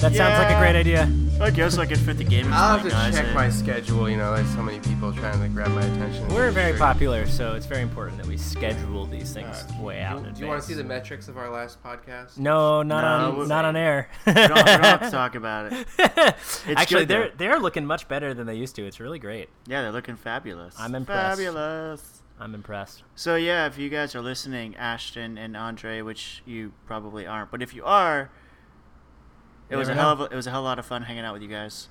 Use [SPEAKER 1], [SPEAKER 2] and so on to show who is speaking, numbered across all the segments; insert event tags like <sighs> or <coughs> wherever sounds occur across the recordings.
[SPEAKER 1] That sounds like a
[SPEAKER 2] Yeah.
[SPEAKER 1] great idea.
[SPEAKER 2] I guess I could fit the game. into
[SPEAKER 3] I'll
[SPEAKER 2] like
[SPEAKER 3] have
[SPEAKER 2] nine,
[SPEAKER 3] to check
[SPEAKER 2] say- <laughs>
[SPEAKER 3] my schedule. You know, there's so many people trying to grab my attention.
[SPEAKER 1] We're very
[SPEAKER 3] Sure.
[SPEAKER 1] popular, so it's very important that we schedule these things
[SPEAKER 3] Alright.
[SPEAKER 1] way out.
[SPEAKER 3] Do
[SPEAKER 1] in
[SPEAKER 3] you, want
[SPEAKER 1] advance.
[SPEAKER 3] to see the metrics of our last podcast?
[SPEAKER 1] No, not
[SPEAKER 2] No,
[SPEAKER 1] on
[SPEAKER 2] we'll-
[SPEAKER 1] not on air.
[SPEAKER 2] We don't, we don't have
[SPEAKER 1] <laughs>
[SPEAKER 2] to talk about it.
[SPEAKER 1] Actually,
[SPEAKER 2] good,
[SPEAKER 1] they're
[SPEAKER 2] though.
[SPEAKER 1] they're looking much better than they used to. It's really great.
[SPEAKER 2] Yeah, they're looking fabulous.
[SPEAKER 1] I'm impressed.
[SPEAKER 2] Fabulous.
[SPEAKER 1] I'm impressed.
[SPEAKER 2] So yeah, if you guys are listening, Ashton and Andre, which you probably aren't, but if you are, it was a
[SPEAKER 1] Never
[SPEAKER 2] hell of a, it was a hell lot of fun hanging out with you guys.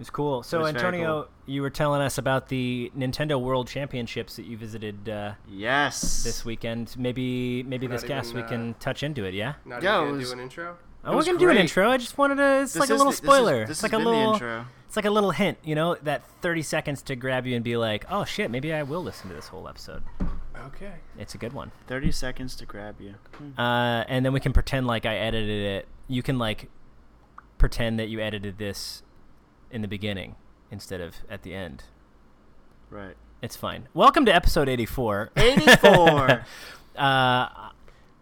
[SPEAKER 1] It's cool. So,
[SPEAKER 2] was very
[SPEAKER 1] Antonio, you were telling us about the Nintendo World Championships that you visited uh,
[SPEAKER 2] Yes.
[SPEAKER 1] this weekend. Maybe maybe
[SPEAKER 3] Not
[SPEAKER 1] this guest
[SPEAKER 3] even,
[SPEAKER 1] we can
[SPEAKER 3] uh,
[SPEAKER 1] touch into it. Yeah.
[SPEAKER 3] Not
[SPEAKER 2] Yeah,
[SPEAKER 3] even
[SPEAKER 2] it
[SPEAKER 3] gonna
[SPEAKER 2] was-
[SPEAKER 3] do an intro.
[SPEAKER 1] I was
[SPEAKER 2] was
[SPEAKER 1] gonna do an
[SPEAKER 2] great.
[SPEAKER 1] intro. I just wanted to. It's
[SPEAKER 2] This
[SPEAKER 1] like a
[SPEAKER 2] is
[SPEAKER 1] little
[SPEAKER 2] the- this is-
[SPEAKER 1] spoiler.
[SPEAKER 2] This
[SPEAKER 1] it's like
[SPEAKER 2] has
[SPEAKER 1] a
[SPEAKER 2] been
[SPEAKER 1] little.
[SPEAKER 2] the intro.
[SPEAKER 1] It's like a little hint, you know, that 30 seconds to grab you and be like, oh shit, maybe I will listen to this whole episode.
[SPEAKER 3] Okay.
[SPEAKER 1] It's a good one.
[SPEAKER 2] Thirty seconds to grab you.
[SPEAKER 1] Uh, and then we can pretend like I edited it. You can like pretend that you edited this in the beginning instead of at the end. <laughs>
[SPEAKER 2] Right.
[SPEAKER 1] It's fine. Welcome to episode 84. <laughs>
[SPEAKER 2] 84.
[SPEAKER 1] uh,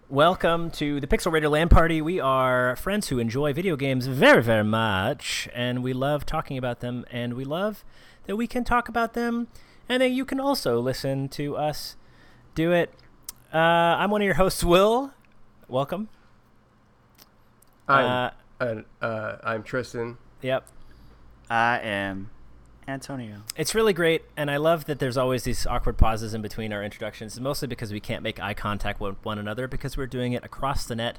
[SPEAKER 1] welcome to the Pixel Raider Land Party. We are friends who enjoy video games very, very much, and we love talking about them, and we love that we can talk about them, and that you can also listen to us do it. Uh, I'm one of your hosts, Will. Welcome.
[SPEAKER 3] I'm, uh, uh, I'm Tristan.
[SPEAKER 1] Yep.
[SPEAKER 2] I am Antonio.
[SPEAKER 1] It's really great, and I love that there's always these awkward pauses in between our introductions, mostly because we can't make eye contact with one another because we're doing it across the net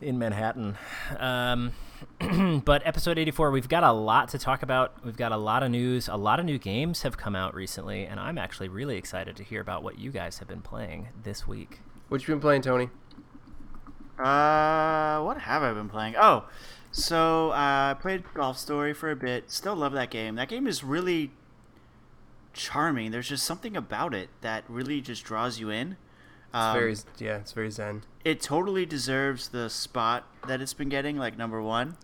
[SPEAKER 1] in Manhattan. Um, <clears throat> but episode 84, we've got a lot to talk about. We've got a lot of news. A lot of new games have come out recently, and I'm actually really excited to hear about what you guys have been playing this week.
[SPEAKER 3] What you been playing, Tony?
[SPEAKER 2] Uh, what have I been playing? Oh, so uh, I played Golf Story for a bit. Still love that game. That game is really charming. There's just something about it that really just draws you in.
[SPEAKER 3] It's
[SPEAKER 2] Um,
[SPEAKER 3] very yeah, it's very zen.
[SPEAKER 2] It totally deserves the spot that it's been getting, like number one.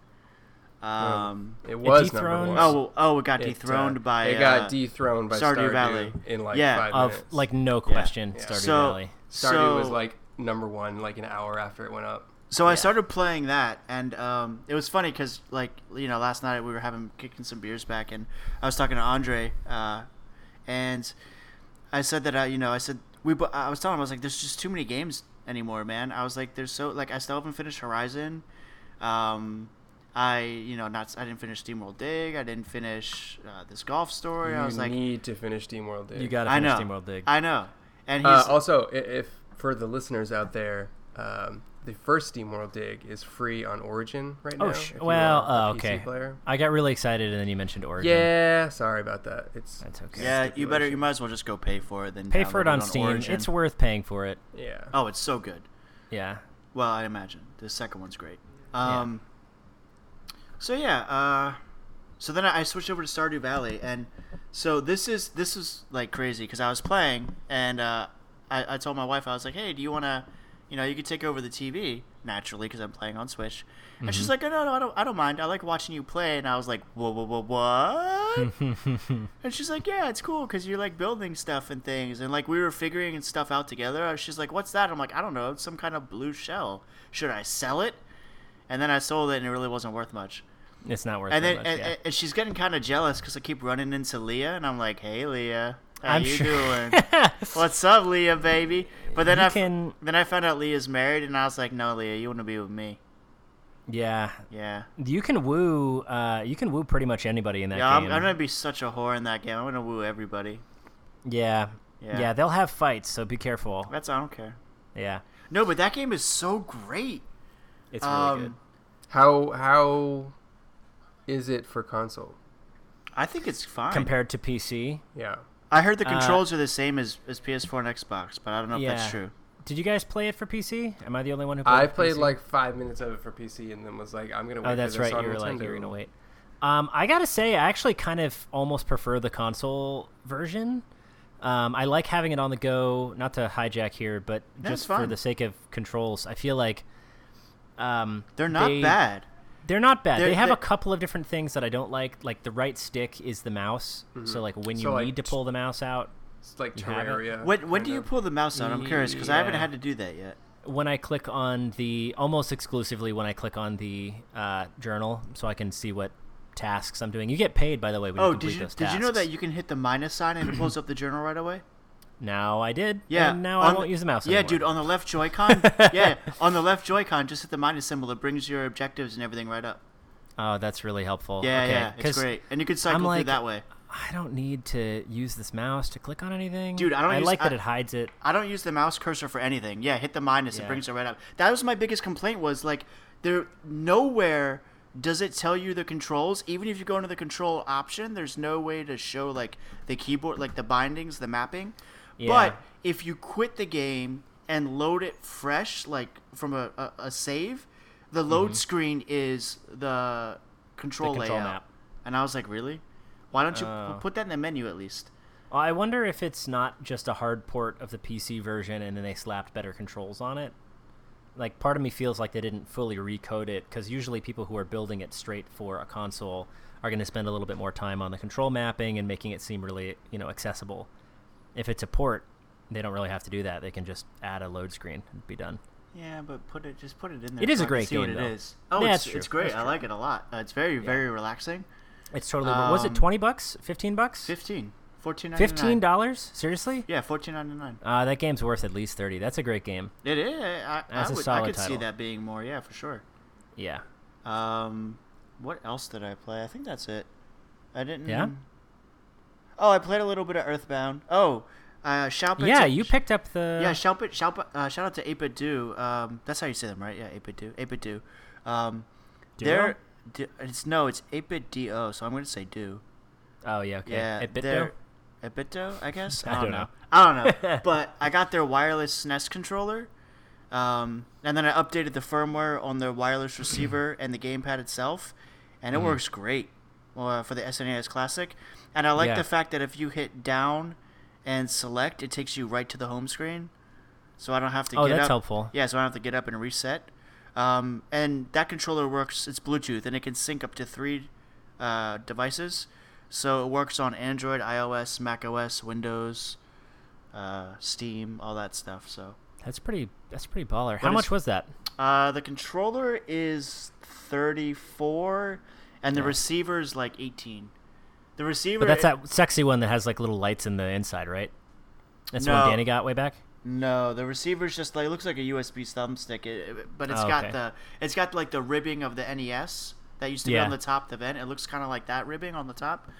[SPEAKER 2] Um,
[SPEAKER 3] It was number
[SPEAKER 1] dethroned-
[SPEAKER 3] one.
[SPEAKER 2] oh, well, oh, it got
[SPEAKER 3] It, uh,
[SPEAKER 2] dethroned by.
[SPEAKER 3] It got
[SPEAKER 2] uh,
[SPEAKER 3] dethroned by
[SPEAKER 2] Stardew
[SPEAKER 3] Stardew,
[SPEAKER 2] Valley.
[SPEAKER 3] in like
[SPEAKER 2] Yeah,
[SPEAKER 3] five
[SPEAKER 1] Of,
[SPEAKER 3] minutes.
[SPEAKER 1] like, no question,
[SPEAKER 3] Yeah.
[SPEAKER 1] Stardew
[SPEAKER 2] so,
[SPEAKER 1] Valley.
[SPEAKER 3] Stardew
[SPEAKER 2] so,
[SPEAKER 3] was like number one, like an hour after it went up.
[SPEAKER 2] So I started playing that, and um, it was funny because, like, you know, last night we were having kicking some beers back, and I was talking to Andre, uh, and I said that I, you know, I said we, bo- I was telling him I was like, there's just too many games anymore, man. I was like, there's so like I still haven't finished Horizon. Um, I, you know, not I didn't finish Steamworld Dig. I didn't finish uh, this golf story. I
[SPEAKER 3] you
[SPEAKER 2] was like,
[SPEAKER 3] need to finish Steam World Dig.
[SPEAKER 1] You got to
[SPEAKER 2] I
[SPEAKER 1] finish
[SPEAKER 2] know,
[SPEAKER 1] Steamworld Dig.
[SPEAKER 2] I know, and
[SPEAKER 3] Uh,
[SPEAKER 2] he's
[SPEAKER 3] also, i- if for the listeners out there, um, the first SteamWorld Dig is free on Origin right now.
[SPEAKER 1] oh, sh-
[SPEAKER 3] if you
[SPEAKER 1] well,
[SPEAKER 3] are a
[SPEAKER 1] oh,
[SPEAKER 3] PC
[SPEAKER 1] okay.
[SPEAKER 3] player.
[SPEAKER 1] I got really excited, and then you mentioned Origin.
[SPEAKER 3] Yeah, sorry about that. It's
[SPEAKER 1] That's okay.
[SPEAKER 2] yeah, you better, you
[SPEAKER 3] stipulation.
[SPEAKER 2] might as well just go pay for it than
[SPEAKER 1] Pay for
[SPEAKER 2] download
[SPEAKER 1] it on, Steam.
[SPEAKER 2] Origin.
[SPEAKER 1] It's worth paying for it.
[SPEAKER 3] yeah.
[SPEAKER 2] oh, it's so good.
[SPEAKER 1] Yeah.
[SPEAKER 2] Well, I imagine the second one's great. Um, So yeah, uh, so then I I switched over to Stardew Valley, and so this is this is like crazy because I was playing, and uh, I, I told my wife I was like, hey, do you want to, you know, you could take over the TV naturally because I'm playing on Switch, and she's like, oh, no, no, I don't, I don't mind. I like watching you play, and I was like, whoa, whoa, whoa, what? And she's like, "Yeah, it's cool because you're like building stuff and things." And like we were figuring stuff out together. And She's like, "What's that?" I'm like, "I don't know. It's some kind of blue shell. Should I sell it?" And then I sold it, and it really wasn't worth much.
[SPEAKER 1] it's not worth
[SPEAKER 2] And
[SPEAKER 1] that
[SPEAKER 2] then
[SPEAKER 1] much,
[SPEAKER 2] and,
[SPEAKER 1] yeah.
[SPEAKER 2] and she's getting kind of jealous because I keep running into Leah, and I'm like, "Hey, Leah, how
[SPEAKER 1] I'm
[SPEAKER 2] you
[SPEAKER 1] sure- <laughs>
[SPEAKER 2] doing? What's up, Leah, baby?" But then
[SPEAKER 1] You
[SPEAKER 2] I f-
[SPEAKER 1] can-
[SPEAKER 2] then I found out Leah's married, and I was like, "No, Leah, you want to be with me?
[SPEAKER 1] yeah,
[SPEAKER 2] Yeah."
[SPEAKER 1] you can woo. Uh, you can woo pretty much anybody in that
[SPEAKER 2] Yeah, I'm,
[SPEAKER 1] game.
[SPEAKER 2] I'm gonna be such a whore in that game. I'm gonna woo everybody.
[SPEAKER 1] yeah. yeah,
[SPEAKER 2] Yeah.
[SPEAKER 1] They'll have fights, so be careful.
[SPEAKER 2] That's I don't care.
[SPEAKER 1] Yeah,
[SPEAKER 2] No, but that game is so great.
[SPEAKER 1] it's really good.
[SPEAKER 2] Um,
[SPEAKER 3] How how is it for console?
[SPEAKER 2] I think it's fine.
[SPEAKER 1] Compared to PC,
[SPEAKER 3] Yeah.
[SPEAKER 2] I heard the
[SPEAKER 1] uh,
[SPEAKER 2] controls are the same as, as PS4 and Xbox, but I don't know if
[SPEAKER 1] Yeah.
[SPEAKER 2] Oh, that's true.
[SPEAKER 1] did you guys play it for PC? Am I the only one who? Played
[SPEAKER 3] I
[SPEAKER 1] it for
[SPEAKER 3] played
[SPEAKER 1] PC?
[SPEAKER 3] like five minutes of it for PC, and then was like, "I'm gonna wait
[SPEAKER 1] Oh,
[SPEAKER 3] for
[SPEAKER 1] that's
[SPEAKER 3] this
[SPEAKER 1] right.
[SPEAKER 3] on
[SPEAKER 1] You were like
[SPEAKER 3] Nintendo.
[SPEAKER 1] you were gonna wait. Um, I gotta say, I actually kind of almost prefer the console version. Um, I like having it on the go. Not to hijack here, but
[SPEAKER 2] That's
[SPEAKER 1] just for
[SPEAKER 2] fine.
[SPEAKER 1] the sake of controls, I feel like um,
[SPEAKER 2] They're not
[SPEAKER 1] they-
[SPEAKER 2] bad.
[SPEAKER 1] They're not bad.
[SPEAKER 2] They're-
[SPEAKER 1] they have a
[SPEAKER 2] they're-
[SPEAKER 1] couple of different things that I don't like. Like the right stick is the mouse. So like when you
[SPEAKER 3] So, like,
[SPEAKER 1] need to pull the mouse out,
[SPEAKER 3] It's like
[SPEAKER 1] have it?
[SPEAKER 3] Terraria.
[SPEAKER 2] When when do
[SPEAKER 3] kind
[SPEAKER 2] you
[SPEAKER 3] of.
[SPEAKER 2] pull the mouse out? I'm curious because I haven't
[SPEAKER 1] Yeah.
[SPEAKER 2] had to do that yet.
[SPEAKER 1] when I click on the almost exclusively when I click on the uh, journal, so I can see what tasks I'm doing. You get paid, by the way. When
[SPEAKER 2] Oh,
[SPEAKER 1] you complete
[SPEAKER 2] did you
[SPEAKER 1] those
[SPEAKER 2] did you know
[SPEAKER 1] tasks.
[SPEAKER 2] that you can hit the minus sign and it pulls up the journal right away?
[SPEAKER 1] Now I did.
[SPEAKER 2] Yeah.
[SPEAKER 1] And now
[SPEAKER 2] on
[SPEAKER 1] I won't
[SPEAKER 2] the-
[SPEAKER 1] use the mouse.
[SPEAKER 2] Yeah,
[SPEAKER 1] anymore.
[SPEAKER 2] dude, on the
[SPEAKER 1] <laughs>
[SPEAKER 2] left Joy-Con. yeah, on the left Joy-Con, just hit the minus symbol. It brings your objectives and everything right up.
[SPEAKER 1] Oh, that's really helpful.
[SPEAKER 2] Yeah,
[SPEAKER 1] okay.
[SPEAKER 2] yeah, it's
[SPEAKER 1] 'cause
[SPEAKER 2] great, and you can cycle through
[SPEAKER 1] like-
[SPEAKER 2] that way.
[SPEAKER 1] I don't need to use this mouse to click on anything.
[SPEAKER 2] Dude, I don't
[SPEAKER 1] I
[SPEAKER 2] use-
[SPEAKER 1] like that
[SPEAKER 2] I-
[SPEAKER 1] it hides it.
[SPEAKER 2] I don't use the mouse cursor for anything. Yeah, hit the minus,
[SPEAKER 1] Yeah.
[SPEAKER 2] it brings it right up. That was my biggest complaint was like there nowhere does it tell you the controls. Even if you go into the control option, there's no way to show like the keyboard like the bindings, the mapping.
[SPEAKER 1] Yeah.
[SPEAKER 2] But if you quit the game and load it fresh, like from a, a, a save, the load screen is the control,
[SPEAKER 1] Mm-hmm. control
[SPEAKER 2] layout.
[SPEAKER 1] map.
[SPEAKER 2] And I was like, really? Why don't you p-
[SPEAKER 1] Oh.
[SPEAKER 2] put that in the menu at least?
[SPEAKER 1] Well, I wonder if it's not just a hard port of the PC version and then they slapped better controls on it. Like, part of me feels like they didn't fully recode it because usually people who are building it straight for a console are going to spend a little bit more time on the control mapping and making it seem really, you know, accessible. If it's a port, they don't really have to do that. They can just add a load screen and be done.
[SPEAKER 2] Yeah, but put it just put it in there.
[SPEAKER 1] It is
[SPEAKER 2] so
[SPEAKER 1] a
[SPEAKER 2] I can
[SPEAKER 1] great
[SPEAKER 2] see what
[SPEAKER 1] game,
[SPEAKER 2] it
[SPEAKER 1] though.
[SPEAKER 2] is. Oh,
[SPEAKER 1] Yeah,
[SPEAKER 2] it's,
[SPEAKER 1] it's true.
[SPEAKER 2] it's great.
[SPEAKER 1] That's
[SPEAKER 2] I
[SPEAKER 1] true.
[SPEAKER 2] like it a lot. Uh, it's very very relaxing.
[SPEAKER 1] It's totally. was
[SPEAKER 2] Um,
[SPEAKER 1] it 20 bucks? 15 bucks?
[SPEAKER 2] 15 14.99.
[SPEAKER 1] Fifteen dollars? Seriously?
[SPEAKER 2] Yeah, 14.99.
[SPEAKER 1] Uh, that game's worth at least thirty. That's a great game.
[SPEAKER 2] It is. I, I,
[SPEAKER 1] That's a
[SPEAKER 2] would, I
[SPEAKER 1] solid
[SPEAKER 2] could see
[SPEAKER 1] title.
[SPEAKER 2] that being more. Yeah, for sure.
[SPEAKER 1] Yeah.
[SPEAKER 2] Um, what else did I play? I think that's it. I didn't.
[SPEAKER 1] Yeah?
[SPEAKER 2] Oh, I played a little bit of Earthbound. Oh, uh, shout out
[SPEAKER 1] yeah,
[SPEAKER 2] to-
[SPEAKER 1] you picked up the.
[SPEAKER 2] yeah, shout, bit- shout, bit- uh, shout out to Apid Do. Um, that's how you say them, right? Yeah, Apid Do. Apid Do. Um,
[SPEAKER 1] Duo?
[SPEAKER 2] they're, d- it's no, it's Apid Do. So I'm gonna say Do.
[SPEAKER 1] oh yeah. Okay.
[SPEAKER 2] Yeah,
[SPEAKER 1] At Bitdo?
[SPEAKER 2] they're- at Bitdo, I guess.
[SPEAKER 1] <laughs> I
[SPEAKER 2] I don't
[SPEAKER 1] don't
[SPEAKER 2] know.
[SPEAKER 1] know.
[SPEAKER 2] I
[SPEAKER 1] <laughs>
[SPEAKER 2] don't know. but I got their wireless NES controller, um, and then I updated the firmware on their
[SPEAKER 1] <clears throat>
[SPEAKER 2] wireless receiver and the gamepad itself, and it
[SPEAKER 1] Mm-hmm.
[SPEAKER 2] works great uh, for the SNES Classic. And I like
[SPEAKER 1] Yeah.
[SPEAKER 2] the fact that if you hit down and select, it takes you right to the home screen, so I don't have to.
[SPEAKER 1] Oh,
[SPEAKER 2] get
[SPEAKER 1] that's
[SPEAKER 2] up.
[SPEAKER 1] helpful.
[SPEAKER 2] Yeah, so I don't have to get up and reset. Um, and that controller works. It's Bluetooth, and it can sync up to three uh, devices. So it works on Android, iOS, Mac OS, Windows, uh, Steam, all that stuff. So
[SPEAKER 1] That's pretty. That's pretty baller. How
[SPEAKER 2] is-
[SPEAKER 1] much was that?
[SPEAKER 2] uh, the controller is thirty-four, and the receiver is like eighteen. The receiver.
[SPEAKER 1] But that's that sexy one that has like little lights in the inside, right? That's the
[SPEAKER 2] No.
[SPEAKER 1] one Danny got way back.
[SPEAKER 2] No, the receiver's just like it looks like a USB thumbstick, it, it- but it's
[SPEAKER 1] Oh,
[SPEAKER 2] got
[SPEAKER 1] okay.
[SPEAKER 2] the it's got like the ribbing of the NES that used to be
[SPEAKER 1] Yeah.
[SPEAKER 2] on the top of the vent. It looks kind of like that ribbing on the top.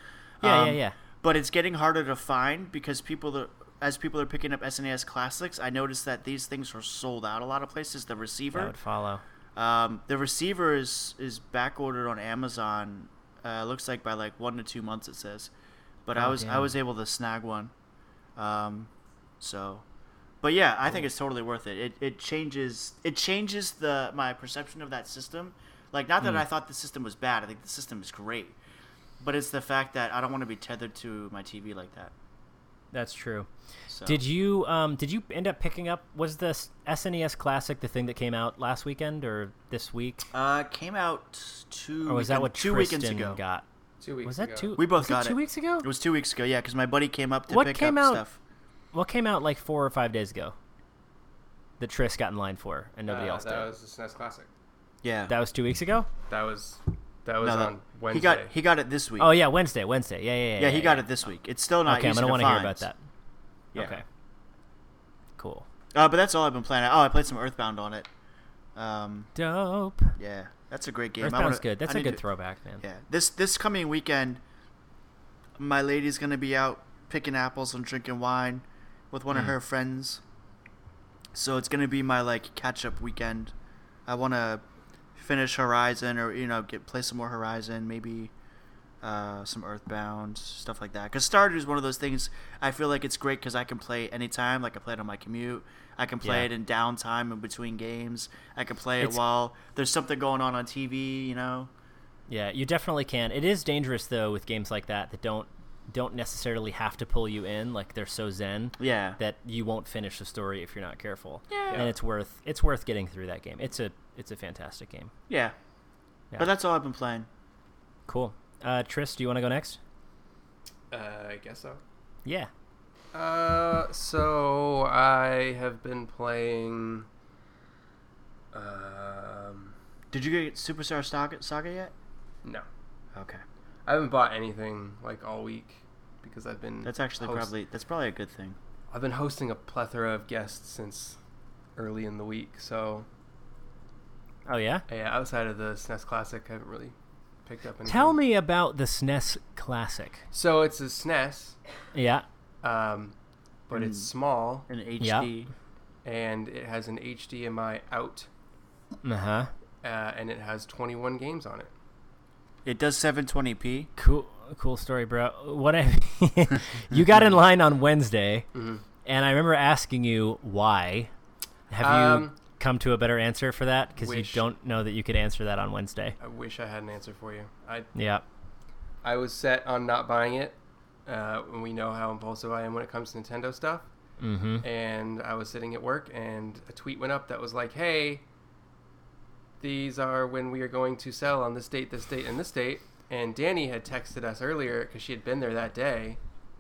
[SPEAKER 1] Yeah, yeah,
[SPEAKER 2] Um,
[SPEAKER 1] yeah.
[SPEAKER 2] But it's getting harder to find because people that as people are picking up SNES classics, I noticed that these things are sold out a lot of places. The
[SPEAKER 1] That
[SPEAKER 2] receiver,
[SPEAKER 1] would follow.
[SPEAKER 2] um, the receiver is is back ordered on Amazon. Uh, looks like by like one to two months it says, but I
[SPEAKER 1] Oh,
[SPEAKER 2] was I
[SPEAKER 1] damn.
[SPEAKER 2] was able to snag one, um, so, but yeah, I think it's totally worth it. It it changes it changes the my perception of that system. Like not
[SPEAKER 1] Hmm.
[SPEAKER 2] that I thought the system was bad. I think the system is great, but it's the fact that I don't want to be tethered to my TV like that.
[SPEAKER 1] That's true.
[SPEAKER 2] So.
[SPEAKER 1] Did you um did you end up picking up was the SNES E Classic the thing that came out last weekend or this week
[SPEAKER 2] Uh, came out two.
[SPEAKER 1] or was Oh, that
[SPEAKER 2] weekend-
[SPEAKER 1] what
[SPEAKER 2] two
[SPEAKER 1] Tristan
[SPEAKER 2] weekends ago?
[SPEAKER 1] got?
[SPEAKER 3] Two weeks
[SPEAKER 1] Was that
[SPEAKER 3] ago.
[SPEAKER 1] two?
[SPEAKER 2] We both
[SPEAKER 1] was
[SPEAKER 2] got
[SPEAKER 1] it two
[SPEAKER 2] it.
[SPEAKER 1] weeks ago.
[SPEAKER 2] It was two weeks ago, yeah, because my buddy came up to
[SPEAKER 1] What
[SPEAKER 2] pick
[SPEAKER 1] came
[SPEAKER 2] up
[SPEAKER 1] out-
[SPEAKER 2] stuff.
[SPEAKER 1] What came out like four or five days ago? That Tris got in line for, and nobody
[SPEAKER 3] Uh,
[SPEAKER 1] else
[SPEAKER 3] that
[SPEAKER 1] did.
[SPEAKER 3] was the SNES Classic.
[SPEAKER 2] Yeah,
[SPEAKER 1] That was two weeks ago.
[SPEAKER 3] That was that was
[SPEAKER 2] No, that-
[SPEAKER 3] on Wednesday.
[SPEAKER 2] He got he got it this week.
[SPEAKER 1] Oh yeah, Wednesday, Wednesday. Yeah, yeah, yeah.
[SPEAKER 2] yeah, he got it this week. It's still not.
[SPEAKER 1] Okay, I'm
[SPEAKER 2] easy
[SPEAKER 1] gonna
[SPEAKER 2] to
[SPEAKER 1] want to hear about
[SPEAKER 2] find.
[SPEAKER 1] that.
[SPEAKER 2] Yeah.
[SPEAKER 1] Okay. Cool.
[SPEAKER 2] Uh, but that's all I've been playing. Oh, I played some Earthbound on it. Um,
[SPEAKER 1] Dope.
[SPEAKER 2] yeah, that's a great game. I
[SPEAKER 1] Earthbound's
[SPEAKER 2] wanna-
[SPEAKER 1] good. That's
[SPEAKER 2] I
[SPEAKER 1] a
[SPEAKER 2] need
[SPEAKER 1] good
[SPEAKER 2] to-
[SPEAKER 1] throwback, man.
[SPEAKER 2] Yeah, this this coming weekend, my lady's gonna be out picking apples and drinking wine with
[SPEAKER 1] Mm.
[SPEAKER 2] one of her friends. So it's gonna be my like catch up weekend. I wanna finish Horizon or you know get play some more Horizon, maybe uh, some Earthbound stuff like that. Because Stardew is one of those things I feel like it's great because I can play anytime. Like I play it on my commute. I can play
[SPEAKER 1] Yeah.
[SPEAKER 2] it in downtime in between games. I can play it
[SPEAKER 1] It's-
[SPEAKER 2] while there's something going on on TV. You know.
[SPEAKER 1] Yeah, you definitely can. It is dangerous though with games like that that don't don't necessarily have to pull you in. Like they're so zen
[SPEAKER 2] Yeah.
[SPEAKER 1] that you won't finish the story if you're not careful.
[SPEAKER 2] Yeah.
[SPEAKER 1] And it's worth it's worth getting through that game. It's a it's a fantastic game.
[SPEAKER 2] Yeah.
[SPEAKER 1] Yeah.
[SPEAKER 2] But that's all I've been playing.
[SPEAKER 1] Cool. Uh, Tris, do you want to go next?
[SPEAKER 3] Uh, I guess so.
[SPEAKER 1] Yeah.
[SPEAKER 3] Uh, so I have been playing um,
[SPEAKER 2] Did you get Superstar Saga, Saga yet?
[SPEAKER 3] No,
[SPEAKER 2] Okay,
[SPEAKER 3] I haven't bought anything like all week because I've
[SPEAKER 1] Mm.
[SPEAKER 3] been
[SPEAKER 2] that's actually
[SPEAKER 3] host-
[SPEAKER 2] probably that's probably a good thing.
[SPEAKER 3] I've been hosting a plethora of guests since early in the week. So
[SPEAKER 1] Oh yeah.
[SPEAKER 3] yeah, outside of the SNES Classic, I haven't really picked up anything.
[SPEAKER 1] Tell me about the SNES Classic.
[SPEAKER 3] So it's a SNES,
[SPEAKER 1] Yeah.
[SPEAKER 3] um, but it's
[SPEAKER 2] Mm.
[SPEAKER 3] small
[SPEAKER 2] An HD.
[SPEAKER 1] Yeah.
[SPEAKER 3] and it has an HDMI out,
[SPEAKER 1] Uh huh.
[SPEAKER 3] uh, and it has 21 games on it.
[SPEAKER 2] It does 720p.
[SPEAKER 1] Cool. Cool story, bro. What I
[SPEAKER 3] <laughs>
[SPEAKER 1] you got in line on Wednesday,
[SPEAKER 2] Mm-hmm.
[SPEAKER 1] and I remember asking you why. Have you
[SPEAKER 3] Um,
[SPEAKER 1] come to a better answer for that? Because you
[SPEAKER 3] wish.
[SPEAKER 1] don't know that you could answer that on Wednesday.
[SPEAKER 3] I wish I had an answer for you. I
[SPEAKER 1] Yeah.
[SPEAKER 3] I was set on not buying it. Uh, and we know how impulsive I am when it comes to Nintendo stuff.
[SPEAKER 1] Mm-hmm.
[SPEAKER 3] and I was sitting at work, and a tweet went up that was like, "Hey, these are when we are going to sell on this date, this date, and this date." And Danny had texted us earlier because she had been there that day,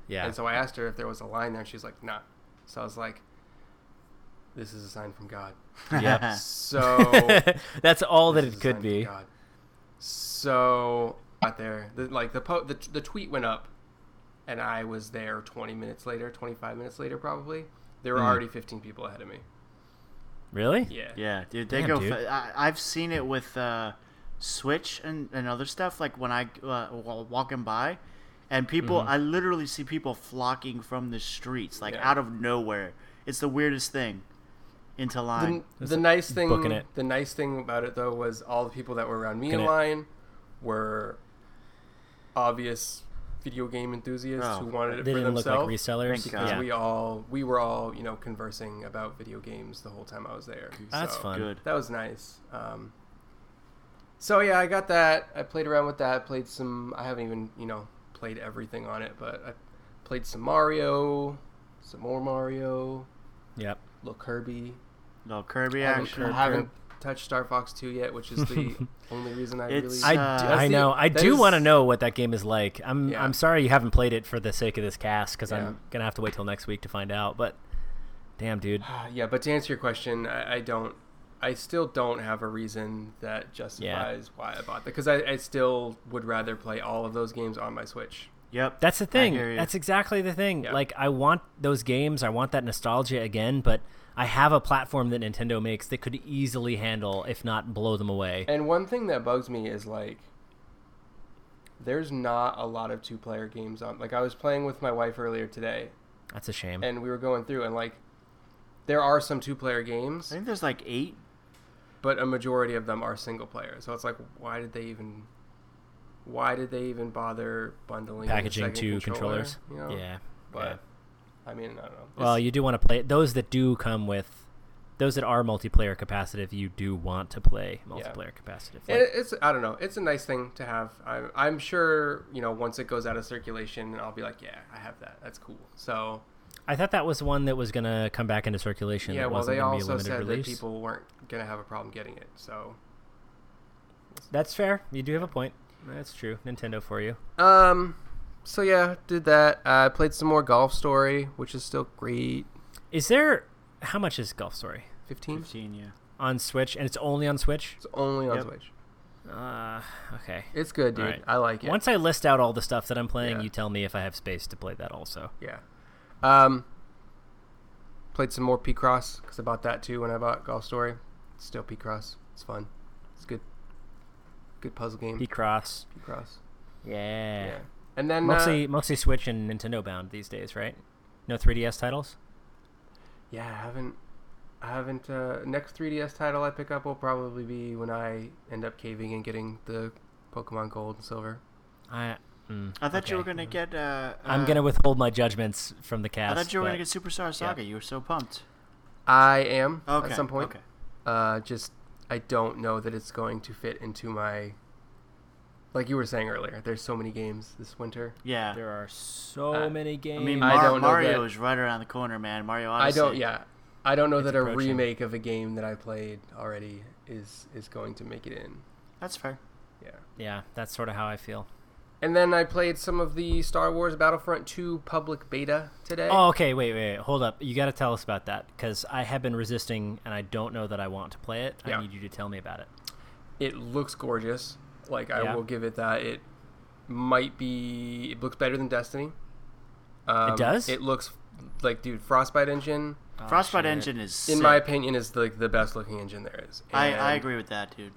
[SPEAKER 1] Yeah.
[SPEAKER 3] and so I asked her if there was a line there, and she was like, "Nah." So I was like, "This is a sign from God."
[SPEAKER 1] Yep.
[SPEAKER 3] <laughs>
[SPEAKER 1] <laughs>
[SPEAKER 3] So
[SPEAKER 1] That's all that
[SPEAKER 3] this
[SPEAKER 1] it
[SPEAKER 3] is a sign
[SPEAKER 1] could
[SPEAKER 3] from
[SPEAKER 1] be.
[SPEAKER 3] God. So out there, the, like the, po- the the tweet went up, and I was there 20 minutes later, 25 minutes later, probably. There were
[SPEAKER 1] Mm.
[SPEAKER 3] already 15 people ahead of me.
[SPEAKER 1] Really?
[SPEAKER 3] Yeah.
[SPEAKER 2] Yeah, dude, they
[SPEAKER 1] Damn,
[SPEAKER 2] go.
[SPEAKER 1] dude.
[SPEAKER 2] Fa- I, I've seen it with uh, Switch and, and other stuff. Like when I uh, wa- walking by, and people,
[SPEAKER 1] Mm-hmm.
[SPEAKER 2] I literally see people flocking from the streets, like
[SPEAKER 3] Yeah.
[SPEAKER 2] out of nowhere. It's the weirdest thing. Into line.
[SPEAKER 3] The, the nice
[SPEAKER 1] booking
[SPEAKER 3] thing,
[SPEAKER 1] it.
[SPEAKER 3] the nice thing about it though was all the people that were around me in
[SPEAKER 1] Booking it.
[SPEAKER 3] line were obvious video game enthusists
[SPEAKER 2] Oh,
[SPEAKER 3] who wanted
[SPEAKER 1] They
[SPEAKER 3] it for
[SPEAKER 1] didn't look like
[SPEAKER 3] themselves.
[SPEAKER 1] resellers.
[SPEAKER 2] Thank
[SPEAKER 3] because
[SPEAKER 1] Yeah.
[SPEAKER 3] we all we were all you know conversing about video games the whole time I was there.
[SPEAKER 1] That's fun.
[SPEAKER 2] Good.
[SPEAKER 3] That was nice. Um, so yeah, I got that. I played around with that. Played some. I haven't even you know played everything on it, but I played some Mario, some more Mario,
[SPEAKER 1] Yep.
[SPEAKER 3] little Kirby.
[SPEAKER 2] Little Kirby
[SPEAKER 3] I haven't-
[SPEAKER 2] action.
[SPEAKER 3] I haven't touched Star Fox 2 yet, which is
[SPEAKER 2] <laughs>
[SPEAKER 3] the only reason I really.
[SPEAKER 2] It's-
[SPEAKER 1] I, d-
[SPEAKER 2] Uh,
[SPEAKER 1] I
[SPEAKER 3] That's the-
[SPEAKER 1] know. I
[SPEAKER 3] that
[SPEAKER 1] do
[SPEAKER 3] is-
[SPEAKER 1] want to know what that game is like. I'm
[SPEAKER 3] Yeah.
[SPEAKER 1] I'm sorry you haven't played it for the sake of this cast because
[SPEAKER 3] Yeah.
[SPEAKER 1] I'm gonna have to wait till next week to find out. But damn, dude.
[SPEAKER 3] <sighs> yeah, but to answer your question, I, I don't. I still don't have a reason that justifies why I bought that because I, I still would rather play all of those games on my Switch.
[SPEAKER 2] Yep.
[SPEAKER 1] That's the thing.
[SPEAKER 2] hear you.
[SPEAKER 1] That's exactly the thing.
[SPEAKER 3] Yeah.
[SPEAKER 1] Like I want those games. I want that nostalgia again. But I have a platform that Nintendo makes that could easily handle, if not blow them away.
[SPEAKER 3] And one thing that bugs me is like there's not a lot of two player games on like I was playing with my wife earlier today
[SPEAKER 1] That's a shame.
[SPEAKER 3] and we were going through and like there are some two player
[SPEAKER 2] I
[SPEAKER 3] games,
[SPEAKER 2] think there's like eight.
[SPEAKER 3] but a majority of them are single player. So it's like why did they even why did they even bother bundling a
[SPEAKER 1] Packaging
[SPEAKER 3] second
[SPEAKER 1] two
[SPEAKER 3] controller,
[SPEAKER 1] controllers.
[SPEAKER 3] You know?
[SPEAKER 1] Yeah. yeah.
[SPEAKER 3] But I mean I don't know.
[SPEAKER 1] Well,
[SPEAKER 3] It's-
[SPEAKER 1] you do want to play those that do come with those that are multiplayer capacitive. You do want to play multiplayer capacitive. Like,
[SPEAKER 3] it, it's I don't know. It's a nice thing to have. I'm, I'm sure you know once it goes out of circulation, I'll be like, yeah, I have that. That's cool. So
[SPEAKER 1] I thought that was one that was gonna come back into circulation.
[SPEAKER 3] Yeah,
[SPEAKER 1] that
[SPEAKER 3] well,
[SPEAKER 1] wasn't
[SPEAKER 3] they
[SPEAKER 1] gonna be a
[SPEAKER 3] also
[SPEAKER 1] limited
[SPEAKER 3] said
[SPEAKER 1] release.
[SPEAKER 3] that people weren't going to have a problem getting it. So,
[SPEAKER 1] That's fair. You do have a point. That's true. Nintendo for you.
[SPEAKER 3] um, so yeah, did that. I played some more Golf Story, which is still great.
[SPEAKER 1] Is there how much is Golf Story
[SPEAKER 3] Fifteen.
[SPEAKER 2] Fifteen. Yeah.
[SPEAKER 1] on Switch? And it's only on Switch.
[SPEAKER 3] It's only on
[SPEAKER 2] Yep.
[SPEAKER 3] Switch.
[SPEAKER 1] Uh, okay.
[SPEAKER 3] It's good, dude.
[SPEAKER 1] All right.
[SPEAKER 3] I like it.
[SPEAKER 1] Once I list out all the stuff that I'm playing,
[SPEAKER 3] Yeah.
[SPEAKER 1] you tell me if I have space to play that also.
[SPEAKER 3] yeah. Um, played some more P Cross because I bought that too when I bought Golf Story. It's still P Cross. It's fun. It's good. Good puzzle game.
[SPEAKER 1] P
[SPEAKER 3] P
[SPEAKER 1] Cross.
[SPEAKER 3] Cross.
[SPEAKER 1] Yeah.
[SPEAKER 3] Yeah. And then uh,
[SPEAKER 1] Mostly, mostly Switch and Nintendo bound these days, right? No 3DS titles.
[SPEAKER 3] Yeah, I haven't. I haven't. Uh, next 3DS title I pick up will probably be when I end up caving and getting the Pokemon Gold and Silver.
[SPEAKER 1] I. Mm,
[SPEAKER 2] I thought you were
[SPEAKER 1] okay.
[SPEAKER 2] gonna get. Uh,
[SPEAKER 1] I'm
[SPEAKER 2] uh,
[SPEAKER 1] gonna withhold my judgments from the
[SPEAKER 2] I
[SPEAKER 1] cast.
[SPEAKER 2] thought you were
[SPEAKER 1] but
[SPEAKER 2] gonna get Superstar Saga. You were so pumped.
[SPEAKER 3] I am
[SPEAKER 2] Okay.
[SPEAKER 3] at some point.
[SPEAKER 2] Okay.
[SPEAKER 3] Uh, just I don't know that it's going to fit into my. Like you were saying earlier, there's so many games this winter.
[SPEAKER 2] Yeah.
[SPEAKER 1] There are so
[SPEAKER 3] Uh,
[SPEAKER 1] many games.
[SPEAKER 2] I mean,
[SPEAKER 3] I
[SPEAKER 2] Mar-
[SPEAKER 3] don't know
[SPEAKER 2] Mario
[SPEAKER 3] that-
[SPEAKER 2] is right around the corner, man. Mario
[SPEAKER 3] I
[SPEAKER 2] Odyssey.
[SPEAKER 3] don't. Yeah, I don't know
[SPEAKER 1] It's
[SPEAKER 3] that a
[SPEAKER 1] approaching.
[SPEAKER 3] remake of a game that I played already is is going to make it in.
[SPEAKER 2] That's fair.
[SPEAKER 3] Yeah.
[SPEAKER 1] yeah, that's sort of how I feel.
[SPEAKER 3] And then I played some of the Star Wars Battlefront 2 public beta today.
[SPEAKER 1] Oh, okay. Wait, wait, wait. Hold up. You got to tell us about that because I have been resisting, and I don't know that I want to play it.
[SPEAKER 3] Yeah.
[SPEAKER 1] I need you to tell me about it.
[SPEAKER 3] It looks gorgeous. Like I
[SPEAKER 1] Yeah.
[SPEAKER 3] will give it that. It might be. It looks better than Destiny. Um,
[SPEAKER 1] does?
[SPEAKER 3] It looks like, dude, Frostbite engine.
[SPEAKER 2] Frostbite
[SPEAKER 1] Oh, shit.
[SPEAKER 2] engine is.
[SPEAKER 3] In my
[SPEAKER 2] sick.
[SPEAKER 3] opinion, is like the best looking engine there is.
[SPEAKER 2] I, I
[SPEAKER 3] And
[SPEAKER 2] agree with that, dude.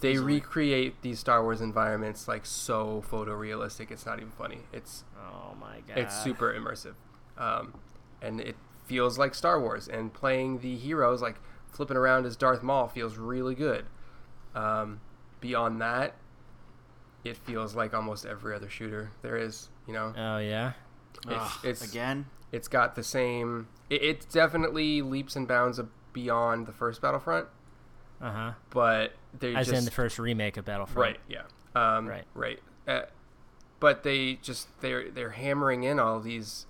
[SPEAKER 3] They
[SPEAKER 2] easily.
[SPEAKER 3] recreate these Star Wars environments like so photorealistic. It's not even funny. It's
[SPEAKER 1] Oh my god.
[SPEAKER 3] it's super immersive, um, and it feels like Star Wars. And playing the heroes, like flipping around as Darth Maul, feels really good. Um, beyond that, it feels like almost every other shooter there is. You know,
[SPEAKER 1] Oh yeah.
[SPEAKER 3] it's,
[SPEAKER 2] Ugh,
[SPEAKER 3] it's
[SPEAKER 2] again. <laughs>
[SPEAKER 3] it's got the same. It, it definitely leaps and bounds beyond the first Battlefront,
[SPEAKER 1] Uh huh.
[SPEAKER 3] but they
[SPEAKER 1] As
[SPEAKER 3] just
[SPEAKER 1] in the first remake of Battlefront.
[SPEAKER 3] Right. Yeah. Um,
[SPEAKER 1] Right.
[SPEAKER 3] right. Right. Uh, but they just they're they're hammering in all these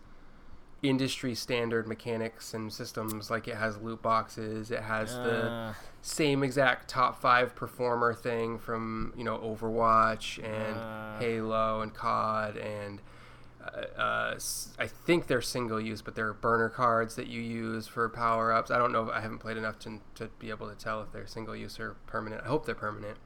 [SPEAKER 3] industry standard mechanics and systems. Like it has loot boxes. It has the
[SPEAKER 1] Uh,
[SPEAKER 3] same exact top five performer thing from you know Overwatch and
[SPEAKER 1] Uh.
[SPEAKER 3] Halo and COD and. Uh, uh, s- I think they're single use, but they're burner cards that you use for power ups. I don't know. I haven't played enough to, to be able to tell if they're single use or permanent. I hope they're permanent.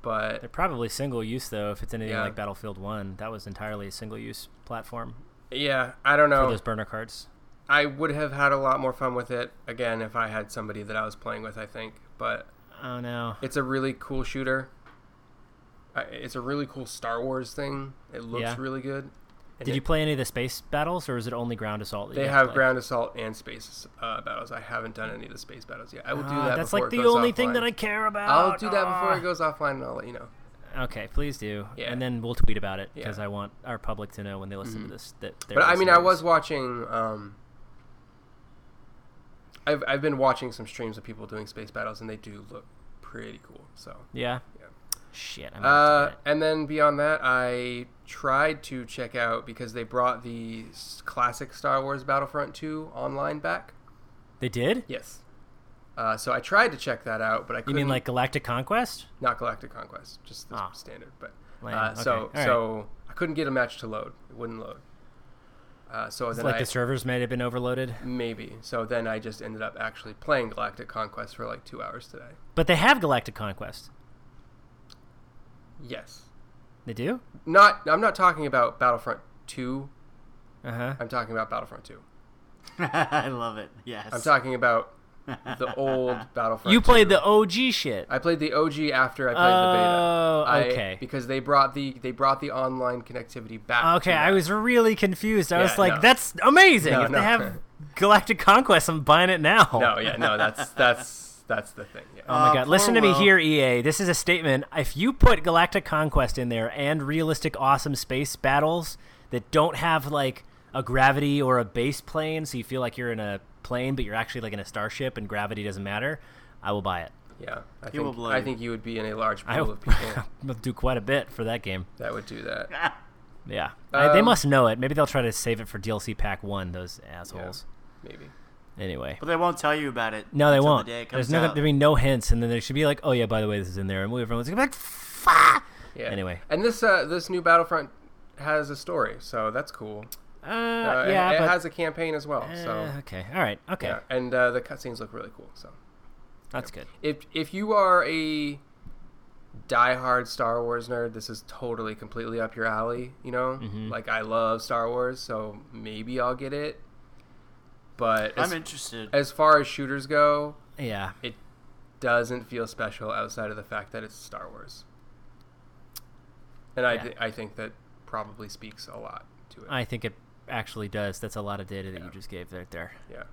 [SPEAKER 3] But
[SPEAKER 1] they're probably single use though. If it's anything
[SPEAKER 3] Yeah.
[SPEAKER 1] like Battlefield One, that was entirely a single use platform
[SPEAKER 3] Yeah, I don't
[SPEAKER 1] for
[SPEAKER 3] know.
[SPEAKER 1] those burner cards.
[SPEAKER 3] I would have had a lot more fun with it again if I had somebody that I was playing with. I think, but
[SPEAKER 1] Oh no.
[SPEAKER 3] it's a really cool shooter. I- It's a really cool Star Wars thing. It looks
[SPEAKER 1] Yeah.
[SPEAKER 3] really good. And
[SPEAKER 1] Did
[SPEAKER 3] it-
[SPEAKER 1] you play any of the space battles, or is it only ground assault? that you
[SPEAKER 3] They
[SPEAKER 1] have
[SPEAKER 3] have
[SPEAKER 1] to play?
[SPEAKER 3] ground assault and space uh, battles. I haven't done any of the space battles yet. I will do
[SPEAKER 1] Ah,
[SPEAKER 3] that.
[SPEAKER 1] that's
[SPEAKER 3] before
[SPEAKER 1] like
[SPEAKER 3] it
[SPEAKER 1] the
[SPEAKER 3] goes
[SPEAKER 1] only thing
[SPEAKER 3] offline.
[SPEAKER 1] that I care about.
[SPEAKER 3] I'll do that before
[SPEAKER 1] Ah.
[SPEAKER 3] it goes offline, and I'll let you know.
[SPEAKER 1] Okay, please do,
[SPEAKER 3] Yeah.
[SPEAKER 1] and then we'll tweet about it because
[SPEAKER 3] Yeah. Mm-hmm.
[SPEAKER 1] I want our public to know when they listen to this that. they're
[SPEAKER 3] But I mean,
[SPEAKER 1] listening
[SPEAKER 3] I
[SPEAKER 1] to
[SPEAKER 3] was
[SPEAKER 1] this.
[SPEAKER 3] watching. Um, I've I've been watching some streams of people doing space battles, and they do look pretty cool. So
[SPEAKER 1] Yeah.
[SPEAKER 3] Yeah.
[SPEAKER 1] Shit. I'm
[SPEAKER 3] Uh, and then beyond that, I tried to check out because they brought the s- classic Star Wars Battlefront 2 online back.
[SPEAKER 1] they did.
[SPEAKER 3] Yes. Uh, so I tried to check that out, but I
[SPEAKER 1] You
[SPEAKER 3] couldn't.
[SPEAKER 1] mean like Galactic Conquest?
[SPEAKER 3] not Galactic Conquest, just the
[SPEAKER 1] Ah.
[SPEAKER 3] standard. But
[SPEAKER 1] Lame.
[SPEAKER 3] uh,
[SPEAKER 1] Okay.
[SPEAKER 3] so
[SPEAKER 1] All right.
[SPEAKER 3] so I couldn't get a match to load. It wouldn't load. Uh, so
[SPEAKER 1] It's
[SPEAKER 3] then
[SPEAKER 1] like
[SPEAKER 3] I
[SPEAKER 1] the servers might have been overloaded,
[SPEAKER 3] maybe so then I just ended up actually playing Galactic Conquest for like two hours today.
[SPEAKER 1] but they have Galactic Conquest.
[SPEAKER 3] Yes.
[SPEAKER 1] They do.
[SPEAKER 3] Not I'm not talking about Battlefront 2.
[SPEAKER 1] Uh huh.
[SPEAKER 3] I'm talking about Battlefront 2.
[SPEAKER 2] I love it. Yes.
[SPEAKER 3] I'm talking about
[SPEAKER 2] <laughs>
[SPEAKER 3] the old Battlefront.
[SPEAKER 1] You
[SPEAKER 3] 2.
[SPEAKER 1] played the OG shit.
[SPEAKER 3] I played the OG after I played
[SPEAKER 1] Oh,
[SPEAKER 3] the beta. I-
[SPEAKER 1] okay.
[SPEAKER 3] because they brought the they brought the online connectivity back. to
[SPEAKER 1] Okay, I
[SPEAKER 3] that.
[SPEAKER 1] was really confused. I
[SPEAKER 3] Yeah,
[SPEAKER 1] was like,
[SPEAKER 3] no.
[SPEAKER 1] "That's amazing!
[SPEAKER 3] No,
[SPEAKER 1] if
[SPEAKER 3] no.
[SPEAKER 1] they have Galactic Conquest, I'm buying it now."
[SPEAKER 3] No, yeah, no, that's that's that's the thing. Yeah.
[SPEAKER 1] Oh my
[SPEAKER 2] Uh,
[SPEAKER 1] god,
[SPEAKER 2] poor
[SPEAKER 1] listen to me
[SPEAKER 2] Will.
[SPEAKER 1] here, EA. This is a statement. If you put Galactic Conquest in there and realistic, awesome space battles that don't have like a gravity or a base plane, so you feel like you're in a plane, but you're actually like in a starship and gravity doesn't matter, I will buy it.
[SPEAKER 3] yeah. I
[SPEAKER 2] will
[SPEAKER 3] think
[SPEAKER 2] blow
[SPEAKER 3] I
[SPEAKER 2] you.
[SPEAKER 3] think you would be in a large
[SPEAKER 1] I
[SPEAKER 3] pool
[SPEAKER 1] will <laughs>
[SPEAKER 3] of people
[SPEAKER 1] do quite a bit for that game.
[SPEAKER 3] that would do that.
[SPEAKER 2] <laughs>
[SPEAKER 1] Yeah. I- they
[SPEAKER 3] Um,
[SPEAKER 1] must know it. Maybe they'll try to save it for DLC Pack 1, those assholes.
[SPEAKER 3] Maybe.
[SPEAKER 1] Anyway.
[SPEAKER 2] But they won't tell you about it.
[SPEAKER 1] No, they
[SPEAKER 2] until
[SPEAKER 1] won't.
[SPEAKER 2] The day it
[SPEAKER 1] There's
[SPEAKER 2] comes
[SPEAKER 1] no,
[SPEAKER 2] out.
[SPEAKER 1] there'll be no hints, and then there should be like, oh yeah, by the way, this is in there, and everyone's gonna be like, fuck.
[SPEAKER 3] Yeah.
[SPEAKER 1] Anyway.
[SPEAKER 3] And this uh, this new Battlefront has a story, so that's cool.
[SPEAKER 1] Uh,
[SPEAKER 3] Uh,
[SPEAKER 1] yeah,
[SPEAKER 3] it, it
[SPEAKER 1] but
[SPEAKER 3] has a campaign as well. so
[SPEAKER 1] Uh, okay. All right. Okay.
[SPEAKER 3] yeah, and uh, the cutscenes look really cool. So
[SPEAKER 1] That's good.
[SPEAKER 3] if if you are a diehard Star Wars nerd, this is totally completely up your alley. You know,
[SPEAKER 1] Mm-hmm.
[SPEAKER 3] like I love Star Wars, so maybe I'll get it. But as,
[SPEAKER 2] I'm interested.
[SPEAKER 3] as far as shooters go,
[SPEAKER 1] Yeah.
[SPEAKER 3] it doesn't feel special outside of the fact that it's Star Wars, and I
[SPEAKER 1] Yeah.
[SPEAKER 3] thi- I think that probably speaks a lot to it.
[SPEAKER 1] I think it actually does. That's a lot of data that you just gave right there.
[SPEAKER 3] yeah.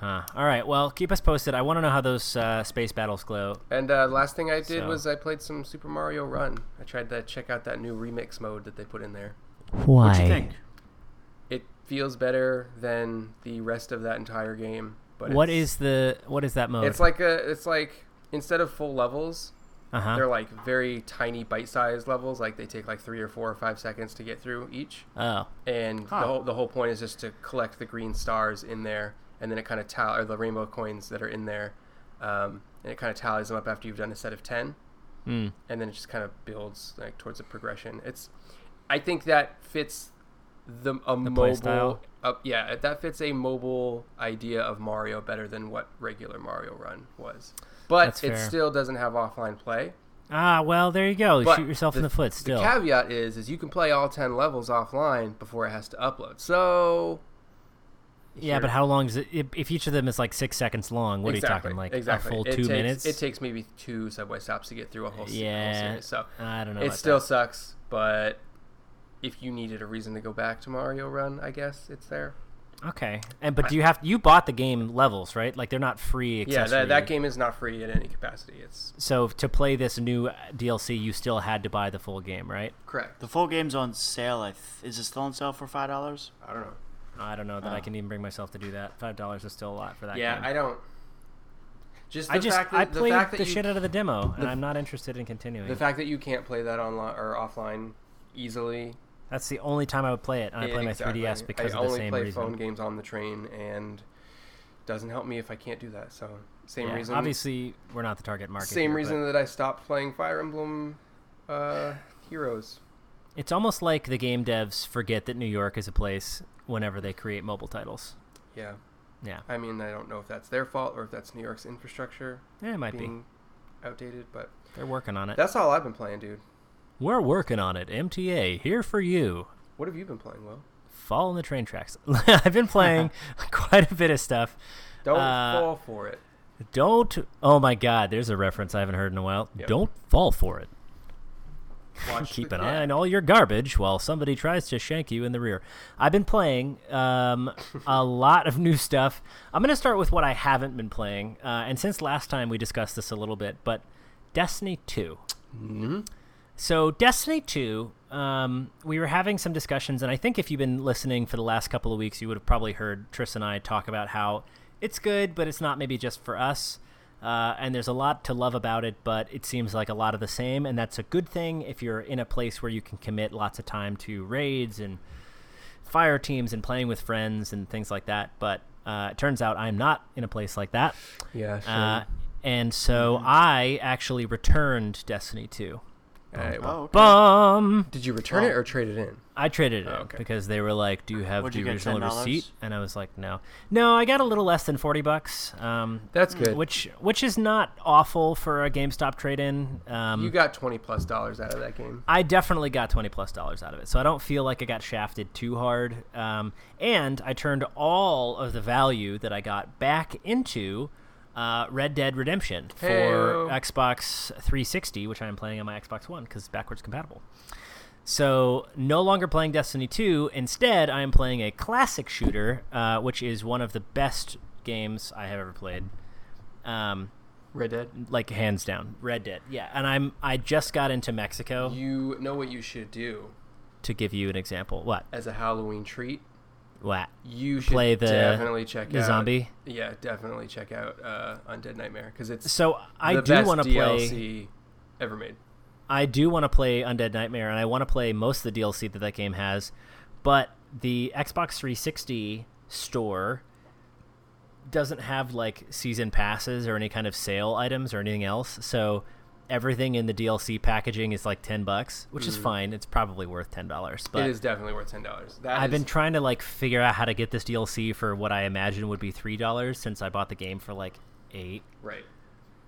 [SPEAKER 1] Huh. All right. Well, keep us posted. I want to know how those uh, space battles go.
[SPEAKER 3] And uh, last thing I did
[SPEAKER 1] So-
[SPEAKER 3] was I played some Super Mario Run. I tried to check out that new remix mode that they put in there.
[SPEAKER 1] Why?
[SPEAKER 2] what do you think?
[SPEAKER 3] it feels better than the rest of that entire game. But
[SPEAKER 1] What
[SPEAKER 3] it's,
[SPEAKER 1] is the what is that mode?
[SPEAKER 3] It's like a. It's like instead of full levels,
[SPEAKER 1] uh-huh.
[SPEAKER 3] they're like very tiny bite-sized levels. Like they take like three or four or five seconds to get through each.
[SPEAKER 1] Oh.
[SPEAKER 3] And
[SPEAKER 2] Huh.
[SPEAKER 3] the whole the whole point is just to collect the green stars in there, and then it kind of tally or the rainbow coins that are in there, um, and it kind of tallies them up after you've done a set of ten
[SPEAKER 1] Hmm.
[SPEAKER 3] and then it just kind of builds like towards a progression. It's, I think that fits the a
[SPEAKER 1] play
[SPEAKER 3] mobile,
[SPEAKER 1] style?
[SPEAKER 3] uh, yeah, that fits a mobile idea of Mario better than what regular Mario Run was. But
[SPEAKER 1] That's
[SPEAKER 3] it
[SPEAKER 1] fair.
[SPEAKER 3] still doesn't have offline play,
[SPEAKER 1] Ah, well, there you go.
[SPEAKER 3] But
[SPEAKER 1] Shoot yourself in the foot. Still,
[SPEAKER 3] The caveat is is you can play all 10 levels offline before it has to upload. So
[SPEAKER 1] yeah. But how long is it? If if each of them is like six seconds long, what are you talking like a full
[SPEAKER 3] It
[SPEAKER 1] two
[SPEAKER 3] takes,
[SPEAKER 1] minutes?
[SPEAKER 3] It takes maybe two subway stops to get through a whole, se- whole
[SPEAKER 1] Yeah.
[SPEAKER 3] series. So
[SPEAKER 1] I don't know.
[SPEAKER 3] it
[SPEAKER 1] about
[SPEAKER 3] still
[SPEAKER 1] that.
[SPEAKER 3] sucks, but if you needed a reason to go back to Mario Run, I guess it's there.
[SPEAKER 1] okay. And but do you have you bought the game levels right? Like they're not free.
[SPEAKER 3] Yeah,
[SPEAKER 1] Accessory.
[SPEAKER 3] that, that game is not free in any capacity. It's
[SPEAKER 1] So to play this new uh, DLC, you still had to buy the full game, right?
[SPEAKER 3] correct.
[SPEAKER 2] The full game's on sale. I th- is it still on sale for five dollars?
[SPEAKER 3] I don't know.
[SPEAKER 1] I don't know that I
[SPEAKER 2] Oh.
[SPEAKER 1] can even bring myself to do that. Five dollars is still a lot for that.
[SPEAKER 3] yeah,
[SPEAKER 1] game.
[SPEAKER 3] I don't. Just the
[SPEAKER 1] I just
[SPEAKER 3] fact that
[SPEAKER 1] I
[SPEAKER 3] the
[SPEAKER 1] played
[SPEAKER 3] fact
[SPEAKER 1] the,
[SPEAKER 3] that you
[SPEAKER 1] shit out of the demo, and
[SPEAKER 3] the-
[SPEAKER 1] I'm not interested in continuing.
[SPEAKER 3] The fact that you can't play that online or offline easily.
[SPEAKER 1] That's the only time I would play it, and I play
[SPEAKER 3] Exactly.
[SPEAKER 1] my 3DS because
[SPEAKER 3] I
[SPEAKER 1] of the
[SPEAKER 3] only
[SPEAKER 1] same
[SPEAKER 3] play
[SPEAKER 1] reason.
[SPEAKER 3] phone games on the train, and doesn't help me if I can't do that. So same
[SPEAKER 1] Yeah,
[SPEAKER 3] reason.
[SPEAKER 1] Obviously, we're not the target market.
[SPEAKER 3] same
[SPEAKER 1] here,
[SPEAKER 3] reason
[SPEAKER 1] but
[SPEAKER 3] that I stopped playing Fire Emblem uh, Heroes.
[SPEAKER 1] It's almost like the game devs forget that New York is a place whenever they create mobile titles.
[SPEAKER 3] Yeah.
[SPEAKER 1] Yeah,
[SPEAKER 3] I mean, I don't know if that's their fault or if that's New York's infrastructure
[SPEAKER 1] yeah it might be.
[SPEAKER 3] being outdated, but
[SPEAKER 1] They're working on it.
[SPEAKER 3] that's all I've been playing, dude.
[SPEAKER 1] We're working on it. MTA here for you.
[SPEAKER 3] What have you been playing, Will?
[SPEAKER 1] Fall in the train tracks. <laughs> I've been playing <laughs> quite a bit of stuff.
[SPEAKER 3] Don't
[SPEAKER 1] Uh,
[SPEAKER 3] fall for it.
[SPEAKER 1] Don't. Oh my God, there's a reference I haven't heard in a while.
[SPEAKER 3] Yep.
[SPEAKER 1] Don't fall for it.
[SPEAKER 3] Watch
[SPEAKER 1] <laughs> Keep
[SPEAKER 3] the-
[SPEAKER 1] an
[SPEAKER 3] yeah.
[SPEAKER 1] eye on all your garbage while somebody tries to shank you in the rear. I've been playing um, a lot of new stuff. I'm going to start with what I haven't been playing. Uh, and since last time we discussed this a little bit, but Destiny 2. So, Destiny 2, um, we were having some discussions, and I think if you've been listening for the last couple of weeks, you would have probably heard Tris and I talk about how it's good, but it's not maybe just for us. Uh, and there's a lot to love about it, but it seems like a lot of the same, and that's a good thing if you're in a place where you can commit lots of time to raids and fire teams and playing with friends and things like that. But uh, it turns out I'm not in a place like that.
[SPEAKER 3] Yeah, sure.
[SPEAKER 1] Uh, and so I actually returned Destiny 2.
[SPEAKER 3] All right, well,
[SPEAKER 2] Oh, okay.
[SPEAKER 1] Bum!
[SPEAKER 3] Did you return it
[SPEAKER 2] Oh.
[SPEAKER 3] or trade it in?
[SPEAKER 1] I traded it
[SPEAKER 3] Oh,
[SPEAKER 1] in
[SPEAKER 3] okay.
[SPEAKER 1] because they were like, "Do you have
[SPEAKER 2] What'd
[SPEAKER 1] the
[SPEAKER 2] you get,
[SPEAKER 1] original
[SPEAKER 2] $10?
[SPEAKER 1] receipt?" And I was like, "No, no." I got a little less than forty bucks, um,
[SPEAKER 3] That's good.
[SPEAKER 1] which which is not awful for a GameStop trade-in. Um,
[SPEAKER 3] you got twenty plus dollars out of that game.
[SPEAKER 1] I definitely got twenty plus dollars out of it, so I don't feel like I got shafted too hard. Um, and I turned all of the value that I got back into uh, Red Dead Redemption for
[SPEAKER 3] Heyo.
[SPEAKER 1] Xbox 360, which I am playing on my Xbox One because it's backwards compatible. So, no longer playing Destiny 2. Instead, I am playing a classic shooter, uh, which is one of the best games I have ever played. Um,
[SPEAKER 3] Red Dead.
[SPEAKER 1] like hands down, Red Dead. Yeah, and I'm I just got into Mexico
[SPEAKER 3] You know what you should do
[SPEAKER 1] to give you an example. What?
[SPEAKER 3] as a Halloween treat.
[SPEAKER 1] What?
[SPEAKER 3] You should
[SPEAKER 1] Play the-
[SPEAKER 3] definitely check
[SPEAKER 1] the
[SPEAKER 3] out
[SPEAKER 1] zombie?
[SPEAKER 3] Yeah, definitely check out uh, Undead Nightmare because it's
[SPEAKER 1] So I
[SPEAKER 3] the
[SPEAKER 1] do
[SPEAKER 3] best
[SPEAKER 1] want to play.
[SPEAKER 3] DLC ever made.
[SPEAKER 1] I do want to play Undead Nightmare, and I want to play most of the DLC that that game has, but the Xbox 360 store doesn't have like season passes or any kind of sale items or anything else. So everything in the DLC packaging is like ten bucks, which is fine. It's probably worth ten dollars. But
[SPEAKER 3] Hmm. it is definitely worth ten dollars. That
[SPEAKER 1] I've
[SPEAKER 3] is-
[SPEAKER 1] been trying to like figure out how to get this DLC for what I imagine would be three dollars since I bought the game for like eight.
[SPEAKER 3] right.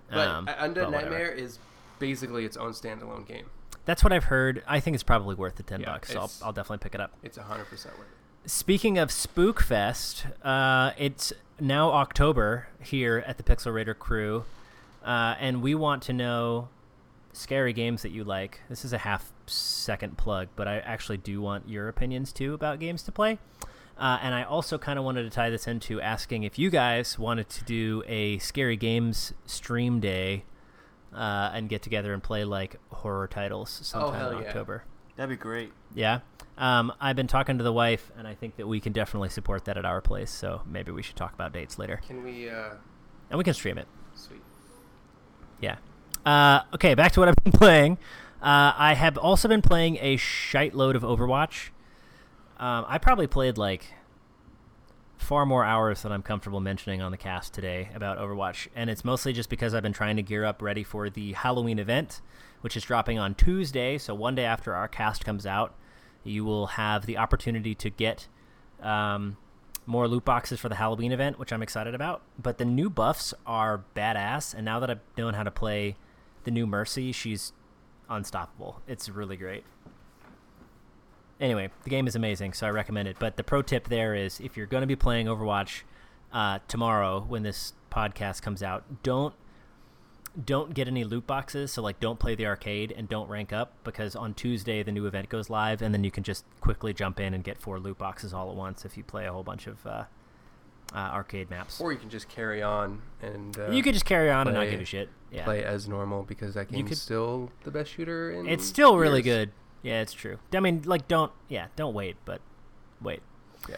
[SPEAKER 3] But
[SPEAKER 1] Um,
[SPEAKER 3] uh, Undead
[SPEAKER 1] but whatever.
[SPEAKER 3] Nightmare is basically its own standalone game.
[SPEAKER 1] That's what I've heard. I think it's probably worth the ten
[SPEAKER 3] Yeah,
[SPEAKER 1] bucks. So I'll,
[SPEAKER 3] it's-
[SPEAKER 1] I'll definitely pick it up.
[SPEAKER 3] It's hundred percent worth it.
[SPEAKER 1] Speaking of Spookfest, uh, it's now October here at the Pixel Raider crew, uh, and we want to know scary games that you like. This is a half second plug, but I actually do want your opinions too about games to play. Uh, and I also kind of wanted to tie this into asking if you guys wanted to do a scary games stream day uh, and get together and play like horror titles sometime
[SPEAKER 3] Oh, hell
[SPEAKER 1] in
[SPEAKER 3] yeah.
[SPEAKER 1] October.
[SPEAKER 2] That'd be great.
[SPEAKER 1] Yeah. Um, I've been talking to the wife, and I think that we can definitely support that at our place. So maybe we should talk about dates later,
[SPEAKER 3] Can we? Uh,
[SPEAKER 1] and we can stream it.
[SPEAKER 3] sweet.
[SPEAKER 1] Yeah. Uh, okay, back to what I've been <laughs> playing. Uh, I have also been playing a shite load of Overwatch. Um, I probably played like far more hours than I'm comfortable mentioning on the cast today about Overwatch, and it's mostly just because I've been trying to gear up ready for the Halloween event, which is dropping on Tuesday. So one day after our cast comes out, you will have the opportunity to get um, more loot boxes for the Halloween event, which I'm excited about. But the new buffs are badass, and now that I've known how to play the new Mercy, she's unstoppable. It's really great. Anyway, the game is amazing, so I recommend it. But the pro tip there is if you're going to be playing Overwatch uh, tomorrow when this podcast comes out, don't don't get any loot boxes. So like, don't play the arcade and don't rank up because on Tuesday the new event goes live, and then you can just quickly jump in and get four loot boxes all at once if you play a whole bunch of uh, uh, arcade maps.
[SPEAKER 3] Or you can just carry on and uh,
[SPEAKER 1] you could just carry on and not
[SPEAKER 3] play-
[SPEAKER 1] give a shit. Yeah,
[SPEAKER 3] play as normal because that
[SPEAKER 1] You
[SPEAKER 3] game's
[SPEAKER 1] could-
[SPEAKER 3] still the best shooter. In
[SPEAKER 1] it's still really
[SPEAKER 3] years.
[SPEAKER 1] good. Yeah, it's true. I mean, like, don't yeah, don't wait, but wait.
[SPEAKER 3] Yeah.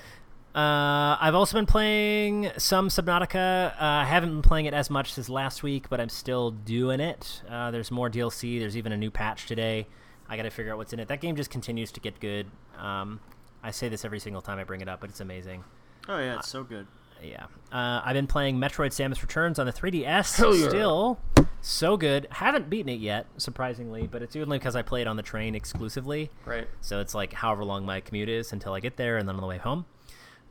[SPEAKER 1] Uh, I've also been playing some Subnautica. Uh, I haven't been playing it as much as last week, but I'm still doing it. Uh, there's more DLC. There's even a new patch today. I got to figure out what's in it. That game just continues to get good. Um, I say this every single time I bring it up, but it's amazing.
[SPEAKER 2] Oh yeah, it's so good.
[SPEAKER 1] Yeah. Uh, I've been playing Metroid Samus Returns on the 3DS
[SPEAKER 3] Hell yeah.
[SPEAKER 1] still. So good. Haven't beaten it yet, surprisingly, but it's only because I play it on the train exclusively.
[SPEAKER 3] Right.
[SPEAKER 1] So it's like however long my commute is until I get there and then on the way home.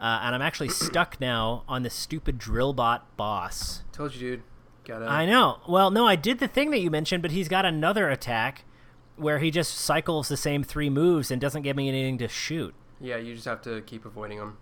[SPEAKER 1] Uh, and I'm actually stuck now on the stupid Drillbot boss.
[SPEAKER 3] Told you, dude. Gotta.
[SPEAKER 1] I know. Well, no, I did the thing that you mentioned, but he's got another attack where he just cycles the same three moves and doesn't give me anything to shoot.
[SPEAKER 3] Yeah, you just have to keep avoiding him.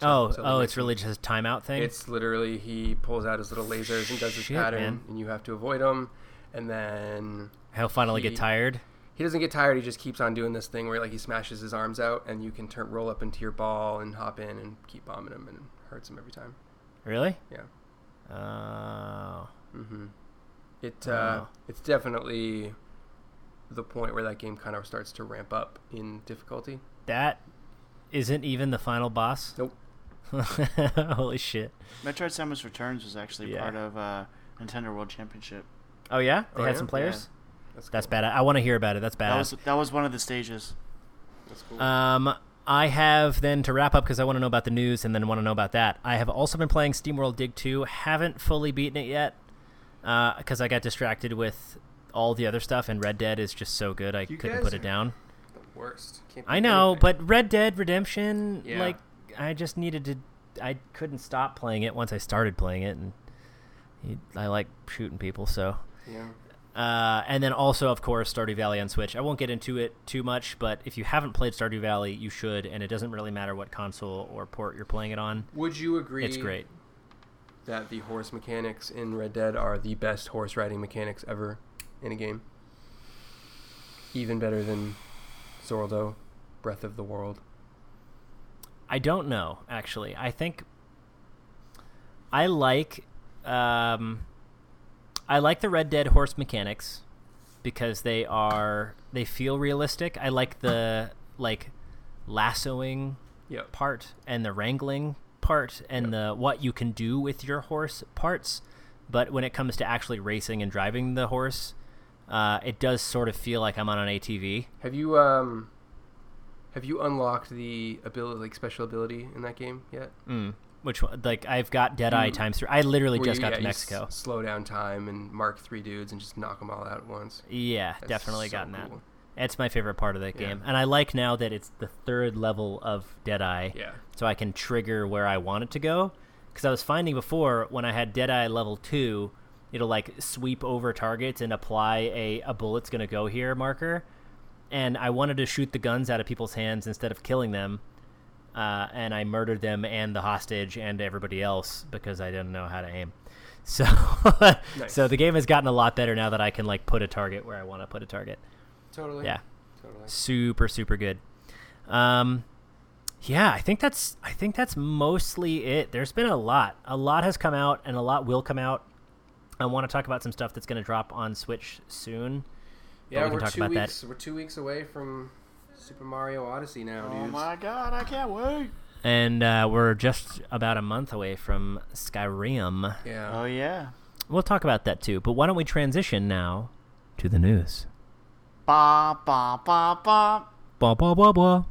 [SPEAKER 1] oh,
[SPEAKER 3] so
[SPEAKER 1] oh,
[SPEAKER 3] like-
[SPEAKER 1] it's really just a timeout thing.
[SPEAKER 3] It's literally he pulls out his little lasers and does his
[SPEAKER 1] Shit,
[SPEAKER 3] pattern,
[SPEAKER 1] man.
[SPEAKER 3] and you have to avoid him. And then
[SPEAKER 1] He'll finally
[SPEAKER 3] he-
[SPEAKER 1] get tired.
[SPEAKER 3] he doesn't get tired. He just keeps on doing this thing where like he smashes his arms out, and you can turn roll up into your ball and hop in and keep bombing him, and it hurts him every time.
[SPEAKER 1] Really?
[SPEAKER 3] Yeah.
[SPEAKER 1] Oh.
[SPEAKER 3] Mm-hmm. It uh,
[SPEAKER 1] Wow.
[SPEAKER 3] it's definitely the point where that game kind of starts to ramp up in difficulty.
[SPEAKER 1] That isn't even the final boss?
[SPEAKER 3] Nope.
[SPEAKER 1] <laughs> Holy shit.
[SPEAKER 2] Metroid Samus Returns was actually
[SPEAKER 1] Yeah.
[SPEAKER 2] part of uh, Nintendo World Championship.
[SPEAKER 1] Oh, yeah? They
[SPEAKER 3] Oh,
[SPEAKER 1] had
[SPEAKER 3] yeah?
[SPEAKER 1] some players? That's
[SPEAKER 3] cool.
[SPEAKER 1] bad. I want to hear about it. That's
[SPEAKER 2] That
[SPEAKER 1] bad.
[SPEAKER 2] was that was one of the stages.
[SPEAKER 3] That's cool.
[SPEAKER 1] Um, I have then to wrap up because I want to know about the news and then want to know about that. I have also been playing SteamWorld Dig 2. Haven't fully beaten it yet because I got distracted with all the other stuff, and Red Dead is just so good. I
[SPEAKER 3] You
[SPEAKER 1] couldn't
[SPEAKER 3] guys
[SPEAKER 1] put it
[SPEAKER 3] are-
[SPEAKER 1] down.
[SPEAKER 3] the worst. Can't
[SPEAKER 1] I
[SPEAKER 3] do
[SPEAKER 1] know,
[SPEAKER 3] anything.
[SPEAKER 1] but Red Dead Redemption,
[SPEAKER 3] Yeah.
[SPEAKER 1] like, I just needed to. I couldn't stop playing it once I started playing it, and you- I like shooting people, so.
[SPEAKER 3] yeah,
[SPEAKER 1] Uh, and then also, of course, Stardew Valley on Switch. I won't get into it too much, but if you haven't played Stardew Valley, you should, and it doesn't really matter what console or port you're playing it on.
[SPEAKER 3] would you agree?
[SPEAKER 1] It's great.
[SPEAKER 3] that the horse mechanics in Red Dead are the best horse riding mechanics ever in a game. Even better than Zordo, Breath of the World.
[SPEAKER 1] I don't know, actually. I think I like um, I like the Red Dead horse mechanics because they are they feel realistic. I like the like lassoing
[SPEAKER 3] Yep.
[SPEAKER 1] part and the wrangling part and the what you can do with your horse parts. But when it comes to actually racing and driving the horse, uh, it does sort of feel like I'm on an ATV.
[SPEAKER 3] Have you um have you unlocked the ability like special ability in that game yet?
[SPEAKER 1] Mm. Which one- like I've got Deadeye
[SPEAKER 3] Mm.
[SPEAKER 1] times three. I literally
[SPEAKER 3] Where
[SPEAKER 1] just
[SPEAKER 3] you-
[SPEAKER 1] got
[SPEAKER 3] yeah,
[SPEAKER 1] to
[SPEAKER 3] you s-
[SPEAKER 1] Mexico.
[SPEAKER 3] slow down time and mark three dudes and just knock them all out at once.
[SPEAKER 1] Yeah,
[SPEAKER 3] That's
[SPEAKER 1] definitely
[SPEAKER 3] so
[SPEAKER 1] gotten that.
[SPEAKER 3] cool.
[SPEAKER 1] It's my favorite part of that
[SPEAKER 3] Yeah.
[SPEAKER 1] game, and I like now that it's the third level of Deadeye.
[SPEAKER 3] Yeah.
[SPEAKER 1] so I can trigger where I want it to go. Because I was finding before when I had Deadeye level two, it'll like sweep over targets and apply a a bullet's gonna go here marker, and I wanted to shoot the guns out of people's hands instead of killing them, uh, and I murdered them and the hostage and everybody else because I didn't know how to aim. <laughs> So, so the game has gotten a lot better now that I can like put a target where I want to put a target.
[SPEAKER 3] Totally.
[SPEAKER 1] Yeah
[SPEAKER 3] Totally.
[SPEAKER 1] super super good um yeah i think that's i think that's mostly it there's been a lot a lot has come out and a lot will come out i want to talk about some stuff that's going to drop on switch soon
[SPEAKER 3] Yeah,
[SPEAKER 1] we can
[SPEAKER 3] we are
[SPEAKER 1] talk
[SPEAKER 3] two
[SPEAKER 1] about that.
[SPEAKER 3] weeks we're two weeks away from Super Mario Odyssey now,
[SPEAKER 2] Oh
[SPEAKER 3] dudes.
[SPEAKER 2] my god, I can't wait.
[SPEAKER 1] and uh, we're just about a month away from skyrim
[SPEAKER 3] Yeah.
[SPEAKER 2] Oh yeah.
[SPEAKER 1] we'll talk about that too but why don't we transition now to the news
[SPEAKER 2] Ba ba ba ba.
[SPEAKER 1] blah blah blah blah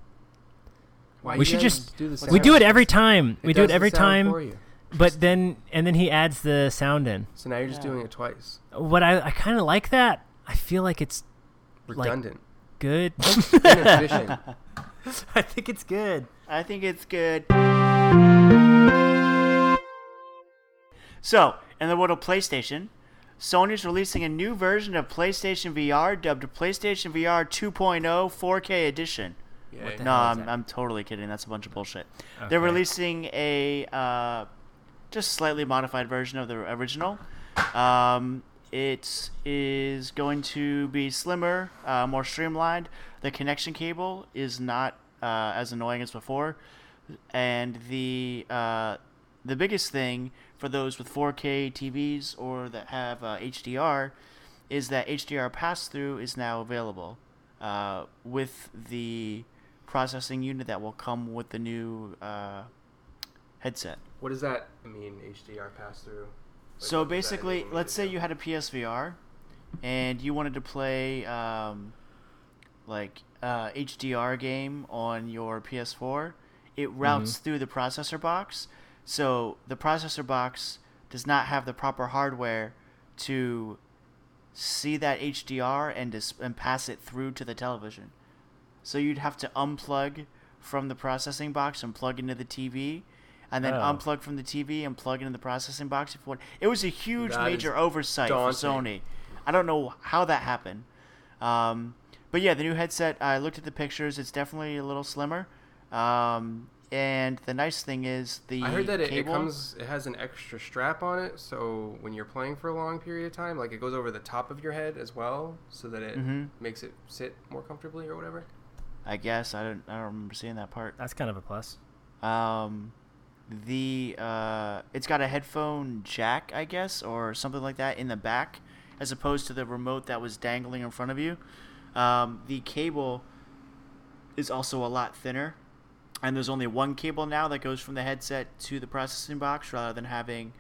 [SPEAKER 3] Why
[SPEAKER 1] We
[SPEAKER 3] you
[SPEAKER 1] should
[SPEAKER 3] guys
[SPEAKER 1] just-
[SPEAKER 3] do the
[SPEAKER 1] we do it
[SPEAKER 3] sound?
[SPEAKER 1] every time we do
[SPEAKER 3] does
[SPEAKER 1] it
[SPEAKER 3] the
[SPEAKER 1] every
[SPEAKER 3] sound for
[SPEAKER 1] time
[SPEAKER 3] you.
[SPEAKER 1] but then and then he adds the sound in
[SPEAKER 3] So now you're just
[SPEAKER 2] Yeah.
[SPEAKER 3] doing it twice.
[SPEAKER 1] what i, I kind of like that i feel like it's <laughs>
[SPEAKER 3] Redundant.
[SPEAKER 1] good.
[SPEAKER 3] <laughs> Inefficient.
[SPEAKER 1] <laughs> I think it's good.
[SPEAKER 2] I think it's good. So, in the world of PlayStation, Sony's releasing a new version of PlayStation VR dubbed PlayStation VR 2.0 4K oh Edition.
[SPEAKER 3] Yay.
[SPEAKER 1] What the
[SPEAKER 2] No,
[SPEAKER 1] hell is
[SPEAKER 2] I'm,
[SPEAKER 1] that?
[SPEAKER 2] I'm totally kidding. That's a bunch of bullshit.
[SPEAKER 1] Okay.
[SPEAKER 2] They're releasing a uh, just slightly modified version of the original. Um, it is going to be slimmer, uh, more streamlined. The connection cable is not uh, as annoying as before, and the uh, the biggest thing for those with 4K TVs or that have uh, HDR is that HDR pass through is now available uh, with the processing unit that will come with the new uh, headset.
[SPEAKER 3] What does that mean? HDR pass through.
[SPEAKER 2] So basically, let's say you had a PSVR and you wanted to play um, like uh, HDR game on your PS4. It routes through the processor box, so the processor box does not have the proper hardware to see that HDR and dis- and pass it through to the television. So you'd have to unplug from the processing box and plug into the TV, and then
[SPEAKER 1] Oh.
[SPEAKER 2] unplug from the TV and plug into the processing box. If you want. It was a huge
[SPEAKER 3] That is
[SPEAKER 2] major oversight for
[SPEAKER 3] daunting.
[SPEAKER 2] Sony. I don't know how that happened. Um, but yeah, the new headset. I looked at the pictures. It's definitely a little slimmer. Um, and the nice thing is the
[SPEAKER 3] I heard that it, it
[SPEAKER 2] cable-
[SPEAKER 3] comes. It has an extra strap on it, so when you're playing for a long period of time, like it goes over the top of your head as well, so that it
[SPEAKER 2] Mhm.
[SPEAKER 3] makes it sit more comfortably or whatever.
[SPEAKER 2] I guess I don't. I don't remember seeing that part.
[SPEAKER 1] That's kind of a plus.
[SPEAKER 2] Um, the uh, it's got a headphone jack, I guess, or something like that in the back, as opposed to the remote that was dangling in front of you. Um, the cable is also a lot thinner, and there's only one cable now that goes from the headset to the processing box, rather than having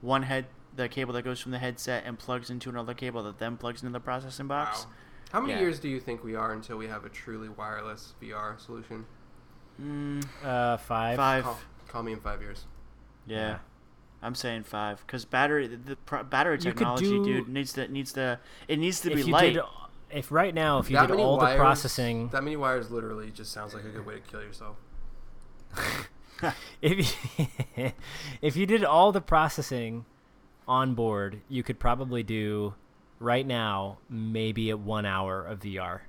[SPEAKER 2] one head the cable that goes from the headset and plugs into another cable that then plugs into the processing box.
[SPEAKER 3] Wow. How many
[SPEAKER 2] Yeah.
[SPEAKER 3] years do you think we are until we have a truly wireless VR solution?
[SPEAKER 2] Mm,
[SPEAKER 1] Uh, five.
[SPEAKER 2] five.
[SPEAKER 3] Call, call me in five years.
[SPEAKER 2] yeah. I'm saying five because battery the, the pro- battery
[SPEAKER 1] You could
[SPEAKER 2] technology,
[SPEAKER 1] do-
[SPEAKER 2] dude, needs to needs to it needs to be
[SPEAKER 1] If you
[SPEAKER 2] light.
[SPEAKER 1] did, if right now, if you
[SPEAKER 3] That
[SPEAKER 1] did
[SPEAKER 3] many
[SPEAKER 1] all
[SPEAKER 3] wires-
[SPEAKER 1] the processing,
[SPEAKER 3] That many wires literally just sounds like a good way to kill yourself.
[SPEAKER 1] if you, <laughs> if you did all the processing on board, you could probably do right now maybe a one hour of VR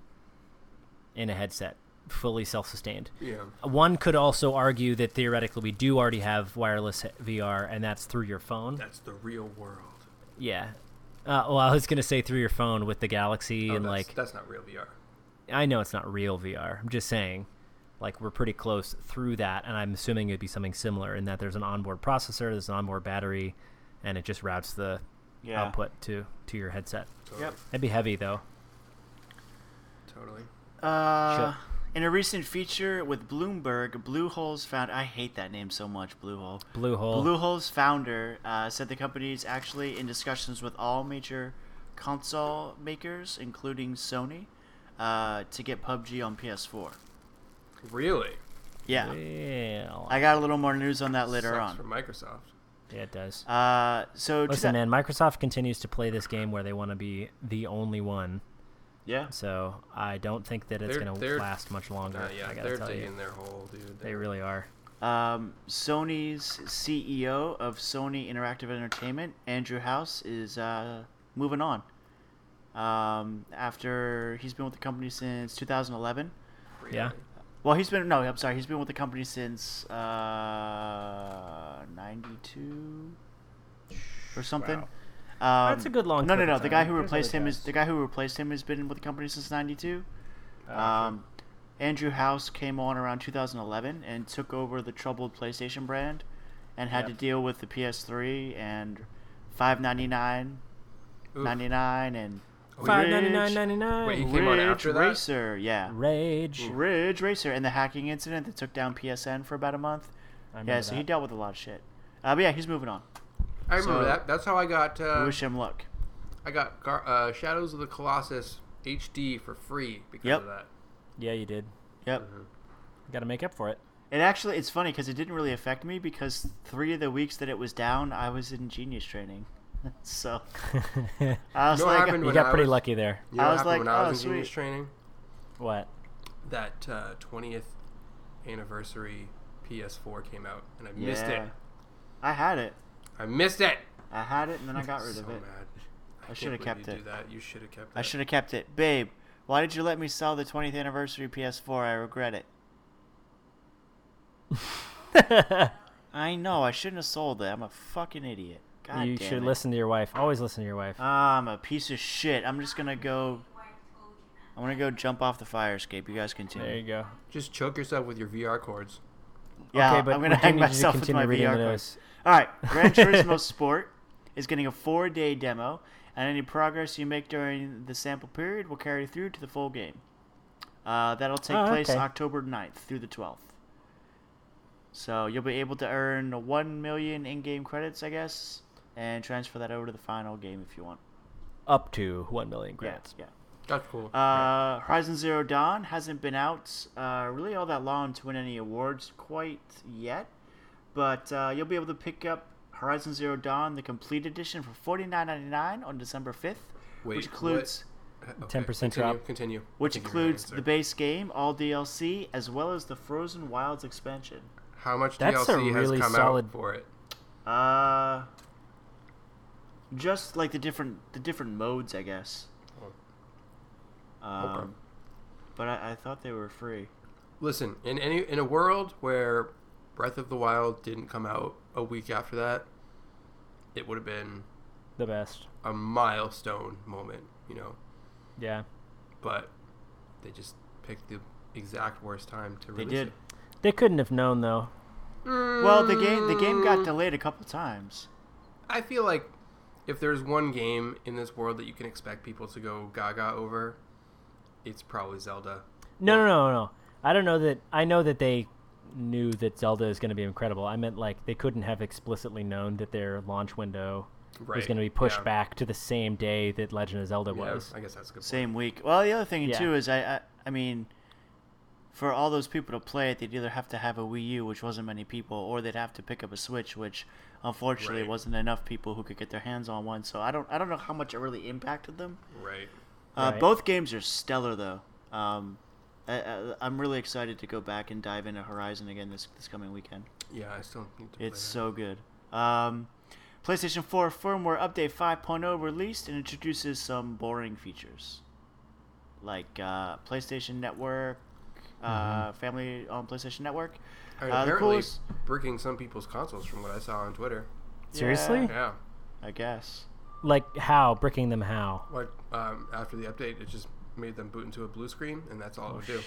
[SPEAKER 1] in a headset, fully self-sustained.
[SPEAKER 3] Yeah.
[SPEAKER 1] One could also argue that theoretically we do already have wireless VR, and that's through your phone.
[SPEAKER 3] That's the real world.
[SPEAKER 1] Yeah. Uh, well, I was gonna say through your phone with the Galaxy
[SPEAKER 3] Oh,
[SPEAKER 1] and
[SPEAKER 3] that's,
[SPEAKER 1] like
[SPEAKER 3] that's not real VR.
[SPEAKER 1] I know it's not real VR. I'm just saying, like, we're pretty close through that, and I'm assuming it'd be something similar in that there's an onboard processor, there's an onboard battery, and it just routes the
[SPEAKER 2] yeah.
[SPEAKER 1] output to to your headset.
[SPEAKER 3] Totally.
[SPEAKER 2] Yep.
[SPEAKER 1] That'd be heavy though.
[SPEAKER 3] Totally.
[SPEAKER 2] Uh,
[SPEAKER 1] Sure.
[SPEAKER 2] in a recent feature with Bloomberg, Bluehole's found I hate that name so much. Bluehole.
[SPEAKER 1] Blue hole.
[SPEAKER 2] Bluehole's founder uh, said the company is actually in discussions with all major console makers, including Sony, uh, to get PUBG on PS4.
[SPEAKER 3] Really?
[SPEAKER 2] Yeah,
[SPEAKER 1] Well,
[SPEAKER 2] I got a little more news on that later
[SPEAKER 3] Sucks
[SPEAKER 2] on.
[SPEAKER 3] For Microsoft.
[SPEAKER 1] yeah, it does.
[SPEAKER 2] Uh, so to
[SPEAKER 1] Listen,
[SPEAKER 2] that-
[SPEAKER 1] man, Microsoft continues to play this game where they want to be the only one.
[SPEAKER 2] yeah,
[SPEAKER 1] So I don't think that it's
[SPEAKER 3] They're-
[SPEAKER 1] going to
[SPEAKER 3] they're-
[SPEAKER 1] last much longer.
[SPEAKER 3] Uh, yeah,
[SPEAKER 1] I gotta
[SPEAKER 3] they're
[SPEAKER 1] tell
[SPEAKER 3] digging
[SPEAKER 1] you,
[SPEAKER 3] their hole, dude.
[SPEAKER 1] they really are.
[SPEAKER 2] Um, Sony's CEO of Sony Interactive Entertainment, Andrew House, is uh, moving on. Um, after he's been with the company since 2011.
[SPEAKER 3] Really.
[SPEAKER 1] Yeah.
[SPEAKER 2] Well, he's been no, I'm sorry, he's been with the company since uh, 92 or something.
[SPEAKER 1] Wow.
[SPEAKER 2] Um,
[SPEAKER 1] That's a good long
[SPEAKER 2] No, no,
[SPEAKER 1] period
[SPEAKER 2] no.
[SPEAKER 1] of
[SPEAKER 2] The
[SPEAKER 1] time.
[SPEAKER 2] guy who
[SPEAKER 1] There's
[SPEAKER 2] replaced
[SPEAKER 1] other
[SPEAKER 2] him is
[SPEAKER 1] guys.
[SPEAKER 2] the guy who replaced him has been with the company since '92.
[SPEAKER 1] Oh,
[SPEAKER 2] Um, Andrew House came on around 2011 and took over the troubled PlayStation brand, and had
[SPEAKER 1] Yep.
[SPEAKER 2] to deal with the PS3 and 599,
[SPEAKER 3] Oof.
[SPEAKER 2] 99, and
[SPEAKER 1] Five ninety nine
[SPEAKER 2] Ridge,
[SPEAKER 1] ninety nine.
[SPEAKER 3] Wait, He came on
[SPEAKER 2] Ridge
[SPEAKER 3] after that?
[SPEAKER 2] Racer, yeah,
[SPEAKER 1] Rage.
[SPEAKER 2] Ridge Racer, and the hacking incident that took down PSN for about a month.
[SPEAKER 1] I remember
[SPEAKER 2] Yeah, so he
[SPEAKER 1] that.
[SPEAKER 2] dealt with a lot of shit. Uh, but yeah, he's moving on.
[SPEAKER 3] I remember
[SPEAKER 2] So-
[SPEAKER 3] that. That's how I got.
[SPEAKER 2] We
[SPEAKER 3] Uh,
[SPEAKER 2] wish him luck.
[SPEAKER 3] I got Gar- uh, Shadows of the Colossus HD for free because
[SPEAKER 2] Yep.
[SPEAKER 3] of that.
[SPEAKER 1] Yeah, you did.
[SPEAKER 2] Yep.
[SPEAKER 3] uh-huh.
[SPEAKER 1] Got to make up
[SPEAKER 2] <laughs>
[SPEAKER 1] for it.
[SPEAKER 2] It actually, it's funny because it didn't really affect me because three of the weeks that it was down, I was in genius training. <laughs> so I was
[SPEAKER 3] You know what
[SPEAKER 2] like,
[SPEAKER 3] happened
[SPEAKER 1] you
[SPEAKER 3] When
[SPEAKER 1] got
[SPEAKER 3] I
[SPEAKER 1] pretty
[SPEAKER 3] was-
[SPEAKER 1] lucky there.
[SPEAKER 3] You know
[SPEAKER 2] I
[SPEAKER 3] what
[SPEAKER 2] was
[SPEAKER 3] happened
[SPEAKER 2] like,
[SPEAKER 3] when I
[SPEAKER 2] "Oh,
[SPEAKER 3] was in genius
[SPEAKER 2] sweet."
[SPEAKER 3] training?
[SPEAKER 1] What?
[SPEAKER 3] That uh, 20th anniversary PS4 came out, and I missed
[SPEAKER 2] Yeah.
[SPEAKER 3] it.
[SPEAKER 2] I had it.
[SPEAKER 3] I missed it.
[SPEAKER 2] I had it, and then I got rid
[SPEAKER 3] so
[SPEAKER 2] of it.
[SPEAKER 3] mad.
[SPEAKER 2] I should have kept
[SPEAKER 3] you
[SPEAKER 2] it.
[SPEAKER 3] Do that. You should have kept it.
[SPEAKER 2] I should have kept it. Babe, why did you let me sell the 20th anniversary PS4? I regret it. I know. I shouldn't have sold it. I'm a fucking idiot. God
[SPEAKER 1] you
[SPEAKER 2] damn
[SPEAKER 1] should
[SPEAKER 2] it.
[SPEAKER 1] listen to your wife. Always listen to your wife.
[SPEAKER 2] Ah, I'm a piece of shit. I'm just gonna go. I'm gonna go jump off the fire escape. You guys continue.
[SPEAKER 1] there you go.
[SPEAKER 3] Just choke yourself with your VR cords.
[SPEAKER 2] Yeah,
[SPEAKER 1] okay, but
[SPEAKER 2] I'm
[SPEAKER 1] we
[SPEAKER 2] gonna
[SPEAKER 1] do
[SPEAKER 2] hang
[SPEAKER 1] need you to
[SPEAKER 2] myself with
[SPEAKER 1] continue
[SPEAKER 2] my
[SPEAKER 1] reading
[SPEAKER 2] VR
[SPEAKER 1] the
[SPEAKER 2] cords.
[SPEAKER 1] news.
[SPEAKER 2] All right,
[SPEAKER 1] <laughs>
[SPEAKER 2] Gran Turismo Sport is getting a four-day demo, and any progress you make during the sample period will carry through to the full game. Uh, that'll take
[SPEAKER 1] Oh,
[SPEAKER 2] place
[SPEAKER 1] okay.
[SPEAKER 2] October 9th through the 12th. So you'll be able to earn 1 million in-game credits, I guess, and transfer that over to the final game if you want.
[SPEAKER 1] Up to one million
[SPEAKER 2] Yeah,
[SPEAKER 1] credits.
[SPEAKER 2] yeah.
[SPEAKER 3] That's cool.
[SPEAKER 2] Uh, Horizon Zero Dawn hasn't been out uh, really all that long to win any awards quite yet, but uh, you'll be able to pick up Horizon Zero Dawn the complete edition for forty nine ninety nine on December fifth,
[SPEAKER 3] Wait,
[SPEAKER 2] which includes
[SPEAKER 3] what? Uh, Okay,
[SPEAKER 1] 10%
[SPEAKER 3] continue,
[SPEAKER 1] drop.
[SPEAKER 3] Continue.
[SPEAKER 2] which
[SPEAKER 3] Continue your
[SPEAKER 2] includes
[SPEAKER 3] answer.
[SPEAKER 2] the base game, all DLC, as well as the Frozen Wilds expansion.
[SPEAKER 3] How much
[SPEAKER 1] That's a
[SPEAKER 3] DLC
[SPEAKER 1] really
[SPEAKER 3] has come
[SPEAKER 1] solid-
[SPEAKER 3] out for it?
[SPEAKER 2] Uh, just like the different the different modes, I guess. Um,
[SPEAKER 3] Oh. Okay.
[SPEAKER 2] But I, I thought they were free.
[SPEAKER 3] Listen, in any in a world where Breath of the Wild didn't come out a week after that, it would have been
[SPEAKER 1] The best.
[SPEAKER 3] a milestone moment, you know.
[SPEAKER 1] Yeah.
[SPEAKER 3] But they just picked the exact worst time to
[SPEAKER 2] They
[SPEAKER 3] release
[SPEAKER 2] did.
[SPEAKER 3] it.
[SPEAKER 1] They couldn't have known though.
[SPEAKER 2] Well, the game the game got
[SPEAKER 3] Mm,
[SPEAKER 2] delayed a couple times.
[SPEAKER 3] I feel like if there's one game in this world that you can expect people to go gaga over, it's probably Zelda.
[SPEAKER 1] No, no, no, no. I don't know that. I know that they knew that Zelda is going to be incredible. I meant like they couldn't have explicitly known that their launch window was going to be pushed
[SPEAKER 3] yeah.
[SPEAKER 1] back to the same day that Legend of Zelda
[SPEAKER 3] Yeah,
[SPEAKER 1] was.
[SPEAKER 3] I guess that's a good. Point.
[SPEAKER 2] Same week. Well, the other thing
[SPEAKER 1] Yeah.
[SPEAKER 2] too is I, I I mean, for all those people to play it, they'd either have to have a Wii U, which wasn't many people, or they'd have to pick up a Switch, which unfortunately
[SPEAKER 3] Right.
[SPEAKER 2] wasn't enough people who could get their hands on one. So I don't I don't know how much it really impacted them.
[SPEAKER 3] Right.
[SPEAKER 2] Uh,
[SPEAKER 1] Right.
[SPEAKER 2] Both games are stellar though. Um, I, I, I'm really excited to go back and dive into Horizon again this this coming weekend.
[SPEAKER 3] Yeah, I still need to. play
[SPEAKER 2] It's
[SPEAKER 3] that.
[SPEAKER 2] so good. Um, PlayStation 4 firmware update 5.0 released and introduces some boring features like uh, PlayStation Network, uh, family on PlayStation Network.
[SPEAKER 3] And
[SPEAKER 2] Uh, the
[SPEAKER 3] apparently
[SPEAKER 2] coolest-
[SPEAKER 3] breaking some people's consoles from what I saw on Twitter.
[SPEAKER 1] Seriously?
[SPEAKER 2] Yeah,
[SPEAKER 3] Yeah.
[SPEAKER 2] I guess.
[SPEAKER 1] Like how bricking them how?
[SPEAKER 3] Like um, after the update, it just made them boot into a blue screen, and that's
[SPEAKER 2] Oh,
[SPEAKER 3] all it would do.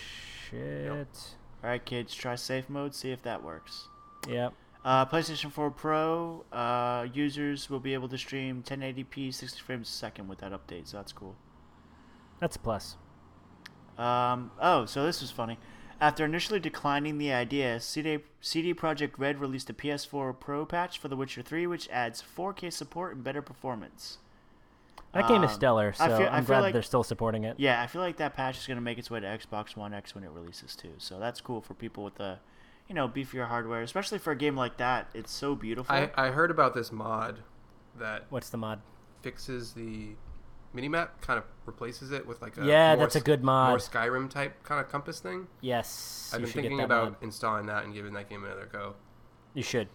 [SPEAKER 1] Shit.
[SPEAKER 2] All right, kids, try safe mode, see if that works.
[SPEAKER 1] Yep.
[SPEAKER 2] Uh, PlayStation 4 Pro uh, users will be able to stream 1080p 60 frames a second with that update, so that's cool.
[SPEAKER 1] That's a plus.
[SPEAKER 2] Um, oh, so this was funny. After initially declining the idea, CD, CD Projekt Red released a PS4 Pro patch for The Witcher 3, which adds 4K support and better performance.
[SPEAKER 1] That game is
[SPEAKER 2] Um,
[SPEAKER 1] stellar, so
[SPEAKER 2] I feel- I
[SPEAKER 1] I'm glad
[SPEAKER 2] feel
[SPEAKER 1] that
[SPEAKER 2] like-
[SPEAKER 1] they're still supporting it.
[SPEAKER 2] Yeah, I feel like that patch is going to make its way to Xbox One X when it releases too. So that's cool for people with the, you know, beefier hardware, especially for a game like that. It's so beautiful.
[SPEAKER 3] I, I heard about this mod that
[SPEAKER 1] What's the mod?
[SPEAKER 3] fixes the minimap, kind of replaces it with like a
[SPEAKER 1] Yeah,
[SPEAKER 3] more
[SPEAKER 1] that's a
[SPEAKER 3] s-
[SPEAKER 1] good mod.
[SPEAKER 3] more Skyrim type kind of compass thing.
[SPEAKER 1] Yes,
[SPEAKER 3] I've
[SPEAKER 1] you
[SPEAKER 3] been
[SPEAKER 1] should get
[SPEAKER 3] thinking
[SPEAKER 1] that
[SPEAKER 3] about
[SPEAKER 1] mod.
[SPEAKER 3] installing that and giving that game another go.
[SPEAKER 1] You should.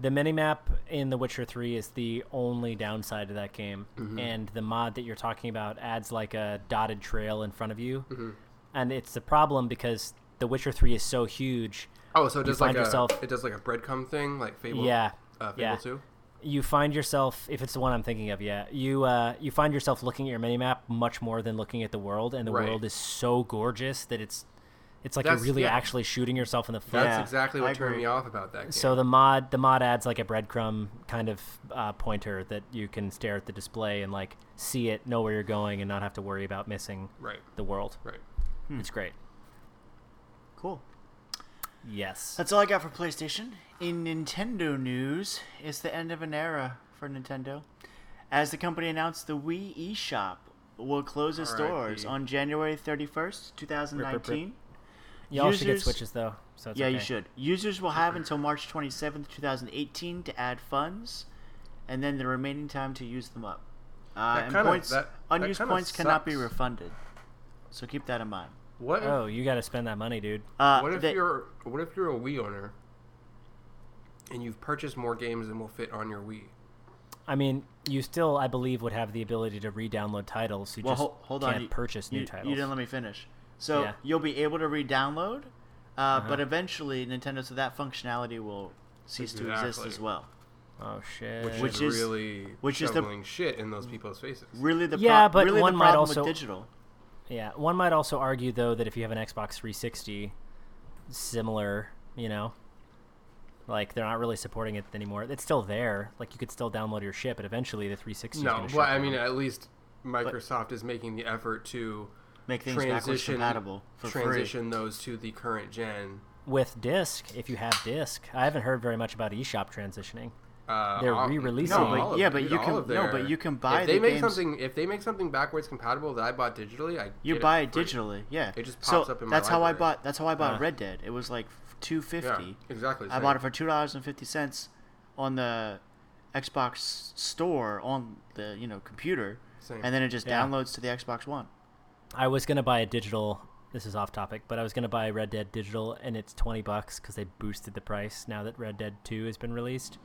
[SPEAKER 1] The minimap in The Witcher 3 is the only downside to that game.
[SPEAKER 3] Mm-hmm.
[SPEAKER 1] And the mod that you're talking about adds like a dotted trail in front of you.
[SPEAKER 3] Mm-hmm.
[SPEAKER 1] And it's a problem because The Witcher 3 is so huge.
[SPEAKER 3] Oh, so it does
[SPEAKER 1] find
[SPEAKER 3] like a
[SPEAKER 1] yourself-
[SPEAKER 3] it does like a breadcrumb thing, like Fable.
[SPEAKER 1] yeah.
[SPEAKER 3] Uh, Fable
[SPEAKER 1] yeah.
[SPEAKER 3] Two.
[SPEAKER 1] You find yourself, if it's the one I'm thinking of, yeah, you uh, you find yourself looking at your minimap much more than looking at the world, and the
[SPEAKER 3] Right.
[SPEAKER 1] world is so gorgeous that it's it's like
[SPEAKER 3] That's-
[SPEAKER 1] you're really
[SPEAKER 3] yeah.
[SPEAKER 1] actually shooting yourself in the foot.
[SPEAKER 3] That's
[SPEAKER 2] Yeah,
[SPEAKER 3] exactly
[SPEAKER 2] I
[SPEAKER 3] what turned
[SPEAKER 2] agree.
[SPEAKER 3] me off about that game.
[SPEAKER 1] So the mod the mod adds like a breadcrumb kind of uh, pointer that you can stare at the display and like see it, know where you're going, and not have to worry about missing
[SPEAKER 3] right,
[SPEAKER 1] the world.
[SPEAKER 3] right.
[SPEAKER 2] Hmm.
[SPEAKER 1] It's great.
[SPEAKER 2] cool.
[SPEAKER 1] Yes.
[SPEAKER 2] That's all I got for PlayStation. In Nintendo news, it's the end of an era for Nintendo. As the company announced, the Wii eShop will close its
[SPEAKER 3] R.I.P..
[SPEAKER 2] doors on January 31st, 2019.
[SPEAKER 1] Y'all should get
[SPEAKER 2] users-
[SPEAKER 1] switches though. So it's
[SPEAKER 2] Yeah, you
[SPEAKER 1] okay.
[SPEAKER 2] should. Users will have until March 27th, 2018 to add funds, and then the remaining time to use them up. Uh,
[SPEAKER 3] That
[SPEAKER 2] and
[SPEAKER 3] kinda-
[SPEAKER 2] points,
[SPEAKER 3] that- that
[SPEAKER 2] unused
[SPEAKER 3] kinda
[SPEAKER 2] points cannot be
[SPEAKER 3] sucks.
[SPEAKER 2] refunded. So keep that in mind.
[SPEAKER 3] What if,
[SPEAKER 1] Oh, you got to spend that money, dude.
[SPEAKER 2] Uh,
[SPEAKER 3] what if
[SPEAKER 2] they-
[SPEAKER 3] you're what if you're a Wii owner and you've purchased more games than will fit on your Wii?
[SPEAKER 1] I mean, you still, I believe, would have the ability to re-download titles. You
[SPEAKER 2] well,
[SPEAKER 1] just
[SPEAKER 2] hold, hold
[SPEAKER 1] can't
[SPEAKER 2] on. You-
[SPEAKER 1] purchase new
[SPEAKER 2] you,
[SPEAKER 1] titles.
[SPEAKER 2] You didn't let me finish. So
[SPEAKER 1] Yeah. Uh-huh.
[SPEAKER 2] you'll be able to re-download, uh, but eventually Nintendo so that functionality will cease to exist
[SPEAKER 3] Exactly.
[SPEAKER 2] as well.
[SPEAKER 1] oh shit!
[SPEAKER 3] which,
[SPEAKER 2] Which
[SPEAKER 3] is,
[SPEAKER 2] is-
[SPEAKER 3] really
[SPEAKER 2] which is the-
[SPEAKER 3] shoveling shit in those people's faces.
[SPEAKER 2] Really, the
[SPEAKER 1] Yeah,
[SPEAKER 2] pro-
[SPEAKER 1] but
[SPEAKER 2] really
[SPEAKER 1] one
[SPEAKER 2] the
[SPEAKER 1] might
[SPEAKER 2] problem
[SPEAKER 1] also-
[SPEAKER 2] with digital.
[SPEAKER 1] yeah, one might also argue though that if you have an Xbox 360, similar, you know, like they're not really supporting it anymore. It's still there. Like you could still download your shit, but eventually the 360. is
[SPEAKER 3] No,
[SPEAKER 1] gonna
[SPEAKER 3] well,
[SPEAKER 1] shut
[SPEAKER 3] I mean, uh,
[SPEAKER 1] down.
[SPEAKER 3] at least Microsoft is making the effort to
[SPEAKER 2] Make things backwards
[SPEAKER 3] transition
[SPEAKER 2] compatible for free.
[SPEAKER 3] transition those to the current gen.
[SPEAKER 1] with disc, if you have disc, I haven't heard very much about eShop transitioning.
[SPEAKER 3] Uh,
[SPEAKER 1] They're
[SPEAKER 3] all-
[SPEAKER 1] re-releasing
[SPEAKER 3] no,
[SPEAKER 1] it.
[SPEAKER 3] all of-
[SPEAKER 2] Yeah, but
[SPEAKER 3] dude,
[SPEAKER 2] you
[SPEAKER 3] all
[SPEAKER 2] can-
[SPEAKER 3] of
[SPEAKER 2] no, but
[SPEAKER 3] their-
[SPEAKER 2] you can buy
[SPEAKER 3] if they
[SPEAKER 2] the
[SPEAKER 3] make
[SPEAKER 2] games-
[SPEAKER 3] something if they make something backwards compatible that I bought digitally. I
[SPEAKER 2] You
[SPEAKER 3] get
[SPEAKER 2] buy
[SPEAKER 3] it
[SPEAKER 2] it
[SPEAKER 3] free.
[SPEAKER 2] digitally, yeah.
[SPEAKER 3] It just
[SPEAKER 2] so
[SPEAKER 3] pops up in my
[SPEAKER 2] that's how I
[SPEAKER 3] library.
[SPEAKER 2] bought. That's how I bought
[SPEAKER 1] Ah.
[SPEAKER 2] Red Dead. It was like two
[SPEAKER 3] Yeah,
[SPEAKER 2] fifty.
[SPEAKER 3] exactly.
[SPEAKER 2] I
[SPEAKER 3] same.
[SPEAKER 2] bought it for two dollars and fifty cents on the Xbox store on the you know computer,
[SPEAKER 3] Same.
[SPEAKER 2] and then it just
[SPEAKER 1] Yeah.
[SPEAKER 2] downloads to the Xbox One.
[SPEAKER 1] I was gonna buy a digital. This is off topic, but I was gonna buy Red Dead digital, and it's twenty bucks because they boosted the price now that Red Dead Two has been released.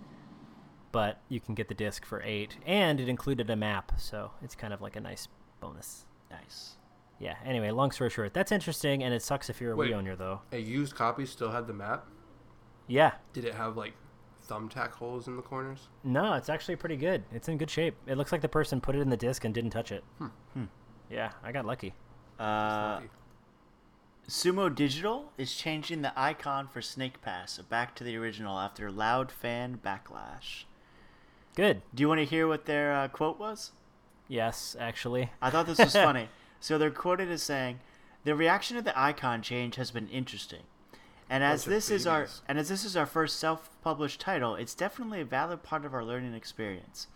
[SPEAKER 1] But you can get the disc for eight, and it included a map, so it's kind of like a nice bonus.
[SPEAKER 2] Nice.
[SPEAKER 1] Yeah. Anyway, long story short, that's interesting, and it sucks if you're a
[SPEAKER 3] Wait.
[SPEAKER 1] Wii owner though.
[SPEAKER 3] a used copy still had the map.
[SPEAKER 1] Yeah.
[SPEAKER 3] Did it have like thumbtack holes in the corners?
[SPEAKER 1] No, it's actually pretty good. It's in good shape. It looks like the person put it in the disc and didn't touch it.
[SPEAKER 2] Hmm,
[SPEAKER 1] Yeah, I got lucky.
[SPEAKER 2] Uh, Sumo Digital is changing the icon for Snake Pass back to the original after loud fan backlash.
[SPEAKER 1] Good.
[SPEAKER 2] Do you want to hear what their uh, quote was?
[SPEAKER 1] Yes, actually.
[SPEAKER 2] I thought
[SPEAKER 1] <laughs>
[SPEAKER 2] this
[SPEAKER 3] <laughs>
[SPEAKER 2] was funny. So they're quoted as saying, "The reaction to the icon change has been interesting, and as
[SPEAKER 3] Bunch of
[SPEAKER 2] this is our
[SPEAKER 3] babies.
[SPEAKER 2] and as this is our first self-published title, it's definitely a valid part of our learning experience.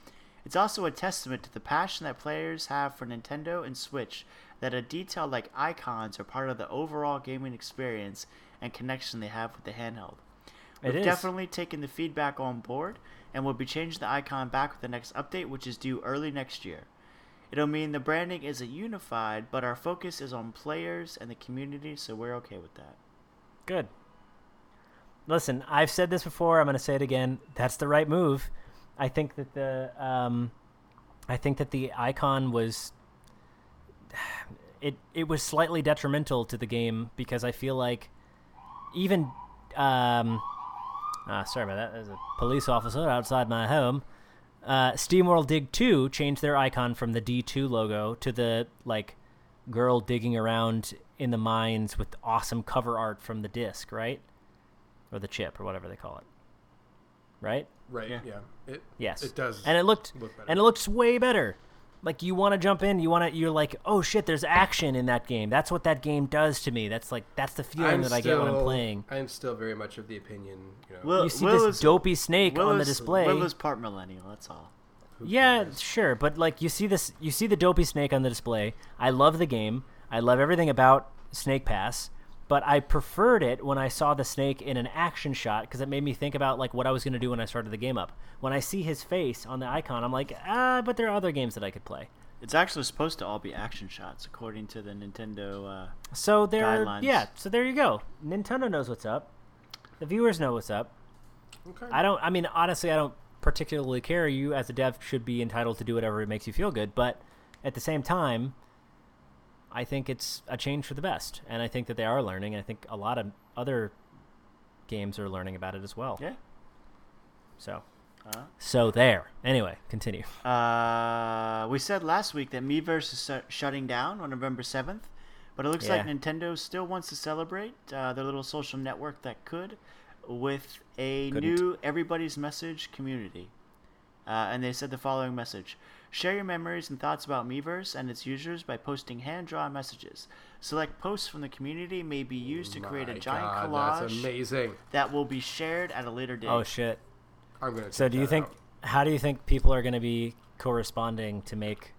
[SPEAKER 2] It's also a testament to the passion that players have for Nintendo and Switch that a detail like icons are part of the overall gaming experience and connection they have with the handheld."
[SPEAKER 1] It
[SPEAKER 2] We've
[SPEAKER 1] is.
[SPEAKER 2] definitely taken the feedback on board and will be changing the icon back with the next update, which is due early next year. It'll mean the branding isn't unified, but our focus is on players and the community, so we're okay with that.
[SPEAKER 1] Good. Listen, I've said this before. I'm going to say it again. That's the right move. I think that the um, I think that the icon was it it was slightly detrimental to the game because I feel like even um, ah, sorry about that. There's a police officer outside my home. Uh, SteamWorld Dig 2 changed their icon from the D2 logo to the like girl digging around in the mines with awesome cover art from the disc, right? Or the chip or whatever they call it. Right?
[SPEAKER 3] Right. Yeah.
[SPEAKER 2] Yeah.
[SPEAKER 3] It,
[SPEAKER 1] Yes.
[SPEAKER 3] It does.
[SPEAKER 1] And it looked
[SPEAKER 3] look better.
[SPEAKER 1] and it looks way better. Like you want to jump in, you want to you're like, "Oh shit, there's action in that game." That's what that game does to me. That's like that's the feeling that I get when I'm
[SPEAKER 3] still-
[SPEAKER 1] playing.
[SPEAKER 3] I am still very much of the opinion. You know,
[SPEAKER 2] Well,
[SPEAKER 1] You see
[SPEAKER 2] Will
[SPEAKER 1] this
[SPEAKER 2] is-
[SPEAKER 1] dopey snake on the
[SPEAKER 2] Willow's-
[SPEAKER 1] display.
[SPEAKER 2] Willow's part millennial, that's all.
[SPEAKER 3] who
[SPEAKER 1] Yeah,
[SPEAKER 3] cares?
[SPEAKER 1] sure, but like you see this, you see the dopey snake on the display. I love the game. I love everything about Snake Pass, but I preferred it when I saw the snake in an action shot because it made me think about like what I was gonna do when I started the game up. When I see his face on the icon, I'm like, ah, but there are other games that I could play.
[SPEAKER 2] It's actually supposed to all be action shots, according to the Nintendo. Uh,
[SPEAKER 1] So there,
[SPEAKER 2] Guidelines.
[SPEAKER 1] yeah. So there you go. Nintendo knows what's up. The viewers know what's up.
[SPEAKER 3] Okay.
[SPEAKER 1] I don't. I mean, honestly, I don't particularly care. You, as a dev, should be entitled to do whatever makes you feel good. But at the same time, I think it's a change for the best, and I think that they are learning. And I think a lot of other games are learning about it as well.
[SPEAKER 2] yeah.
[SPEAKER 1] So,
[SPEAKER 2] Uh,
[SPEAKER 1] so there. Anyway, continue.
[SPEAKER 2] Uh, we said last week that Miiverse is su- shutting down on November 7th, but it looks like
[SPEAKER 1] Yeah.
[SPEAKER 2] Nintendo still wants to celebrate uh, their little social network that could with a
[SPEAKER 1] Couldn't.
[SPEAKER 2] new Everybody's Message community. Uh, and they said the following message Share your memories and thoughts about Miiverse and its users by posting hand drawn messages. Select posts from the community may be used to create a
[SPEAKER 3] My
[SPEAKER 2] giant
[SPEAKER 3] God, That's
[SPEAKER 2] collage
[SPEAKER 3] amazing.
[SPEAKER 2] that will be shared at a later date.
[SPEAKER 1] Oh shit.
[SPEAKER 3] I'm gonna.
[SPEAKER 1] So,
[SPEAKER 3] check
[SPEAKER 1] do you
[SPEAKER 3] that
[SPEAKER 1] think?
[SPEAKER 3] out.
[SPEAKER 1] How do you think people are going to be corresponding to make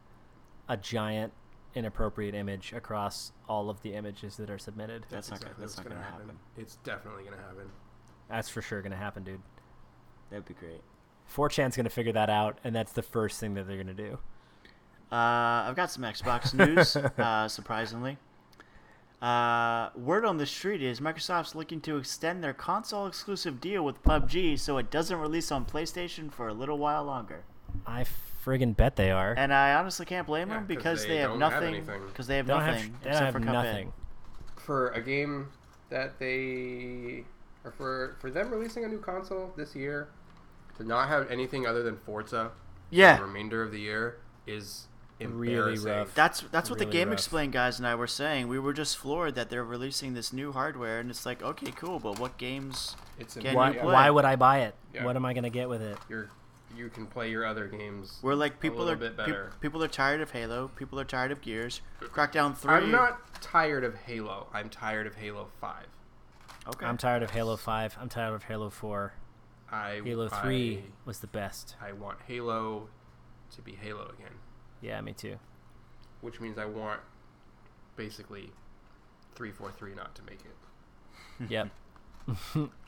[SPEAKER 1] a giant inappropriate image across all of the images that are submitted?
[SPEAKER 2] That's not gonna- that's not
[SPEAKER 3] gonna
[SPEAKER 2] gonna happen.
[SPEAKER 3] It's definitely gonna happen.
[SPEAKER 1] That's for sure going to happen, dude.
[SPEAKER 2] That'd be great.
[SPEAKER 1] 4chan's going to figure that out, and that's the first thing that they're going to do.
[SPEAKER 2] Uh, I've got some
[SPEAKER 1] <laughs>
[SPEAKER 2] Xbox news, uh, surprisingly. Uh, word on the street is Microsoft's looking to extend their console exclusive deal with PUBG so it doesn't release on PlayStation for a little while longer.
[SPEAKER 1] I friggin' bet they are.
[SPEAKER 2] and I honestly can't blame
[SPEAKER 3] Yeah,
[SPEAKER 2] them
[SPEAKER 3] 'cause
[SPEAKER 2] because
[SPEAKER 3] they
[SPEAKER 2] they, have
[SPEAKER 3] don't have
[SPEAKER 2] nothing.
[SPEAKER 3] anything.
[SPEAKER 2] Because they have
[SPEAKER 1] They don't
[SPEAKER 2] nothing
[SPEAKER 1] have, they don't have
[SPEAKER 2] except for Cuphead.
[SPEAKER 1] nothing.
[SPEAKER 3] for a game that they or for for them releasing a new console this year to not have anything other than Forza for the
[SPEAKER 2] Yeah,
[SPEAKER 3] remainder of the year is
[SPEAKER 1] Really
[SPEAKER 3] embarrassing.
[SPEAKER 1] rough.
[SPEAKER 2] that's that's what the
[SPEAKER 1] Really
[SPEAKER 2] Game
[SPEAKER 1] rough.
[SPEAKER 2] Explain guys and I were saying. We were just floored that they're releasing this new hardware, and it's like, okay, cool, but what games?
[SPEAKER 3] It's
[SPEAKER 2] Can you
[SPEAKER 1] Why,
[SPEAKER 2] play?
[SPEAKER 3] embarrassing.
[SPEAKER 1] why would I buy it?
[SPEAKER 3] Yeah.
[SPEAKER 1] What am I gonna get with it?
[SPEAKER 3] You're, you can play your other games.
[SPEAKER 2] Where like people
[SPEAKER 3] little
[SPEAKER 2] are
[SPEAKER 3] bit
[SPEAKER 2] peop-
[SPEAKER 3] better.
[SPEAKER 2] people are tired of Halo. People are tired of Gears. Crackdown three.
[SPEAKER 3] I'm not tired of Halo. I'm tired of Halo Five.
[SPEAKER 2] Okay.
[SPEAKER 1] I'm tired of Halo Five. I'm tired of Halo Four.
[SPEAKER 3] I
[SPEAKER 1] Halo
[SPEAKER 3] I-
[SPEAKER 1] Three was the best.
[SPEAKER 3] I want Halo to be Halo again,
[SPEAKER 1] Yeah, me
[SPEAKER 2] <laughs>
[SPEAKER 1] too.
[SPEAKER 3] which means I want basically three four three not to make it.
[SPEAKER 1] Yep. <laughs>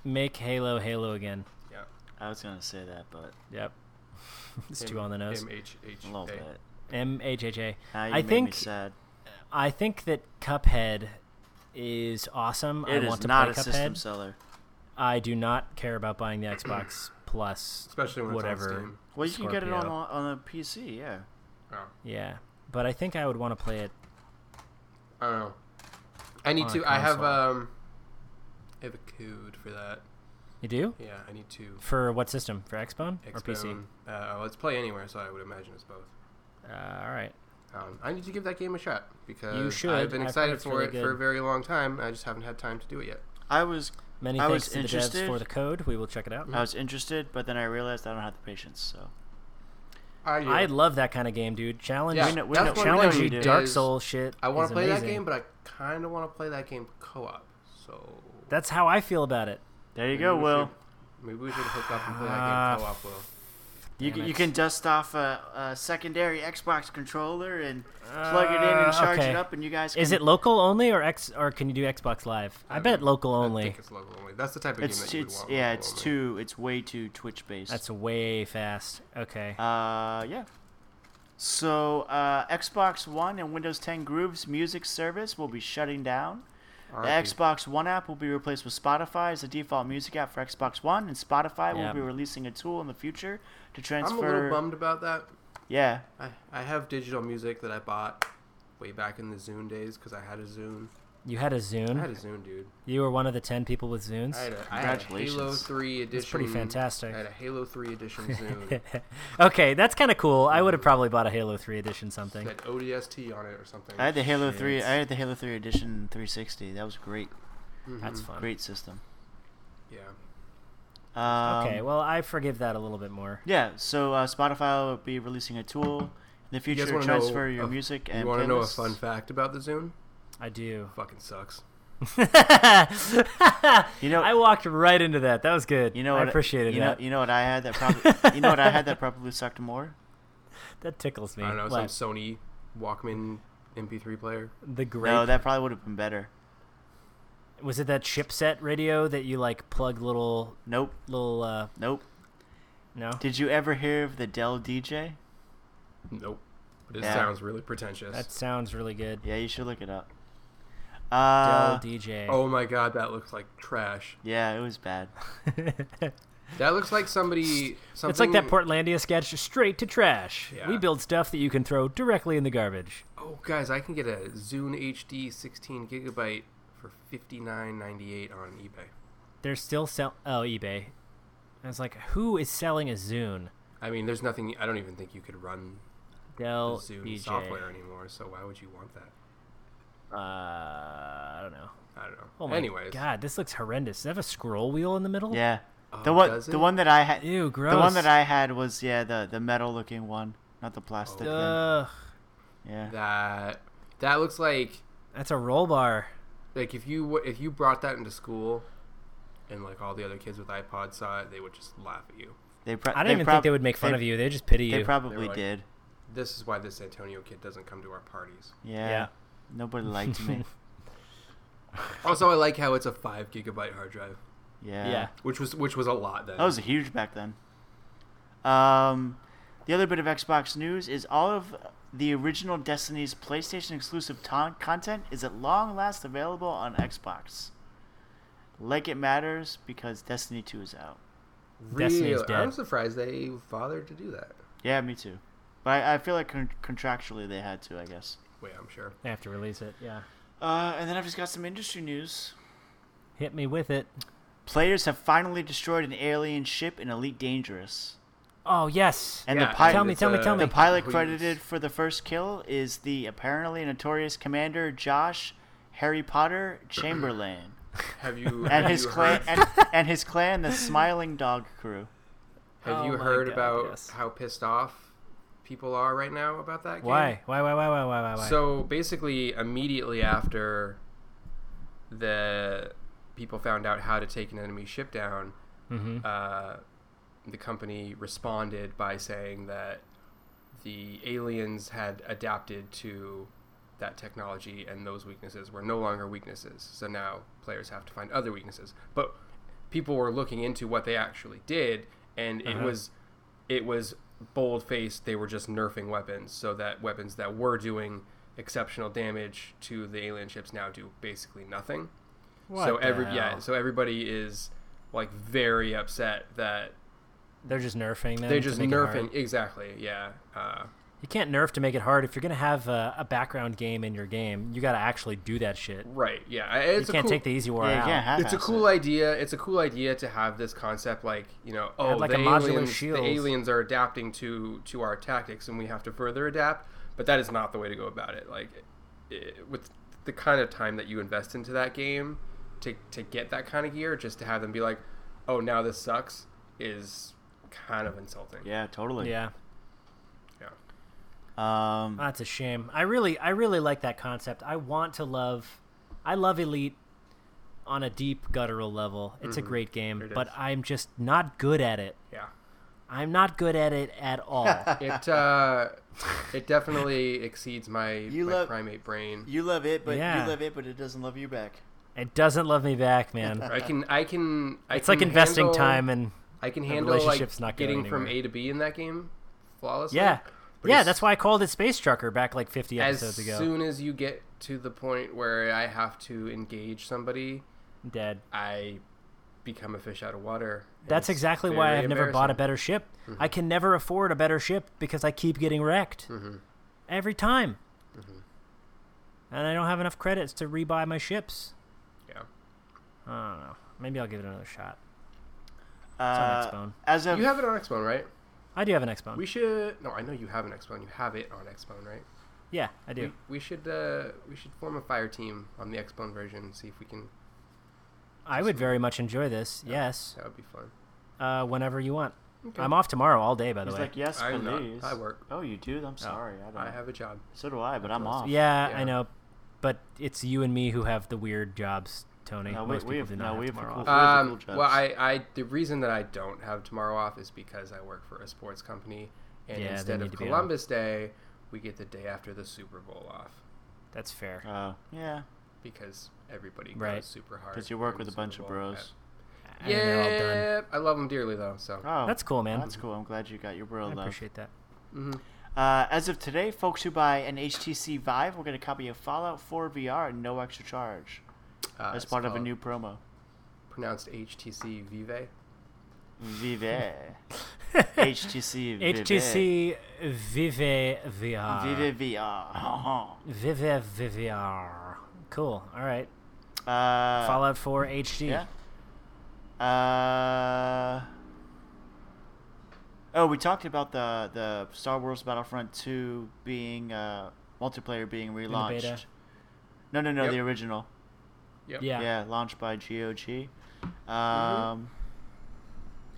[SPEAKER 1] Make Halo Halo again.
[SPEAKER 3] Yeah,
[SPEAKER 2] I was gonna say that, but
[SPEAKER 1] Yep. <laughs> it's too on the nose.
[SPEAKER 3] M H H
[SPEAKER 2] a little
[SPEAKER 3] A.
[SPEAKER 2] bit.
[SPEAKER 1] M H H A.
[SPEAKER 2] Now you
[SPEAKER 1] I
[SPEAKER 2] made me
[SPEAKER 1] think
[SPEAKER 2] sad.
[SPEAKER 1] I think that Cuphead is awesome.
[SPEAKER 2] It
[SPEAKER 1] I
[SPEAKER 2] is
[SPEAKER 1] want to
[SPEAKER 2] not a
[SPEAKER 1] play
[SPEAKER 2] system
[SPEAKER 1] Cuphead.
[SPEAKER 2] seller.
[SPEAKER 1] I do not care about buying the Xbox Plus,
[SPEAKER 3] Especially when
[SPEAKER 1] whatever.
[SPEAKER 3] it's on Steam.
[SPEAKER 2] Well, you can get it on
[SPEAKER 1] Scorpio.
[SPEAKER 2] on a PC, yeah.
[SPEAKER 3] Oh,
[SPEAKER 1] Yeah, but I think I would want to play it.
[SPEAKER 3] I don't know. I need
[SPEAKER 1] On
[SPEAKER 3] to. I have
[SPEAKER 1] console.
[SPEAKER 3] um. I have a code for that.
[SPEAKER 1] You do
[SPEAKER 3] Yeah, I need to.
[SPEAKER 1] for what system? For Xbox or PC?
[SPEAKER 3] Xbone. Uh, well, it's play anywhere, so I would imagine it's both.
[SPEAKER 1] Uh, all right.
[SPEAKER 3] Um, I need to give that game a shot because
[SPEAKER 1] should.
[SPEAKER 3] I've
[SPEAKER 1] I've
[SPEAKER 3] been
[SPEAKER 1] heard
[SPEAKER 3] excited
[SPEAKER 1] it's
[SPEAKER 3] for
[SPEAKER 1] really
[SPEAKER 3] it for a
[SPEAKER 1] good.
[SPEAKER 3] very long time. and I just haven't had time to do it yet.
[SPEAKER 2] I was
[SPEAKER 1] Many
[SPEAKER 2] I
[SPEAKER 1] thanks
[SPEAKER 2] was
[SPEAKER 1] to the devs
[SPEAKER 2] interested-
[SPEAKER 1] for the code. We will check it out.
[SPEAKER 2] I was interested, but then I realized I don't have the patience. So
[SPEAKER 3] I, do.
[SPEAKER 1] I love that kind of game, dude. Challenge,
[SPEAKER 3] Yeah,
[SPEAKER 2] We know- we
[SPEAKER 3] that's
[SPEAKER 2] know-
[SPEAKER 3] one
[SPEAKER 2] challenge
[SPEAKER 3] thing
[SPEAKER 2] you,
[SPEAKER 3] is-
[SPEAKER 1] Dark Soul shit.
[SPEAKER 3] I
[SPEAKER 1] want to
[SPEAKER 3] play that game, but I kind of want to play that game co-op. So
[SPEAKER 1] that's how I feel about it.
[SPEAKER 2] there you
[SPEAKER 3] maybe
[SPEAKER 2] go,
[SPEAKER 3] we
[SPEAKER 2] Will.
[SPEAKER 3] should- maybe we should hook up and play that
[SPEAKER 1] Ah,
[SPEAKER 3] game co-op. Will
[SPEAKER 2] You,
[SPEAKER 1] Damn
[SPEAKER 2] can-
[SPEAKER 1] it.
[SPEAKER 2] you can dust off a, a secondary Xbox controller and plug it in and
[SPEAKER 1] Uh,
[SPEAKER 2] charge
[SPEAKER 1] okay.
[SPEAKER 2] it up, and you guys. Can,
[SPEAKER 1] Is it local only or X or can you do Xbox Live? I,
[SPEAKER 3] I
[SPEAKER 1] bet
[SPEAKER 3] mean,
[SPEAKER 1] local
[SPEAKER 3] I
[SPEAKER 1] only.
[SPEAKER 3] think it's local only. That's the type of game
[SPEAKER 2] It's
[SPEAKER 3] that you would
[SPEAKER 2] it's
[SPEAKER 3] want.
[SPEAKER 2] yeah.
[SPEAKER 3] local
[SPEAKER 2] It's
[SPEAKER 3] only.
[SPEAKER 2] too. It's way too Twitch based.
[SPEAKER 1] That's way fast. Okay.
[SPEAKER 2] Uh, yeah. So uh, Xbox One and Windows 10 Groove's music service will be shutting down. The
[SPEAKER 3] Alright, dude.
[SPEAKER 2] Xbox One app will be replaced with Spotify as the default music app for Xbox One, and Spotify
[SPEAKER 1] Yeah.
[SPEAKER 2] will be releasing a tool in the future to
[SPEAKER 3] I'm a little
[SPEAKER 2] transfer.
[SPEAKER 3] bummed about that.
[SPEAKER 2] yeah,
[SPEAKER 3] I, I have digital music that I bought way back in the Zune days because I had a Zune.
[SPEAKER 1] you had a
[SPEAKER 3] I had a
[SPEAKER 1] Zune.
[SPEAKER 3] Zune, dude.
[SPEAKER 1] You were one of the ten people with Zunes.
[SPEAKER 3] I had a, I had a Halo
[SPEAKER 2] Congratulations.
[SPEAKER 3] 3 edition.
[SPEAKER 1] That's pretty
[SPEAKER 3] I
[SPEAKER 1] fantastic.
[SPEAKER 3] had a Halo 3
[SPEAKER 2] <laughs>
[SPEAKER 3] edition Zune
[SPEAKER 1] <laughs> okay, that's kind of cool. I would have probably bought a Halo Three Edition something.
[SPEAKER 3] that had ODST on it or something.
[SPEAKER 2] I had the Halo
[SPEAKER 1] Shit.
[SPEAKER 2] Three. I had the Halo Three Edition 360. That was great.
[SPEAKER 3] Mhm.
[SPEAKER 1] That's fun.
[SPEAKER 2] Mm-hmm. Great system.
[SPEAKER 3] Yeah.
[SPEAKER 2] Um,
[SPEAKER 1] okay, well I forgive that a little bit more.
[SPEAKER 2] Yeah. So uh, Spotify will be releasing a tool in the future to
[SPEAKER 3] wanna know
[SPEAKER 2] transfer your
[SPEAKER 3] a-
[SPEAKER 2] music and
[SPEAKER 3] You want to know a
[SPEAKER 2] playlists.
[SPEAKER 3] fun fact about the Zune?
[SPEAKER 1] I
[SPEAKER 2] <laughs>
[SPEAKER 1] do.
[SPEAKER 3] Fucking sucks.
[SPEAKER 1] you <laughs>
[SPEAKER 2] know-
[SPEAKER 1] I walked right into that. That was good.
[SPEAKER 2] You know
[SPEAKER 1] I
[SPEAKER 2] what
[SPEAKER 1] appreciated
[SPEAKER 2] you
[SPEAKER 1] that.
[SPEAKER 2] Know, you know what I had that probably. you know what I had that probably
[SPEAKER 1] <laughs>
[SPEAKER 2] sucked more.
[SPEAKER 1] that tickles me.
[SPEAKER 3] I don't know,
[SPEAKER 1] What?
[SPEAKER 3] some Sony Walkman MP3 player.
[SPEAKER 1] the grape.
[SPEAKER 2] No, that probably would have been better.
[SPEAKER 1] was it that chipset radio that you like plug little
[SPEAKER 2] Nope,
[SPEAKER 1] little uh
[SPEAKER 2] nope.
[SPEAKER 1] no?
[SPEAKER 2] Did you ever hear of the Dell DJ?
[SPEAKER 3] Nope. But it
[SPEAKER 2] Yeah.
[SPEAKER 3] sounds really pretentious.
[SPEAKER 1] That sounds really good.
[SPEAKER 2] Yeah, you should look it up. Uh,
[SPEAKER 1] Dell DJ.
[SPEAKER 3] Oh my god, that looks like trash.
[SPEAKER 2] yeah, it was bad.
[SPEAKER 3] That looks like somebody. Something,
[SPEAKER 1] <laughs> it's like that Portlandia sketch straight to trash.
[SPEAKER 3] Yeah.
[SPEAKER 1] We build stuff that you can throw directly in the garbage.
[SPEAKER 3] Oh, guys, I can get a Zune HD 16 gigabyte for 59.98 on eBay.
[SPEAKER 1] They're still sell oh eBay. I was like, who is selling a Zune?
[SPEAKER 3] I mean, there's nothing. I don't even think you could run the
[SPEAKER 1] Dell
[SPEAKER 3] Zune
[SPEAKER 1] DJ.
[SPEAKER 3] software anymore. So why would you want that?
[SPEAKER 1] Uh, I don't know.
[SPEAKER 3] I don't know.
[SPEAKER 1] Oh my
[SPEAKER 3] Anyways,
[SPEAKER 1] god, this looks horrendous. Does it have a scroll wheel in the middle?
[SPEAKER 2] Yeah, the
[SPEAKER 3] Oh,
[SPEAKER 2] one
[SPEAKER 3] does
[SPEAKER 2] the
[SPEAKER 3] it?
[SPEAKER 2] one that I had
[SPEAKER 1] Ew, gross.
[SPEAKER 2] the one that I had was yeah the the metal looking one, not the plastic.
[SPEAKER 1] Ugh,
[SPEAKER 2] thing. Yeah,
[SPEAKER 3] Oh. that that looks like
[SPEAKER 1] that's a roll bar.
[SPEAKER 3] like if you w- if you brought that into school, and like all the other kids with iPods saw it, they would just laugh at you.
[SPEAKER 2] they. Pro-
[SPEAKER 1] I don't even think
[SPEAKER 2] prob-
[SPEAKER 1] they would make fun
[SPEAKER 2] they-
[SPEAKER 1] of you. They just pity you.
[SPEAKER 2] They probably
[SPEAKER 3] like-
[SPEAKER 2] did.
[SPEAKER 3] This is why this Antonio kid doesn't come to our parties.
[SPEAKER 2] Yeah.
[SPEAKER 1] Yeah.
[SPEAKER 2] Nobody liked
[SPEAKER 1] <laughs>
[SPEAKER 2] me.
[SPEAKER 3] Also, I like how it's a five gigabyte hard drive,
[SPEAKER 2] Yeah.
[SPEAKER 1] yeah.
[SPEAKER 3] which was which was a lot then.
[SPEAKER 2] That was huge back then. Um, the other bit of Xbox news is all of the original Destiny's PlayStation exclusive ton- content is at long last available on Xbox. Like it matters because Destiny 2 is out.
[SPEAKER 1] Destiny's
[SPEAKER 3] Really?
[SPEAKER 1] dead.
[SPEAKER 3] I'm surprised they bothered to do that.
[SPEAKER 2] Yeah, me too. But I, I feel like con- contractually they had to, I guess.
[SPEAKER 3] Wait, I'm sure.
[SPEAKER 1] They have to release it. Yeah.
[SPEAKER 2] Uh, and then I've just got some industry news.
[SPEAKER 1] Hit me with it.
[SPEAKER 2] Players have finally destroyed an alien ship in Elite Dangerous.
[SPEAKER 1] Oh yes.
[SPEAKER 2] And
[SPEAKER 3] Yeah,
[SPEAKER 2] the pilot
[SPEAKER 1] Tell me,
[SPEAKER 3] it's,
[SPEAKER 1] tell me,
[SPEAKER 3] uh,
[SPEAKER 1] tell me.
[SPEAKER 2] The pilot
[SPEAKER 3] Please.
[SPEAKER 2] credited for the first kill is the apparently notorious commander Josh Harry Potter
[SPEAKER 3] <clears throat>
[SPEAKER 2] Chamberlain
[SPEAKER 3] Have you
[SPEAKER 2] <laughs> and
[SPEAKER 3] have
[SPEAKER 2] his
[SPEAKER 3] you
[SPEAKER 2] clan
[SPEAKER 3] heard,
[SPEAKER 2] and, and his clan the Smiling Dog Crew.
[SPEAKER 3] have you
[SPEAKER 1] Oh my
[SPEAKER 3] heard
[SPEAKER 1] God,
[SPEAKER 3] about
[SPEAKER 1] yes.
[SPEAKER 3] how pissed off people are right now about that game?
[SPEAKER 1] Why? Why? Why? Why? Why? Why? Why? Why?
[SPEAKER 3] So basically, immediately after the people found out how to take an enemy ship down,
[SPEAKER 1] mm-hmm.
[SPEAKER 3] uh, the company responded by saying that the aliens had adapted to that technology and those weaknesses were no longer weaknesses. So now players have to find other weaknesses. But people were looking into what they actually did and it
[SPEAKER 1] Uh-huh.
[SPEAKER 3] was it was bold faced they were just nerfing weapons so that weapons that were doing exceptional damage to the alien ships now do basically nothing
[SPEAKER 1] What
[SPEAKER 3] so
[SPEAKER 1] the
[SPEAKER 3] every yeah
[SPEAKER 1] hell?
[SPEAKER 3] so everybody is like very upset that
[SPEAKER 1] they're just nerfing them.
[SPEAKER 3] they're
[SPEAKER 1] to
[SPEAKER 3] just
[SPEAKER 1] make it hard.
[SPEAKER 3] nerfing exactly yeah uh,
[SPEAKER 1] You can't nerf to make it hard. If you're gonna have a, a background game in your game, you gotta actually do that shit.
[SPEAKER 3] right yeah I- it's
[SPEAKER 1] you
[SPEAKER 3] a
[SPEAKER 1] can't
[SPEAKER 3] cool,
[SPEAKER 1] take the easy war
[SPEAKER 2] Yeah,
[SPEAKER 1] out.
[SPEAKER 2] yeah, half
[SPEAKER 3] it's a cool idea it's a cool idea to have this concept like you know oh
[SPEAKER 1] like
[SPEAKER 3] the,
[SPEAKER 1] a modular
[SPEAKER 3] aliens,
[SPEAKER 1] shield.
[SPEAKER 3] the aliens are adapting to to our tactics and we have to further adapt but that is not the way to go about it like it, with the kind of time that you invest into that game to to get that kind of gear just to have them be like oh now this sucks is kind of insulting
[SPEAKER 2] Yeah, totally.
[SPEAKER 1] Yeah.
[SPEAKER 3] yeah.
[SPEAKER 2] Um,
[SPEAKER 1] That's a shame. I really, I really like that concept. I want to love, I love Elite on a deep guttural level. It's a great game,
[SPEAKER 3] Mm-hmm. It
[SPEAKER 1] but
[SPEAKER 3] is.
[SPEAKER 1] I'm just not good at it.
[SPEAKER 3] Yeah.
[SPEAKER 1] I'm not good at it at
[SPEAKER 3] <laughs>
[SPEAKER 1] all.
[SPEAKER 3] It uh, it definitely exceeds my,
[SPEAKER 2] <laughs> You
[SPEAKER 3] my
[SPEAKER 2] love-
[SPEAKER 3] primate brain.
[SPEAKER 2] you love it, but
[SPEAKER 1] Yeah.
[SPEAKER 2] you love it, but it doesn't love you back.
[SPEAKER 1] it doesn't love me back, man.
[SPEAKER 3] I can I can I
[SPEAKER 1] It's like
[SPEAKER 3] can
[SPEAKER 1] investing
[SPEAKER 3] handle-
[SPEAKER 1] time and
[SPEAKER 3] I can
[SPEAKER 1] the
[SPEAKER 3] handle
[SPEAKER 1] relationship's
[SPEAKER 3] like
[SPEAKER 1] not going
[SPEAKER 3] getting from
[SPEAKER 1] anywhere.
[SPEAKER 3] A to B in that game flawlessly.
[SPEAKER 1] yeah,
[SPEAKER 3] But
[SPEAKER 1] yeah.
[SPEAKER 3] as-
[SPEAKER 1] That's why I called it Space Trucker back like 50
[SPEAKER 3] As
[SPEAKER 1] episodes ago.
[SPEAKER 3] soon as you get to the point where I have to engage somebody,
[SPEAKER 1] Dead.
[SPEAKER 3] I become a fish out of water. and
[SPEAKER 1] That's
[SPEAKER 3] it's
[SPEAKER 1] exactly why
[SPEAKER 3] very
[SPEAKER 1] I've never bought a
[SPEAKER 3] embarrassing.
[SPEAKER 1] better ship.
[SPEAKER 2] Mm-hmm.
[SPEAKER 1] I can never afford a better ship because I keep getting wrecked
[SPEAKER 2] Mm-hmm.
[SPEAKER 1] every time, and I don't have enough credits to rebuy my ships.
[SPEAKER 3] Yeah.
[SPEAKER 1] I don't know. Maybe I'll give it another shot.
[SPEAKER 2] Uh,
[SPEAKER 1] Xbone.
[SPEAKER 2] As of
[SPEAKER 3] You have it on Xbone, right?
[SPEAKER 1] I do have an Xbone.
[SPEAKER 3] We should. No, I know you have an Xbone. You have it on Xbone, right?
[SPEAKER 1] yeah, I do.
[SPEAKER 3] We, we should uh, we should form a fire team on the Xbone version and see if we can.
[SPEAKER 1] I would very much enjoy this. Yes.
[SPEAKER 3] That would be fun.
[SPEAKER 1] Uh, whenever you want. I'm off tomorrow all day, by the
[SPEAKER 2] he's
[SPEAKER 1] way.
[SPEAKER 2] like, yes,
[SPEAKER 3] I'm not.
[SPEAKER 2] please.
[SPEAKER 3] I work.
[SPEAKER 2] Oh, you do? I'm sorry. I don't.
[SPEAKER 3] I have a job.
[SPEAKER 2] so do I, but I'm
[SPEAKER 3] That's
[SPEAKER 2] off.
[SPEAKER 1] yeah, I
[SPEAKER 3] Yeah.
[SPEAKER 1] know, but it's you and me who have the weird jobs, Tony.
[SPEAKER 2] No, we-
[SPEAKER 1] Most
[SPEAKER 2] we
[SPEAKER 1] people
[SPEAKER 2] have-
[SPEAKER 1] do
[SPEAKER 2] no,
[SPEAKER 1] not
[SPEAKER 2] we
[SPEAKER 1] have
[SPEAKER 2] have a
[SPEAKER 1] tomorrow
[SPEAKER 2] cool-
[SPEAKER 1] off.
[SPEAKER 2] are the
[SPEAKER 3] Um,
[SPEAKER 2] cool
[SPEAKER 3] well,
[SPEAKER 2] jobs?
[SPEAKER 3] I, I the reason that I don't have tomorrow off is because I work for a sports company, and
[SPEAKER 1] Yeah, they
[SPEAKER 3] instead
[SPEAKER 1] need
[SPEAKER 3] of
[SPEAKER 1] to be on.
[SPEAKER 3] Columbus Day, we get the day after the Super Bowl off
[SPEAKER 1] That's fair.
[SPEAKER 2] Uh, yeah,
[SPEAKER 3] because everybody
[SPEAKER 1] Right.
[SPEAKER 3] goes super hard.
[SPEAKER 2] because you work
[SPEAKER 3] during
[SPEAKER 2] with a
[SPEAKER 3] the
[SPEAKER 2] bunch
[SPEAKER 3] Super
[SPEAKER 2] of
[SPEAKER 3] Bowl.
[SPEAKER 2] bros.
[SPEAKER 1] I mean, they're all done.
[SPEAKER 3] Yeah, I love them dearly though. So
[SPEAKER 2] Oh,
[SPEAKER 1] That's cool, man.
[SPEAKER 2] That's cool. I'm glad you got your bro
[SPEAKER 1] I
[SPEAKER 2] love.
[SPEAKER 1] appreciate that.
[SPEAKER 3] Mhm.
[SPEAKER 2] Uh, as of today, folks who buy an HTC Vive will get a copy of Fallout 4 VR at no extra charge
[SPEAKER 3] uh,
[SPEAKER 2] as
[SPEAKER 3] it's
[SPEAKER 2] part of a
[SPEAKER 3] called-
[SPEAKER 2] new promo.
[SPEAKER 3] pronounced HTC Vive.
[SPEAKER 2] Vive. HTC Vive.
[SPEAKER 1] HTC Vive VR.
[SPEAKER 2] Vive
[SPEAKER 1] <laughs>
[SPEAKER 2] VR.
[SPEAKER 1] Vive VR. Cool. All right.
[SPEAKER 2] Uh,
[SPEAKER 1] Fallout 4 HD.
[SPEAKER 2] Yeah. Uh, oh, we talked about the the Star Wars Battlefront 2 being uh, multiplayer being relaunched.
[SPEAKER 1] beta.
[SPEAKER 2] No, no, no, the
[SPEAKER 3] Yep.
[SPEAKER 2] original.
[SPEAKER 3] Yep.
[SPEAKER 1] Yeah.
[SPEAKER 2] Yeah. launched by GOG. Um,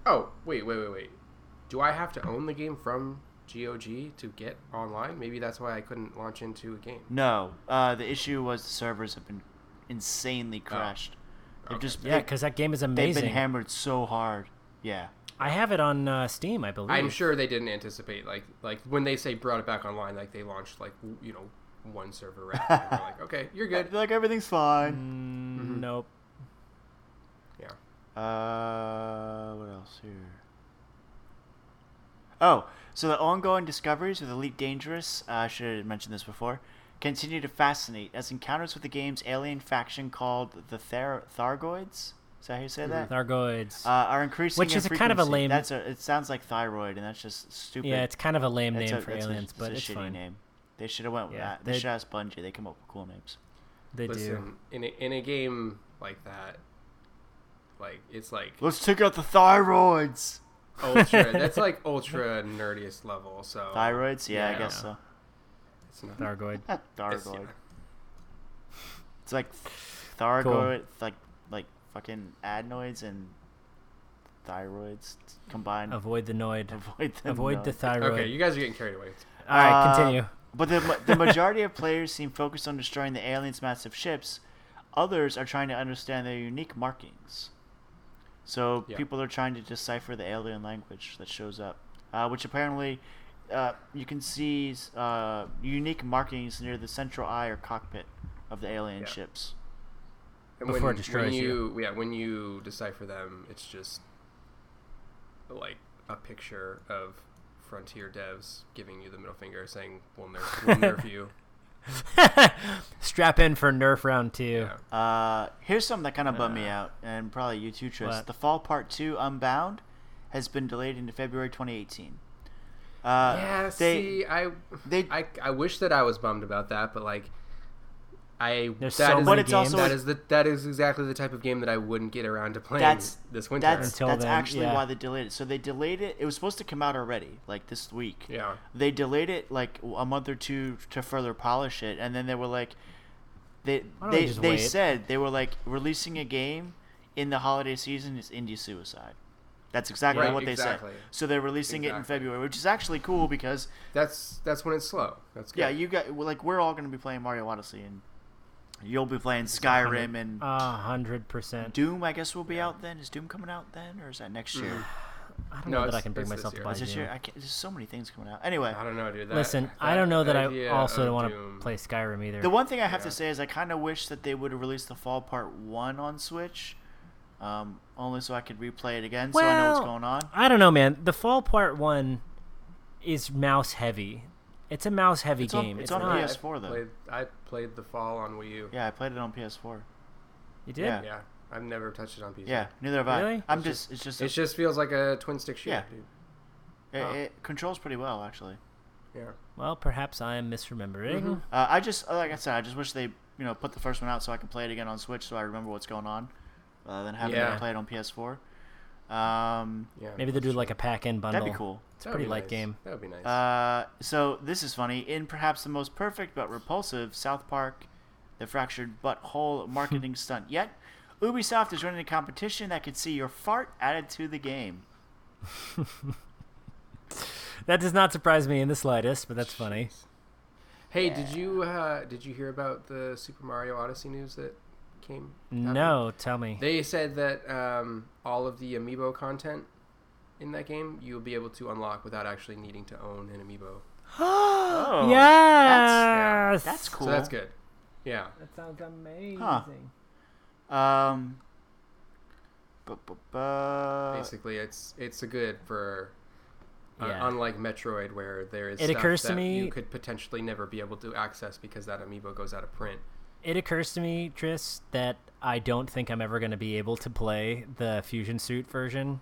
[SPEAKER 3] Oh wait, wait, wait, wait. Do I have to own the game from GOG to get online? Maybe that's why I couldn't launch into a game.
[SPEAKER 2] No, uh, the issue was the servers have been insanely crashed. They've
[SPEAKER 3] Okay.
[SPEAKER 2] just
[SPEAKER 1] Oh. Yeah,
[SPEAKER 2] they,
[SPEAKER 1] because that game is
[SPEAKER 2] they've been
[SPEAKER 1] amazing.
[SPEAKER 2] hammered so hard. Yeah,
[SPEAKER 1] I have it on uh, Steam, I believe.
[SPEAKER 3] I'm sure they didn't anticipate like like when they say brought it back online, like they launched like w- you know one server rack. and they're
[SPEAKER 1] <laughs>
[SPEAKER 3] like, okay, you're
[SPEAKER 2] They're
[SPEAKER 3] good.
[SPEAKER 2] like everything's fine.
[SPEAKER 1] Mm,
[SPEAKER 2] Mm-hmm.
[SPEAKER 1] Nope.
[SPEAKER 3] Yeah.
[SPEAKER 2] Uh, what else here? Oh, so the ongoing discoveries with Elite Dangerous, uh, I should have mentioned this before, continue to fascinate as encounters with the game's alien faction called the Thar- Thargoids Is that how you say that?
[SPEAKER 1] Thargoids.
[SPEAKER 2] Uh, are increasing
[SPEAKER 1] Which
[SPEAKER 2] in
[SPEAKER 1] is a kind of a
[SPEAKER 2] frequency.
[SPEAKER 1] lame-
[SPEAKER 2] That's a, it sounds like thyroid, and that's just stupid.
[SPEAKER 1] yeah, it's kind of a lame
[SPEAKER 2] That's
[SPEAKER 1] name
[SPEAKER 2] a-
[SPEAKER 1] for
[SPEAKER 2] that's a-
[SPEAKER 1] aliens,
[SPEAKER 2] it's
[SPEAKER 1] but
[SPEAKER 2] a
[SPEAKER 1] it's
[SPEAKER 2] shitty
[SPEAKER 1] fine.
[SPEAKER 2] name. They should have went with
[SPEAKER 1] Yeah,
[SPEAKER 2] that. They
[SPEAKER 1] they-
[SPEAKER 2] should have asked Bungie. They come up with cool names.
[SPEAKER 1] They do.
[SPEAKER 3] Listen, in a, in a game like that, like it's like
[SPEAKER 2] Let's take out the thyroids.
[SPEAKER 3] ultra.
[SPEAKER 1] <laughs>
[SPEAKER 3] that's like ultra nerdiest level. So
[SPEAKER 1] Oh,
[SPEAKER 2] Thyroids? Yeah, I
[SPEAKER 3] Yeah.
[SPEAKER 2] guess so.
[SPEAKER 3] It's not,
[SPEAKER 2] <laughs>
[SPEAKER 1] Thargoid.
[SPEAKER 3] it's-
[SPEAKER 2] Thargoid.
[SPEAKER 3] yeah.
[SPEAKER 2] It's like thargoid, like like fucking adenoids and thyroids combined.
[SPEAKER 1] Avoid the noid.
[SPEAKER 2] <laughs> Avoid them.
[SPEAKER 1] Avoid
[SPEAKER 2] no.
[SPEAKER 1] the thyroid.
[SPEAKER 3] Okay, you guys are getting carried away.
[SPEAKER 1] All right,
[SPEAKER 2] Uh,
[SPEAKER 1] continue.
[SPEAKER 2] But the, ma-
[SPEAKER 3] <laughs>
[SPEAKER 2] the majority of players seem focused on destroying the aliens' massive ships. Others are trying to understand their unique markings. So
[SPEAKER 3] Yeah.
[SPEAKER 2] people are trying to decipher the alien language that shows up, uh, which apparently uh, you can see uh, unique markings near the central eye or cockpit of the alien
[SPEAKER 3] Yeah.
[SPEAKER 2] ships.
[SPEAKER 3] And
[SPEAKER 1] Before it destroys
[SPEAKER 3] when you, Yeah, when you decipher them, it's just like a picture of frontier devs giving you the middle finger, saying "We'll nerf,
[SPEAKER 1] <laughs>
[SPEAKER 3] we'll nerf you."
[SPEAKER 1] Strap in for Nerf round two.
[SPEAKER 3] Yeah.
[SPEAKER 2] Uh, here's something that kind of bummed me
[SPEAKER 1] Uh,
[SPEAKER 2] out, and probably you too, Tris.
[SPEAKER 1] what?
[SPEAKER 2] The Fall Part Two Unbound has been delayed into February 2018. Uh,
[SPEAKER 3] yeah.
[SPEAKER 2] they-
[SPEAKER 3] see, I,
[SPEAKER 2] they-
[SPEAKER 3] I, I wish that I was bummed about that, but like, I
[SPEAKER 1] There's
[SPEAKER 3] that
[SPEAKER 1] so
[SPEAKER 3] is-
[SPEAKER 1] many
[SPEAKER 2] But it's
[SPEAKER 1] games.
[SPEAKER 2] also
[SPEAKER 3] that is the that is exactly the type of game that I wouldn't get around to playing
[SPEAKER 2] That's-
[SPEAKER 3] this winter.
[SPEAKER 2] That's
[SPEAKER 1] Until
[SPEAKER 2] that's
[SPEAKER 1] then,
[SPEAKER 2] actually
[SPEAKER 1] yeah.
[SPEAKER 2] why they delayed it. So they delayed it. It was supposed to come out already, like this week.
[SPEAKER 3] yeah.
[SPEAKER 2] They delayed it like a month or two to further polish it, and then they were like, they
[SPEAKER 1] Why don't we
[SPEAKER 2] they
[SPEAKER 1] just
[SPEAKER 2] they
[SPEAKER 1] wait?
[SPEAKER 2] said they were like releasing a game in the holiday season is indie suicide. That's exactly
[SPEAKER 3] Right,
[SPEAKER 2] what they
[SPEAKER 3] exactly.
[SPEAKER 2] said. So they're releasing it in
[SPEAKER 3] Exactly.
[SPEAKER 2] February, which is actually cool because
[SPEAKER 3] That's that's when it's slow. That's good.
[SPEAKER 2] yeah, you got well, like we're all going to be playing Mario Odyssey and you'll be playing Skyrim and
[SPEAKER 1] A hundred percent.
[SPEAKER 2] Doom. I guess will be out then. Is Doom coming out then, or is that next
[SPEAKER 3] Mm-hmm.
[SPEAKER 2] year?
[SPEAKER 1] I don't
[SPEAKER 3] No,
[SPEAKER 1] know that I
[SPEAKER 3] it's-
[SPEAKER 1] can bring
[SPEAKER 3] it's this
[SPEAKER 1] myself to
[SPEAKER 3] year.
[SPEAKER 1] buy
[SPEAKER 3] It's
[SPEAKER 2] Is this
[SPEAKER 1] Doom.
[SPEAKER 2] year? I can't, there's so many things coming out. Anyway,
[SPEAKER 3] I don't know, dude. That,
[SPEAKER 1] Listen,
[SPEAKER 3] that
[SPEAKER 1] I don't know that I
[SPEAKER 3] idea
[SPEAKER 1] also
[SPEAKER 3] of
[SPEAKER 1] don't want
[SPEAKER 3] Doom-
[SPEAKER 1] to play Skyrim either.
[SPEAKER 2] the one thing I have
[SPEAKER 3] Yeah.
[SPEAKER 2] to say is I kind of wish that they would have released the Fall Part One on Switch, um, only so I could replay it again, so I know what's
[SPEAKER 1] Well,
[SPEAKER 2] going on.
[SPEAKER 1] I don't know, man. The Fall Part One is mouse heavy. It's a mouse heavy
[SPEAKER 2] It's on-
[SPEAKER 1] game.
[SPEAKER 2] it's
[SPEAKER 1] it's
[SPEAKER 2] on
[SPEAKER 1] not.
[SPEAKER 2] PS4. though.
[SPEAKER 3] Played, I played the fall on Wii U.
[SPEAKER 2] Yeah, I played it on PS4.
[SPEAKER 1] You did.
[SPEAKER 2] Yeah.
[SPEAKER 3] Yeah, I've never touched it on PC.
[SPEAKER 2] Yeah, neither have I.
[SPEAKER 1] Really?
[SPEAKER 2] I'm
[SPEAKER 3] It's
[SPEAKER 2] just, it's just,
[SPEAKER 3] it just feels like a twin stick shooter,
[SPEAKER 2] Yeah.
[SPEAKER 3] dude.
[SPEAKER 2] it,
[SPEAKER 3] oh.
[SPEAKER 2] it controls pretty well actually.
[SPEAKER 3] Yeah,
[SPEAKER 1] Well, perhaps I am misremembering.
[SPEAKER 3] Mhm.
[SPEAKER 2] Uh, I just, like I said, I just wish they, you know, put the first one out so I can play it again on Switch, so I remember what's going on, rather than having
[SPEAKER 3] Yeah.
[SPEAKER 2] to play it on PS4. Um,
[SPEAKER 3] yeah.
[SPEAKER 1] Maybe they'll do like a pack-in bundle.
[SPEAKER 2] that'd be cool.
[SPEAKER 1] It's a pretty light game.
[SPEAKER 3] That would be nice.
[SPEAKER 2] Uh, so this is funny. In perhaps the most perfect but repulsive South Park, the fractured <laughs> butthole marketing stunt yet, Ubisoft is running a competition that could see your fart added to the game.
[SPEAKER 1] That does not surprise me in the slightest, but that's funny.
[SPEAKER 3] hey, did you uh, did you hear about the Super Mario Odyssey news that came? happened?
[SPEAKER 1] No, tell me.
[SPEAKER 3] They said that um, all of the amiibo content in that game you'll be able to unlock without actually needing to own an amiibo.
[SPEAKER 2] <gasps> Oh,
[SPEAKER 1] yes.
[SPEAKER 2] that's- that's cool.
[SPEAKER 3] So that's good. Yeah.
[SPEAKER 1] That sounds amazing.
[SPEAKER 2] Huh. Um. bu- bu- bu-
[SPEAKER 3] basically it's it's a good for uh,
[SPEAKER 1] Yeah.
[SPEAKER 3] unlike metroid where there is
[SPEAKER 1] It
[SPEAKER 3] stuff
[SPEAKER 1] occurs to
[SPEAKER 3] that
[SPEAKER 1] me-
[SPEAKER 3] you could potentially never be able to access because that amiibo goes out of print
[SPEAKER 1] It occurs to me, Tris, that I don't think I'm ever going to be able to play the fusion suit version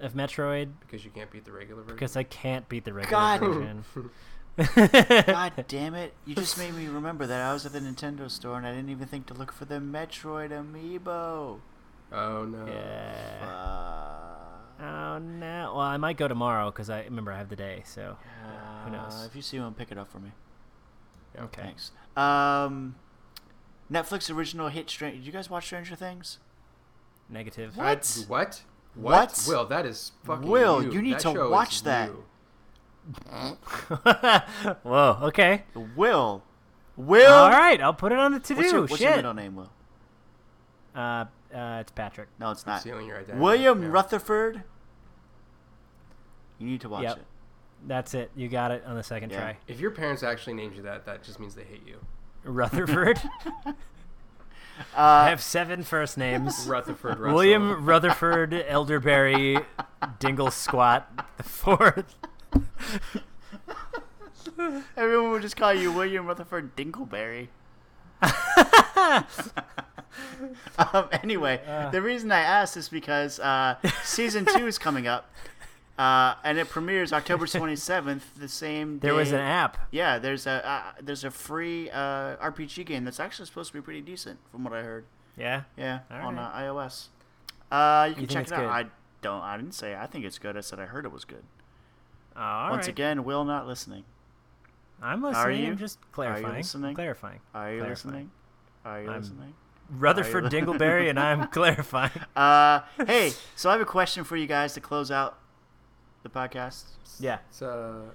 [SPEAKER 1] of Metroid
[SPEAKER 3] because you can't beat the regular version
[SPEAKER 1] because I can't beat the regular
[SPEAKER 2] God. <laughs>
[SPEAKER 1] version. <laughs>
[SPEAKER 2] God damn it! You just made me remember that I was at the Nintendo store and I didn't even think to look for the Metroid amiibo.
[SPEAKER 3] oh no
[SPEAKER 2] Eh.
[SPEAKER 1] yeah.
[SPEAKER 2] Uh,
[SPEAKER 1] Oh no. Well, I might go tomorrow because I remember I have the day. So who knows?
[SPEAKER 2] Uh, If you see one, pick it up for me.
[SPEAKER 3] Yeah.
[SPEAKER 1] okay.
[SPEAKER 2] Thanks. Um, Netflix original hit. Stranger. Did you guys watch Stranger Things?
[SPEAKER 1] Negative. <laughs>
[SPEAKER 3] I-
[SPEAKER 2] What?
[SPEAKER 3] what
[SPEAKER 2] What?
[SPEAKER 3] will that is fucking
[SPEAKER 2] Will,
[SPEAKER 3] you,
[SPEAKER 2] you need
[SPEAKER 3] That
[SPEAKER 2] to
[SPEAKER 3] show is
[SPEAKER 2] watch that.
[SPEAKER 3] you.
[SPEAKER 1] Whoa. Okay.
[SPEAKER 2] Will. Will.
[SPEAKER 1] All right. I'll put it on the to
[SPEAKER 2] What's, your,
[SPEAKER 1] do.
[SPEAKER 2] what's your
[SPEAKER 1] Shit.
[SPEAKER 2] middle name, Will?
[SPEAKER 1] Uh, uh, it's Patrick.
[SPEAKER 2] No, it's not.
[SPEAKER 3] Stealing your identity.
[SPEAKER 2] William
[SPEAKER 3] Yeah.
[SPEAKER 2] Rutherford. You need to watch
[SPEAKER 1] Yep.
[SPEAKER 2] it.
[SPEAKER 1] That's it. You got it on the second
[SPEAKER 2] Yeah. <laughs>
[SPEAKER 1] try.
[SPEAKER 3] if your parents actually named you that that just means they hate you
[SPEAKER 1] Rutherford. I
[SPEAKER 2] <laughs> Uh,
[SPEAKER 1] have seven first
[SPEAKER 2] <laughs>
[SPEAKER 1] names.
[SPEAKER 3] rutherford Russell.
[SPEAKER 1] William Rutherford Elderberry Dingle Squat the fourth.
[SPEAKER 2] everyone would just call you William Rutherford Dingleberry. <laughs> um, anyway,
[SPEAKER 1] Uh.
[SPEAKER 2] the reason I asked is because uh, season two is coming up, uh, and it
[SPEAKER 1] <laughs>
[SPEAKER 2] premieres October twenty seventh. The same.
[SPEAKER 1] There
[SPEAKER 2] day.
[SPEAKER 1] was an app.
[SPEAKER 2] Yeah, there's a uh, there's a free uh, RPG game that's actually supposed to be pretty decent, from what I heard.
[SPEAKER 1] Yeah.
[SPEAKER 2] Yeah,
[SPEAKER 1] All
[SPEAKER 2] on
[SPEAKER 1] right.
[SPEAKER 2] uh, iOS. Uh, you can
[SPEAKER 1] think
[SPEAKER 2] check
[SPEAKER 1] it's
[SPEAKER 2] it out.
[SPEAKER 1] good?
[SPEAKER 2] I don't. I didn't say I think it's good. I said I heard it was good.
[SPEAKER 1] All
[SPEAKER 2] Once
[SPEAKER 1] right.
[SPEAKER 2] again, Will not listening.
[SPEAKER 1] I'm listening.
[SPEAKER 2] you-
[SPEAKER 1] I'm just clarifying.
[SPEAKER 2] listening?
[SPEAKER 1] Clarifying.
[SPEAKER 2] Are you
[SPEAKER 1] Clarifying.
[SPEAKER 2] listening? Are you
[SPEAKER 1] I'm-
[SPEAKER 2] listening?
[SPEAKER 1] Rutherford
[SPEAKER 2] li-
[SPEAKER 1] Dingleberry, and <laughs> I'm clarifying. <laughs>
[SPEAKER 2] Uh, hey, so I have a question for you guys to close out the podcast.
[SPEAKER 1] Yeah.
[SPEAKER 3] So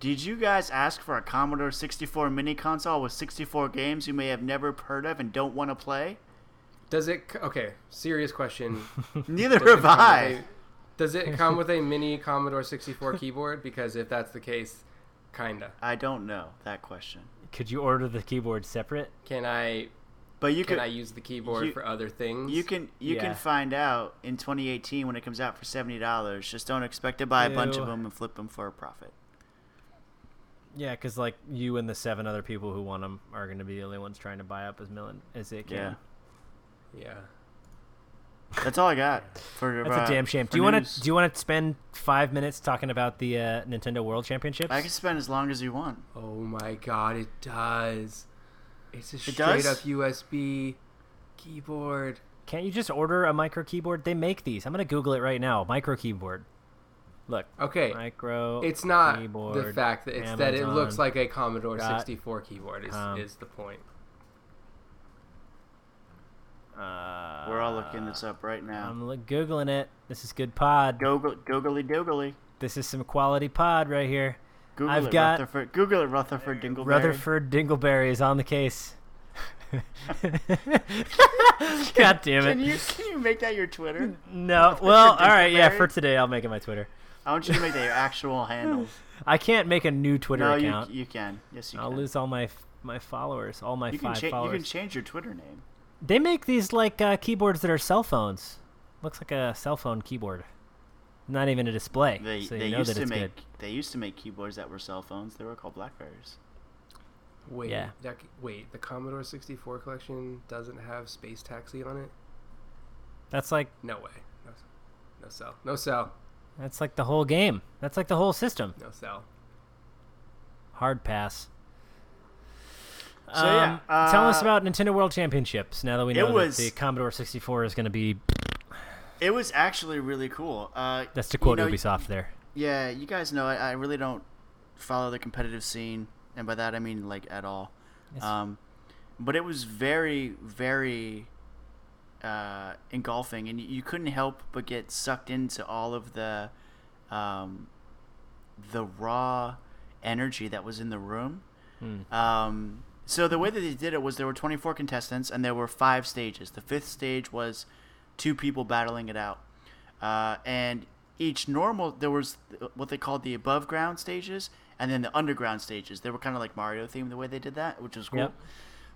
[SPEAKER 2] Did you guys ask for a Commodore 64 mini console with 64 games you may have never heard of and don't want to
[SPEAKER 1] <laughs>
[SPEAKER 2] play?
[SPEAKER 3] does it? c- Okay, serious question.
[SPEAKER 2] <laughs> Neither
[SPEAKER 3] Does it
[SPEAKER 2] have
[SPEAKER 3] come with
[SPEAKER 2] I.
[SPEAKER 3] a- Does it come with a mini Commodore 64 keyboard? Because if that's the case, kinda.
[SPEAKER 2] I don't know that question.
[SPEAKER 1] Could you order the keyboard separate?
[SPEAKER 3] Can I?
[SPEAKER 2] But you
[SPEAKER 3] Can
[SPEAKER 2] can
[SPEAKER 3] I use the keyboard
[SPEAKER 2] you-
[SPEAKER 3] for other things?
[SPEAKER 2] you can you
[SPEAKER 1] Yeah.
[SPEAKER 2] can find out in 2018 when it comes out for $70. Just don't expect to buy a bunch of
[SPEAKER 1] Ew.
[SPEAKER 2] them and flip them for a profit.
[SPEAKER 1] Yeah, because like you and the seven other people who want them are going to be the only ones trying to buy up as million as they can.
[SPEAKER 2] Yeah.
[SPEAKER 3] Yeah.
[SPEAKER 2] That's all
[SPEAKER 1] <laughs>
[SPEAKER 2] I got for
[SPEAKER 1] That's
[SPEAKER 2] uh,
[SPEAKER 1] a damn shame.
[SPEAKER 2] for
[SPEAKER 1] Do you want
[SPEAKER 2] news.
[SPEAKER 1] to do you want to spend five minutes talking about the uh, Nintendo World Championships?
[SPEAKER 2] I can spend as long as you want.
[SPEAKER 3] Oh my god, it does. It's a straight
[SPEAKER 2] does?
[SPEAKER 3] up USB keyboard.
[SPEAKER 1] Can't you just order a micro keyboard? They make these. I'm going to Google it right now. Micro keyboard. Look,
[SPEAKER 3] Okay.
[SPEAKER 1] micro.
[SPEAKER 3] it's not the
[SPEAKER 1] keyboard,
[SPEAKER 3] fact that it's that it looks
[SPEAKER 1] Amazon.
[SPEAKER 3] like a Commodore
[SPEAKER 1] dot
[SPEAKER 3] 64 keyboard is,
[SPEAKER 1] com.
[SPEAKER 3] is the point.
[SPEAKER 1] Uh,
[SPEAKER 2] We're all looking this up right now.
[SPEAKER 1] I'm look, googling it. This is good pod.
[SPEAKER 2] Goggle, googly doogly.
[SPEAKER 1] This is some quality pod right here.
[SPEAKER 2] Google
[SPEAKER 1] I've
[SPEAKER 2] it,
[SPEAKER 1] got-
[SPEAKER 2] Rutherford. Google it, Rutherford Dingleberry.
[SPEAKER 1] Rutherford Dingleberry is on the
[SPEAKER 2] <laughs>
[SPEAKER 1] case. God damn it.
[SPEAKER 2] Can you can you make that your Twitter?
[SPEAKER 1] no. Well, all
[SPEAKER 2] Rutherford
[SPEAKER 1] right. Yeah,
[SPEAKER 2] Dingleberry?
[SPEAKER 1] for today, I'll make it my Twitter.
[SPEAKER 2] I want you to make that
[SPEAKER 1] <laughs>
[SPEAKER 2] your actual handle.
[SPEAKER 1] I can't make a new Twitter
[SPEAKER 2] no,
[SPEAKER 1] account.
[SPEAKER 2] you you can. Yes, you
[SPEAKER 1] I'll
[SPEAKER 2] can.
[SPEAKER 1] lose all my f- my followers, all my
[SPEAKER 2] you can
[SPEAKER 1] five
[SPEAKER 2] cha- you
[SPEAKER 1] followers.
[SPEAKER 2] can change your Twitter name.
[SPEAKER 1] they make these like uh, keyboards that are cell phones. Looks like a cell phone keyboard. Not even a display.
[SPEAKER 2] They
[SPEAKER 1] so you
[SPEAKER 2] they
[SPEAKER 1] know
[SPEAKER 2] used
[SPEAKER 1] that
[SPEAKER 2] to
[SPEAKER 1] it's
[SPEAKER 2] make
[SPEAKER 1] good.
[SPEAKER 2] they used to make keyboards that were cell phones. They were called Blackberries.
[SPEAKER 3] Wait,
[SPEAKER 1] Yeah.
[SPEAKER 3] that, c- wait, the Commodore 64 collection doesn't have Space Taxi on it?
[SPEAKER 1] That's like
[SPEAKER 3] No way. No, s- no sell. No sell.
[SPEAKER 1] that's like the whole game. That's like the whole system.
[SPEAKER 3] No sell.
[SPEAKER 1] Hard pass.
[SPEAKER 2] So, yeah,
[SPEAKER 1] Um, tell us
[SPEAKER 2] uh,
[SPEAKER 1] about Nintendo World Championships. Now that we
[SPEAKER 2] it
[SPEAKER 1] know
[SPEAKER 2] was-
[SPEAKER 1] that the Commodore 64 is going to be,
[SPEAKER 2] It was actually really cool. Uh,
[SPEAKER 1] that's to
[SPEAKER 2] you
[SPEAKER 1] quote
[SPEAKER 2] know,
[SPEAKER 1] Ubisoft there.
[SPEAKER 2] Yeah, you guys know I, I really don't follow the competitive scene, and by that I mean like at all.
[SPEAKER 1] Yes.
[SPEAKER 2] Um, but it was very, very uh, engulfing, and you, you couldn't help but get sucked into all of the um, the raw energy that was in the room. Um, so the way that they did it was there were 24 contestants, and there were five stages. The fifth stage was two people battling it out, uh, and each normal there was what they called the above ground stages, and then the underground stages. They were kind of like Mario themed the way they did that, which was cool.
[SPEAKER 1] Yep.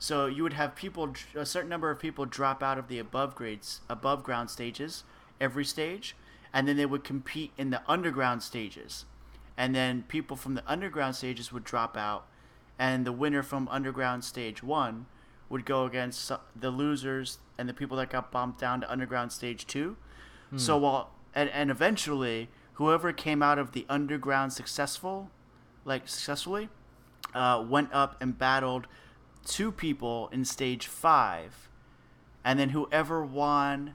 [SPEAKER 2] So you would have people, a certain number of people, drop out of the above grades, above ground stages, every stage, and then they would compete in the underground stages, and then people from the underground stages would drop out, and the winner from underground stage one would go against so- the losers and the people that got bumped down to underground stage two.
[SPEAKER 1] Hmm.
[SPEAKER 2] So while and, and eventually whoever came out of the underground successful, like successfully, uh, went up and battled two people in stage five, and then whoever won,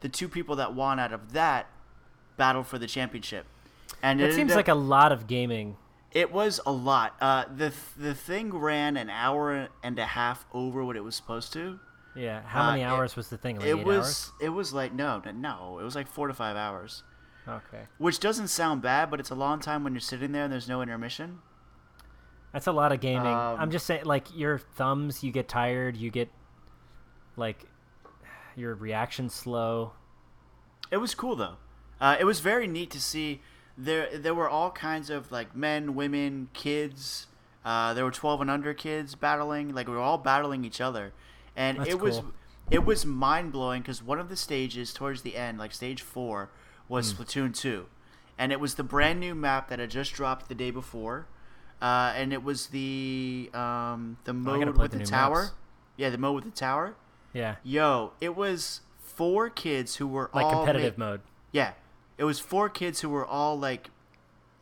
[SPEAKER 2] the two people that won out of that, battled for the championship. And
[SPEAKER 1] It
[SPEAKER 2] ended
[SPEAKER 1] seems
[SPEAKER 2] up-
[SPEAKER 1] like a lot of gaming.
[SPEAKER 2] it was a lot. Uh, the th- the thing ran an hour and a half over what it was supposed to.
[SPEAKER 1] Yeah. How
[SPEAKER 2] Uh,
[SPEAKER 1] many
[SPEAKER 2] it-
[SPEAKER 1] hours was the thing? Like
[SPEAKER 2] it
[SPEAKER 1] eight
[SPEAKER 2] was
[SPEAKER 1] hours?
[SPEAKER 2] it was like no no, no it was like four to five hours,
[SPEAKER 1] Okay.
[SPEAKER 2] which doesn't sound bad, but it's a long time when you're sitting there and there's no intermission.
[SPEAKER 1] That's a lot of gaming.
[SPEAKER 2] Um,
[SPEAKER 1] I'm just saying, like your thumbs, you get tired, you get like your reaction slow.
[SPEAKER 2] It was cool though. Uh, it was very neat to see. There there were all kinds of like men, women, kids. Uh, there were twelve and under kids battling. Like we were all battling each other, and
[SPEAKER 1] That's
[SPEAKER 2] it was
[SPEAKER 1] cool.
[SPEAKER 2] it was mind blowing because one of the stages towards the end, like stage four, was
[SPEAKER 1] Hmm.
[SPEAKER 2] Splatoon two, and it was the brand new map that had just dropped the day before, uh, and it was the um, the
[SPEAKER 1] Oh, I gotta
[SPEAKER 2] mode
[SPEAKER 1] play
[SPEAKER 2] with
[SPEAKER 1] the
[SPEAKER 2] the,
[SPEAKER 1] new
[SPEAKER 2] tower.
[SPEAKER 1] maps.
[SPEAKER 2] Yeah, the mode with the tower.
[SPEAKER 1] Yeah.
[SPEAKER 2] Yo, it was four kids who were
[SPEAKER 1] Like
[SPEAKER 2] all
[SPEAKER 1] competitive
[SPEAKER 2] ma-
[SPEAKER 1] mode.
[SPEAKER 2] Yeah, it was four kids who were all like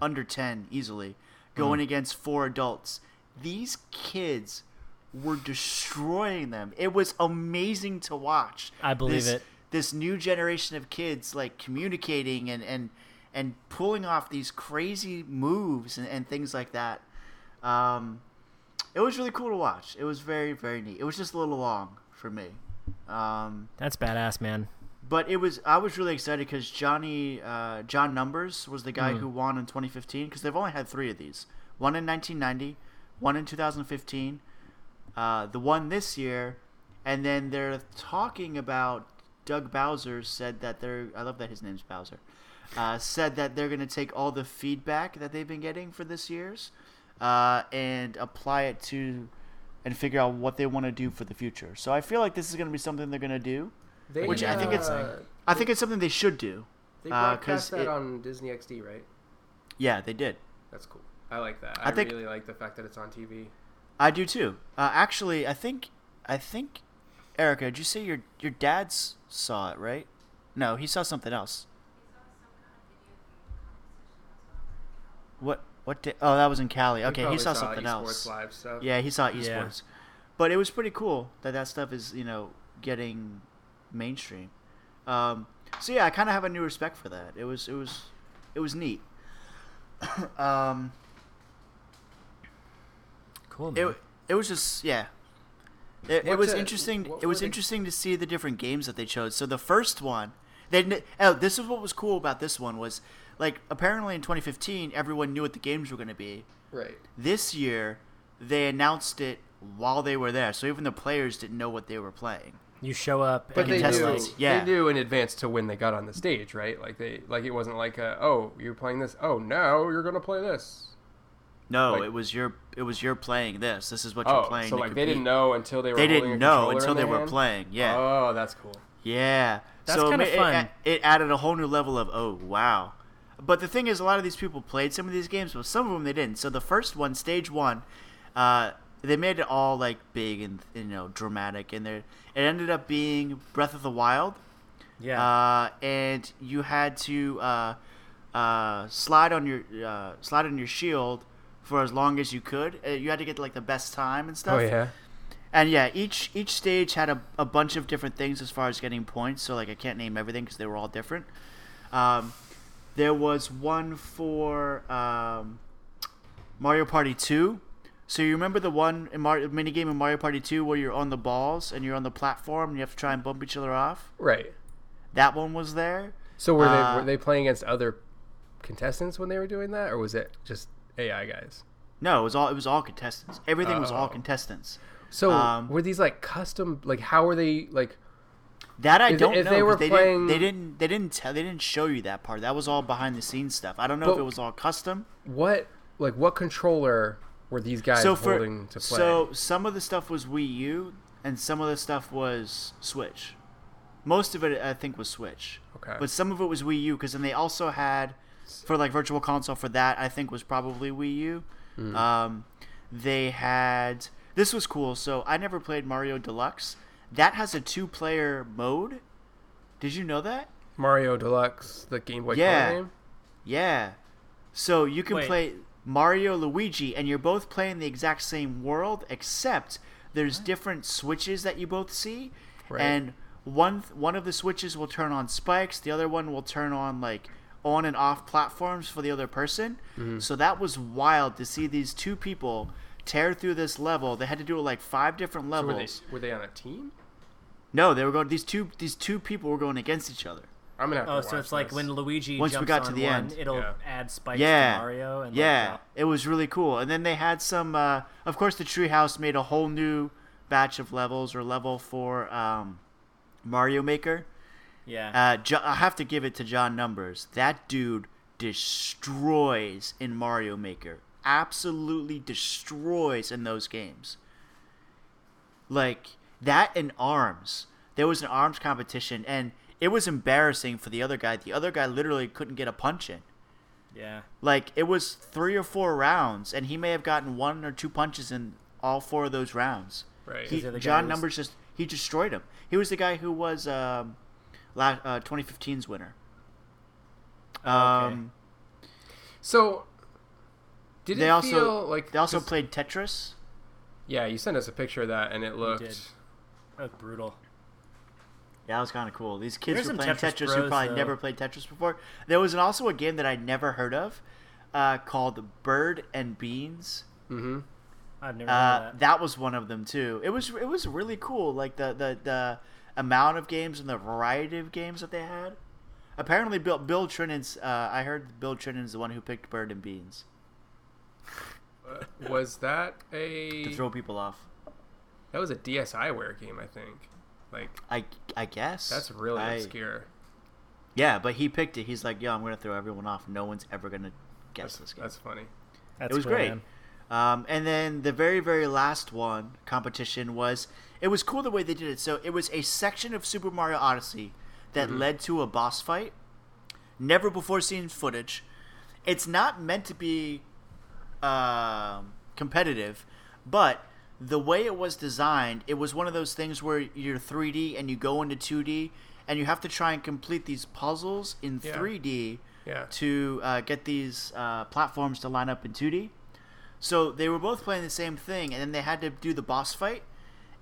[SPEAKER 2] under ten easily,
[SPEAKER 1] Mm.
[SPEAKER 2] going against four adults. These kids were destroying them. It was amazing to watch.
[SPEAKER 1] I believe
[SPEAKER 2] this,
[SPEAKER 1] it.
[SPEAKER 2] This new generation of kids like communicating and and and pulling off these crazy moves and, and things like that. Um, it was really cool to watch. It was very very neat. It was just a little long for me. Um,
[SPEAKER 1] That's badass, man.
[SPEAKER 2] but it was I was really excited because Johnny uh, John Numbers was the guy who won in 2015 because they've only had three of these: one in 1990, one in 2015, uh, the one this year, and then they're talking about Doug Bowser said that they're I love that his name's Bowser uh, said that they're going to take all the feedback that they've been getting for this year's uh, and apply it to and figure out what they want to do for the future. So I feel like this is going to be something they're going to do.
[SPEAKER 3] They,
[SPEAKER 2] Which I think it's-
[SPEAKER 3] uh,
[SPEAKER 2] I think it's something they should do.
[SPEAKER 3] they
[SPEAKER 2] uh,
[SPEAKER 3] broadcast
[SPEAKER 2] 'cause
[SPEAKER 3] that
[SPEAKER 2] it-
[SPEAKER 3] on Disney XD, right?
[SPEAKER 2] Yeah, they did.
[SPEAKER 3] That's cool. I like that. I,
[SPEAKER 2] I think-
[SPEAKER 3] really like the fact that it's on TV.
[SPEAKER 2] I do too. Uh, actually, I think I think Erica, did you say your your dad's saw it, right? No, he saw something else. What what did? Oh, that was in Cali. Okay, he
[SPEAKER 3] probably
[SPEAKER 2] saw, something else.
[SPEAKER 3] esports live stuff.
[SPEAKER 2] Yeah, he saw esports.
[SPEAKER 1] Yeah.
[SPEAKER 2] But it was pretty cool that that stuff is you know getting mainstream. Um, so yeah, I kind of have a new respect for that. It was it was it was neat. <coughs> um,
[SPEAKER 1] Cool, man.
[SPEAKER 2] it it was just yeah. It, it
[SPEAKER 3] What's
[SPEAKER 2] was
[SPEAKER 3] a-
[SPEAKER 2] interesting.
[SPEAKER 3] what
[SPEAKER 2] It
[SPEAKER 3] were
[SPEAKER 2] was
[SPEAKER 3] the-
[SPEAKER 2] interesting to see the different games that they chose. So the first one, they kn- oh, this is what was cool about this one was like apparently in 2015 everyone knew what the games were going to be.
[SPEAKER 3] Right.
[SPEAKER 2] This year they announced it while they were there, so even the players didn't know what they were playing.
[SPEAKER 1] you show up,
[SPEAKER 3] But
[SPEAKER 1] and
[SPEAKER 3] they
[SPEAKER 1] it's
[SPEAKER 2] test
[SPEAKER 3] knew,
[SPEAKER 1] like-
[SPEAKER 2] lights, yeah.
[SPEAKER 3] they knew in advance to when they got on the stage, right? Like they like it wasn't like a, oh you're playing this oh now you're gonna play this
[SPEAKER 2] No,
[SPEAKER 3] Like-
[SPEAKER 2] it was your it was your playing this. This is what you're
[SPEAKER 3] oh
[SPEAKER 2] playing.
[SPEAKER 3] so
[SPEAKER 2] to
[SPEAKER 3] like they
[SPEAKER 2] compete.
[SPEAKER 3] didn't know until they were
[SPEAKER 2] They
[SPEAKER 3] holding a
[SPEAKER 2] didn't know
[SPEAKER 3] controller
[SPEAKER 2] until
[SPEAKER 3] in
[SPEAKER 2] they
[SPEAKER 3] their
[SPEAKER 2] were
[SPEAKER 3] hand?
[SPEAKER 2] playing. Yeah.
[SPEAKER 3] oh that's cool
[SPEAKER 2] Yeah,
[SPEAKER 1] That's
[SPEAKER 2] so
[SPEAKER 1] kinda
[SPEAKER 2] it, it-
[SPEAKER 1] fun.
[SPEAKER 2] It, added a whole new level of oh wow. But the thing is, a lot of these people played some of these games, but some of them they didn't. So the first one, stage one, uh, they made it all like big and you know dramatic, and there it ended up being Breath of the Wild,
[SPEAKER 1] yeah,
[SPEAKER 2] uh, and you had to uh, uh, slide on your uh, slide on your shield for as long as you could. Uh, You had to get like the best time and stuff.
[SPEAKER 3] oh yeah
[SPEAKER 2] And yeah, each each stage had a, a bunch of different things as far as getting points. So like I can't name everything because they were all different. Um, there was one for um, Mario Party Two. So you remember the one in Mar- minigame in Mario Party Two where you're on the balls and you're on the platform and you have to try and bump each other off.
[SPEAKER 3] right
[SPEAKER 2] That one was there.
[SPEAKER 3] so were
[SPEAKER 2] Uh,
[SPEAKER 3] they were they playing against other contestants when they were doing that or was it just AI guys
[SPEAKER 2] No, it was all it was all contestants. Everything was all
[SPEAKER 3] Oh.
[SPEAKER 2] contestants.
[SPEAKER 3] so
[SPEAKER 2] Um,
[SPEAKER 3] were these like custom like how were they like
[SPEAKER 2] That I
[SPEAKER 3] If-
[SPEAKER 2] don't
[SPEAKER 3] if
[SPEAKER 2] know.
[SPEAKER 3] they
[SPEAKER 2] 'cause
[SPEAKER 3] were
[SPEAKER 2] they,
[SPEAKER 3] playing-
[SPEAKER 2] didn't, they didn't. They didn't tell. They didn't show you that part. That was all behind the scenes stuff. I don't know if
[SPEAKER 3] But-
[SPEAKER 2] it was all custom.
[SPEAKER 3] what like what controller were these guys
[SPEAKER 2] so for
[SPEAKER 3] holding to play
[SPEAKER 2] so some of the stuff was Wii U and some of the stuff was Switch. Most of it I think was Switch,
[SPEAKER 3] okay
[SPEAKER 2] but some of it was Wii U because then they also had for like Virtual Console for that I think was probably Wii U.
[SPEAKER 3] Mm.
[SPEAKER 2] Um, they had this was cool. So I never played Mario Deluxe. That has a two-player mode. Did you know that?
[SPEAKER 3] Mario Deluxe the Game Boy
[SPEAKER 2] Yeah.
[SPEAKER 3] Color game
[SPEAKER 2] Yeah. So you can
[SPEAKER 1] Wait.
[SPEAKER 2] play Mario Luigi and you're both playing the exact same world except there's different switches that you both see
[SPEAKER 3] Right.
[SPEAKER 2] and one one of the switches will turn on spikes, the other one will turn on like on and off platforms for the other person.
[SPEAKER 3] Mm-hmm.
[SPEAKER 2] So that was wild to see these two people tear through this level. They had to do it like five different
[SPEAKER 3] So were they
[SPEAKER 2] levels.
[SPEAKER 3] were they on a team
[SPEAKER 2] No, they were going these two these two people were going against each other.
[SPEAKER 3] I'm gonna have to
[SPEAKER 1] Oh, so
[SPEAKER 3] watch
[SPEAKER 1] it's like
[SPEAKER 3] this.
[SPEAKER 1] when Luigi
[SPEAKER 2] Once we
[SPEAKER 1] jumps
[SPEAKER 2] got to
[SPEAKER 1] on
[SPEAKER 2] the
[SPEAKER 1] one,
[SPEAKER 2] end.
[SPEAKER 1] it'll
[SPEAKER 3] Yeah.
[SPEAKER 1] add spikes
[SPEAKER 2] Yeah.
[SPEAKER 1] to Mario. And like
[SPEAKER 2] yeah,
[SPEAKER 1] that.
[SPEAKER 2] it was really cool. And then they had some, uh, of course, the Treehouse made a whole new batch of levels or level for um, Mario Maker.
[SPEAKER 1] yeah.
[SPEAKER 2] Uh, jo- I have to give it to John Numbers. That dude destroys in Mario Maker. Absolutely destroys in those games. Like that in arms. There was an arms competition, and it was embarrassing for the other guy. The other guy literally couldn't get a punch in.
[SPEAKER 1] yeah.
[SPEAKER 2] Like it was three or four rounds, and he may have gotten one or two punches in all four of those rounds.
[SPEAKER 3] Right.
[SPEAKER 2] He,
[SPEAKER 1] the other guy
[SPEAKER 2] John
[SPEAKER 1] was-
[SPEAKER 2] Numbers just He destroyed him. He was the guy who was um, la- uh, 2015's winner. Um,
[SPEAKER 3] So, did
[SPEAKER 2] They
[SPEAKER 3] it
[SPEAKER 2] also-
[SPEAKER 3] feel like
[SPEAKER 2] They also
[SPEAKER 3] 'cause-
[SPEAKER 2] played Tetris.
[SPEAKER 3] Yeah, you sent us a picture of that, and it looked.
[SPEAKER 1] did. That's brutal.
[SPEAKER 2] Yeah, that was kind of cool. These kids
[SPEAKER 1] There's
[SPEAKER 2] were
[SPEAKER 1] some
[SPEAKER 2] playing
[SPEAKER 1] Tetris
[SPEAKER 2] Tetris, who
[SPEAKER 1] bros,
[SPEAKER 2] probably
[SPEAKER 1] though.
[SPEAKER 2] never played Tetris before. There was an- also a game that I'd never heard of uh, called Bird and Beans.
[SPEAKER 3] Mm-hmm.
[SPEAKER 1] I've never heard
[SPEAKER 2] Uh,
[SPEAKER 1] of that.
[SPEAKER 2] that was one of them too. It was it was really cool, like the, the, the amount of games and the variety of games that they had. Apparently, Bill Bill Trinnan's uh, I heard Bill Trinnan's the one who picked Bird and Beans
[SPEAKER 3] was that
[SPEAKER 2] to
[SPEAKER 3] a
[SPEAKER 2] throw people off.
[SPEAKER 3] that was a DSiWare game? I think. Like
[SPEAKER 2] I, I guess
[SPEAKER 3] that's really
[SPEAKER 2] I-
[SPEAKER 3] obscure.
[SPEAKER 2] Yeah, but he picked it. He's like, yo, I'm gonna throw everyone off. No one's ever gonna guess
[SPEAKER 3] That's,
[SPEAKER 2] this game.
[SPEAKER 3] that's funny.
[SPEAKER 1] That's
[SPEAKER 2] it was
[SPEAKER 1] cool,
[SPEAKER 2] great.
[SPEAKER 1] man.
[SPEAKER 2] Um, and then the very, very last one competition was it was cool the way they did it. So it was a section of Super Mario Odyssey that
[SPEAKER 1] Mm-hmm.
[SPEAKER 2] led to a boss fight. Never before seen footage. It's not meant to be um competitive, but the way it was designed, it was one of those things where you're 3D and you go into 2D and you have to try and complete these puzzles in
[SPEAKER 3] Yeah.
[SPEAKER 2] 3D
[SPEAKER 3] Yeah.
[SPEAKER 2] to uh, get these uh, platforms to line up in 2D. So they were both playing the same thing, and then they had to do the boss fight,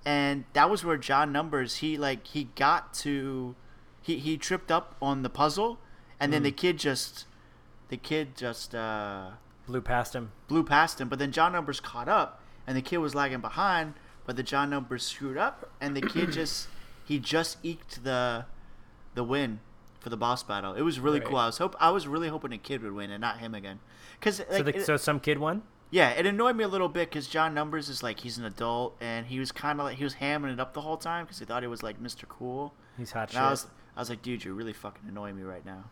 [SPEAKER 2] and that was where John Numbers he like he got to, he he tripped up on the puzzle, and then the kid just, the kid just uh,
[SPEAKER 1] Blew past him.
[SPEAKER 2] blew past him. But then John Numbers caught up, and the kid was lagging behind. But the John Numbers screwed up, and the kid just
[SPEAKER 1] <clears throat>
[SPEAKER 2] he just eked the the win for the boss battle. It was really
[SPEAKER 3] Right.
[SPEAKER 2] cool. I was hope I was really hoping a kid would win and not him again, because
[SPEAKER 1] So,
[SPEAKER 2] like,
[SPEAKER 1] the,
[SPEAKER 2] it-
[SPEAKER 1] so some kid won.
[SPEAKER 2] yeah, it annoyed me a little bit because John Numbers is like he's an adult and he was kind of like he was hamming it up the whole time because he thought he was like Mr. Cool.
[SPEAKER 1] He's hot
[SPEAKER 2] And I
[SPEAKER 1] shit.
[SPEAKER 2] was I was like, dude, you're really fucking annoying me right now.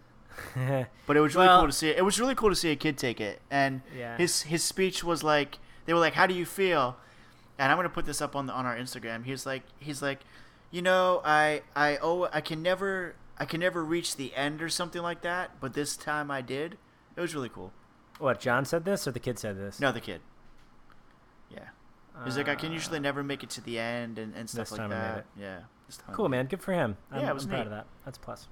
[SPEAKER 1] <laughs>
[SPEAKER 2] But it was really
[SPEAKER 1] Well-
[SPEAKER 2] cool to see. It was really cool to see a kid take it, and
[SPEAKER 1] Yeah.
[SPEAKER 2] his his speech was like, they were like, "How do you feel?" And I'm gonna put this up on the, on our Instagram. He's like, he's like, you know, I I oh I can never I can never reach the end or something like that, but this time I did. It was really cool.
[SPEAKER 1] what John said this or the kid said this?
[SPEAKER 2] No, the kid. Yeah, he's like, I can usually
[SPEAKER 1] Uh,
[SPEAKER 2] never make it to the end and, and stuff
[SPEAKER 1] this
[SPEAKER 2] like
[SPEAKER 1] time I made
[SPEAKER 2] that.
[SPEAKER 1] it.
[SPEAKER 2] Yeah, this time
[SPEAKER 1] <laughs>
[SPEAKER 2] I
[SPEAKER 1] Cool
[SPEAKER 2] made it.
[SPEAKER 1] man, good for him. I'm,
[SPEAKER 2] Yeah, it was
[SPEAKER 1] I'm proud
[SPEAKER 2] neat.
[SPEAKER 1] of that. That's a plus.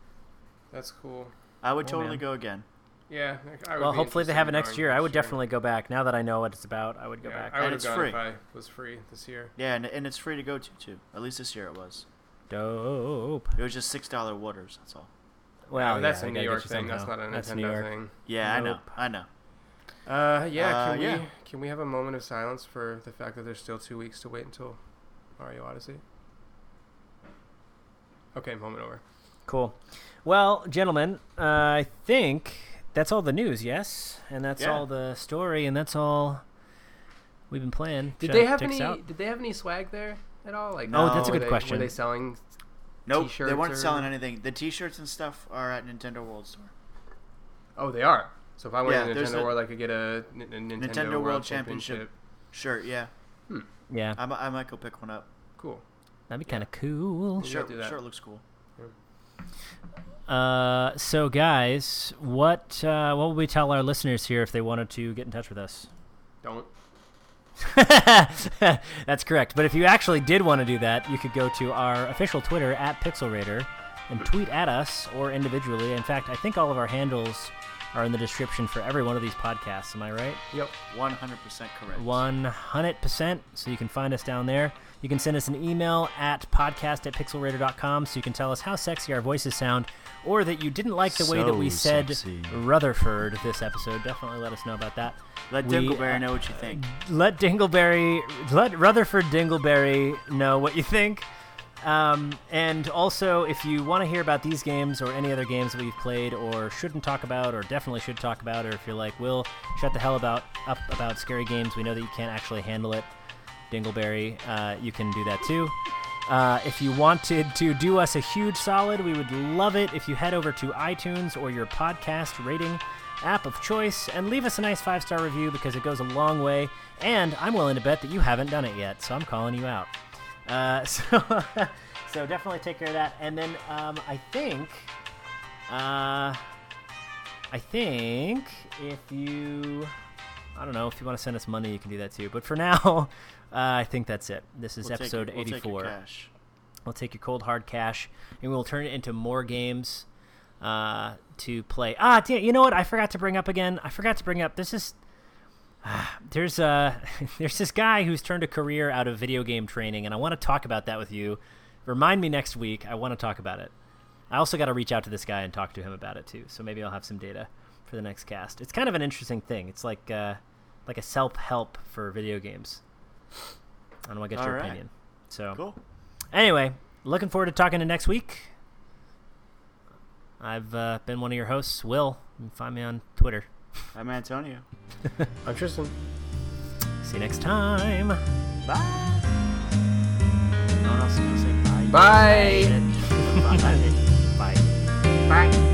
[SPEAKER 3] That's cool.
[SPEAKER 2] I would
[SPEAKER 1] Cool,
[SPEAKER 2] totally
[SPEAKER 1] man.
[SPEAKER 2] go again.
[SPEAKER 3] Yeah. I would
[SPEAKER 1] well,
[SPEAKER 3] be
[SPEAKER 1] hopefully they
[SPEAKER 3] interested
[SPEAKER 1] have it
[SPEAKER 3] in
[SPEAKER 1] next
[SPEAKER 3] going
[SPEAKER 1] year.
[SPEAKER 3] for
[SPEAKER 1] I would
[SPEAKER 3] sure.
[SPEAKER 1] definitely go back. Now that I know what it's about, I would go
[SPEAKER 3] Yeah,
[SPEAKER 1] back.
[SPEAKER 3] I would have
[SPEAKER 2] it's
[SPEAKER 3] gone
[SPEAKER 2] free.
[SPEAKER 3] if I was free this year.
[SPEAKER 2] Yeah, and, and it's free to go to too. At least this year it was.
[SPEAKER 1] Dope.
[SPEAKER 2] It was just six dollar waters. That's all.
[SPEAKER 1] Well,
[SPEAKER 3] Uh, that's
[SPEAKER 1] yeah,
[SPEAKER 3] a
[SPEAKER 1] I
[SPEAKER 3] New
[SPEAKER 1] gotta get
[SPEAKER 3] York
[SPEAKER 1] you
[SPEAKER 3] thing. That's
[SPEAKER 1] somehow.
[SPEAKER 3] not a Nintendo
[SPEAKER 1] That's New York.
[SPEAKER 3] thing.
[SPEAKER 2] Yeah,
[SPEAKER 1] Nope.
[SPEAKER 2] I know. I know.
[SPEAKER 3] Uh, yeah.
[SPEAKER 2] Uh,
[SPEAKER 3] Can we
[SPEAKER 2] yeah.
[SPEAKER 3] can we have a moment of silence for the fact that there's still two weeks to wait until Mario Odyssey? Okay, moment over.
[SPEAKER 1] Cool. Well, gentlemen, uh, I think that's all the news. Yes, and that's
[SPEAKER 2] Yeah.
[SPEAKER 1] all the story, and that's all we've been playing.
[SPEAKER 3] Did
[SPEAKER 1] Check-
[SPEAKER 3] they have
[SPEAKER 1] checks
[SPEAKER 3] any?
[SPEAKER 1] out.
[SPEAKER 3] Did they have any swag there at all? Like, oh,
[SPEAKER 2] No. that's a
[SPEAKER 3] were
[SPEAKER 1] good
[SPEAKER 3] they-
[SPEAKER 1] question.
[SPEAKER 3] Were they selling?
[SPEAKER 2] Nope, they weren't
[SPEAKER 3] T-shirts or-
[SPEAKER 2] selling anything. The T-shirts and stuff are at Nintendo World Store.
[SPEAKER 3] Oh, they are. So if I went
[SPEAKER 2] Yeah,
[SPEAKER 3] to
[SPEAKER 2] there's
[SPEAKER 3] Nintendo
[SPEAKER 2] a-
[SPEAKER 3] World, I could get a, N- N- Nintendo,
[SPEAKER 2] Nintendo
[SPEAKER 3] World,
[SPEAKER 2] World
[SPEAKER 3] Championship.
[SPEAKER 2] Championship. Sure, yeah.
[SPEAKER 1] Yeah,
[SPEAKER 2] I, mi- I might go pick one up.
[SPEAKER 3] Cool.
[SPEAKER 1] that'd be kind of cool.
[SPEAKER 3] We
[SPEAKER 2] Sure,
[SPEAKER 3] gotta do that.
[SPEAKER 2] sure, it looks cool.
[SPEAKER 1] Uh, so guys, what uh, what would we tell our listeners here if they wanted to get in touch with us?
[SPEAKER 3] Don't.
[SPEAKER 1] <laughs> That's correct. But if you actually did want to do that, you could go to our official Twitter at Pixel Raider and tweet at us or individually. In fact, I think all of our handles are in the description for every one of these podcasts. Am I right?
[SPEAKER 3] Yep.
[SPEAKER 2] One hundred percent correct.
[SPEAKER 1] 100%. So you can find us down there. You can send us an email at podcast at pixelraider.com so you can tell us how sexy our voices sound or that you didn't like the way that
[SPEAKER 2] So
[SPEAKER 1] we said
[SPEAKER 2] sexy.
[SPEAKER 1] Rutherford this episode. Definitely let us know about that.
[SPEAKER 2] Let
[SPEAKER 1] We,
[SPEAKER 2] Dingleberry
[SPEAKER 1] uh,
[SPEAKER 2] know what you think.
[SPEAKER 1] Let Dingleberry, let Rutherford Dingleberry know what you think. Um, and also, if you want to hear about these games or any other games that we've played or shouldn't talk about or definitely should talk about, or if you're like, Will, shut the hell about up about scary games. We know that you can't actually handle it, Dingleberry. Uh, you can do that too. Uh, if you wanted to do us a huge solid, we would love it if you head over to iTunes or your podcast rating app of choice and leave us a nice five star review because it goes a long way. And I'm willing to bet that you haven't done it yet, so I'm calling you out. Uh, <laughs> so, so definitely take care of that. And then um, I think, uh, I think if you, I don't know, if you want to send us <laughs> money, you can do that too. But for now, uh, I think that's it. This is
[SPEAKER 2] We'll take-
[SPEAKER 1] episode
[SPEAKER 2] we'll take your
[SPEAKER 1] 84.
[SPEAKER 2] cash.
[SPEAKER 1] We'll take your cold hard cash and we'll turn it into more games uh, to play. Ah, damn, you know what? I forgot to bring up again. I forgot to bring up. This is ah, there's uh <laughs> there's this guy who's turned a career out of video game training, and I want to talk about that with you. Remind me next week. I want to talk about it. I also got to reach out to this guy and talk to him about it too. So maybe I'll have some data for the next cast. It's kind of an interesting thing. It's like uh, like a self help for video games. I don't want to get your
[SPEAKER 2] All right.
[SPEAKER 1] opinion. So
[SPEAKER 2] Cool.
[SPEAKER 1] Anyway, looking forward to talking to next week. I've uh, been one of your hosts, Will. You can find me on Twitter.
[SPEAKER 2] I'm Antonio.
[SPEAKER 3] I'm Tristan.
[SPEAKER 1] See you next time.
[SPEAKER 2] Bye. No one else is gonna say bye.
[SPEAKER 3] Bye.
[SPEAKER 2] Bye.
[SPEAKER 1] Bye.
[SPEAKER 3] Bye.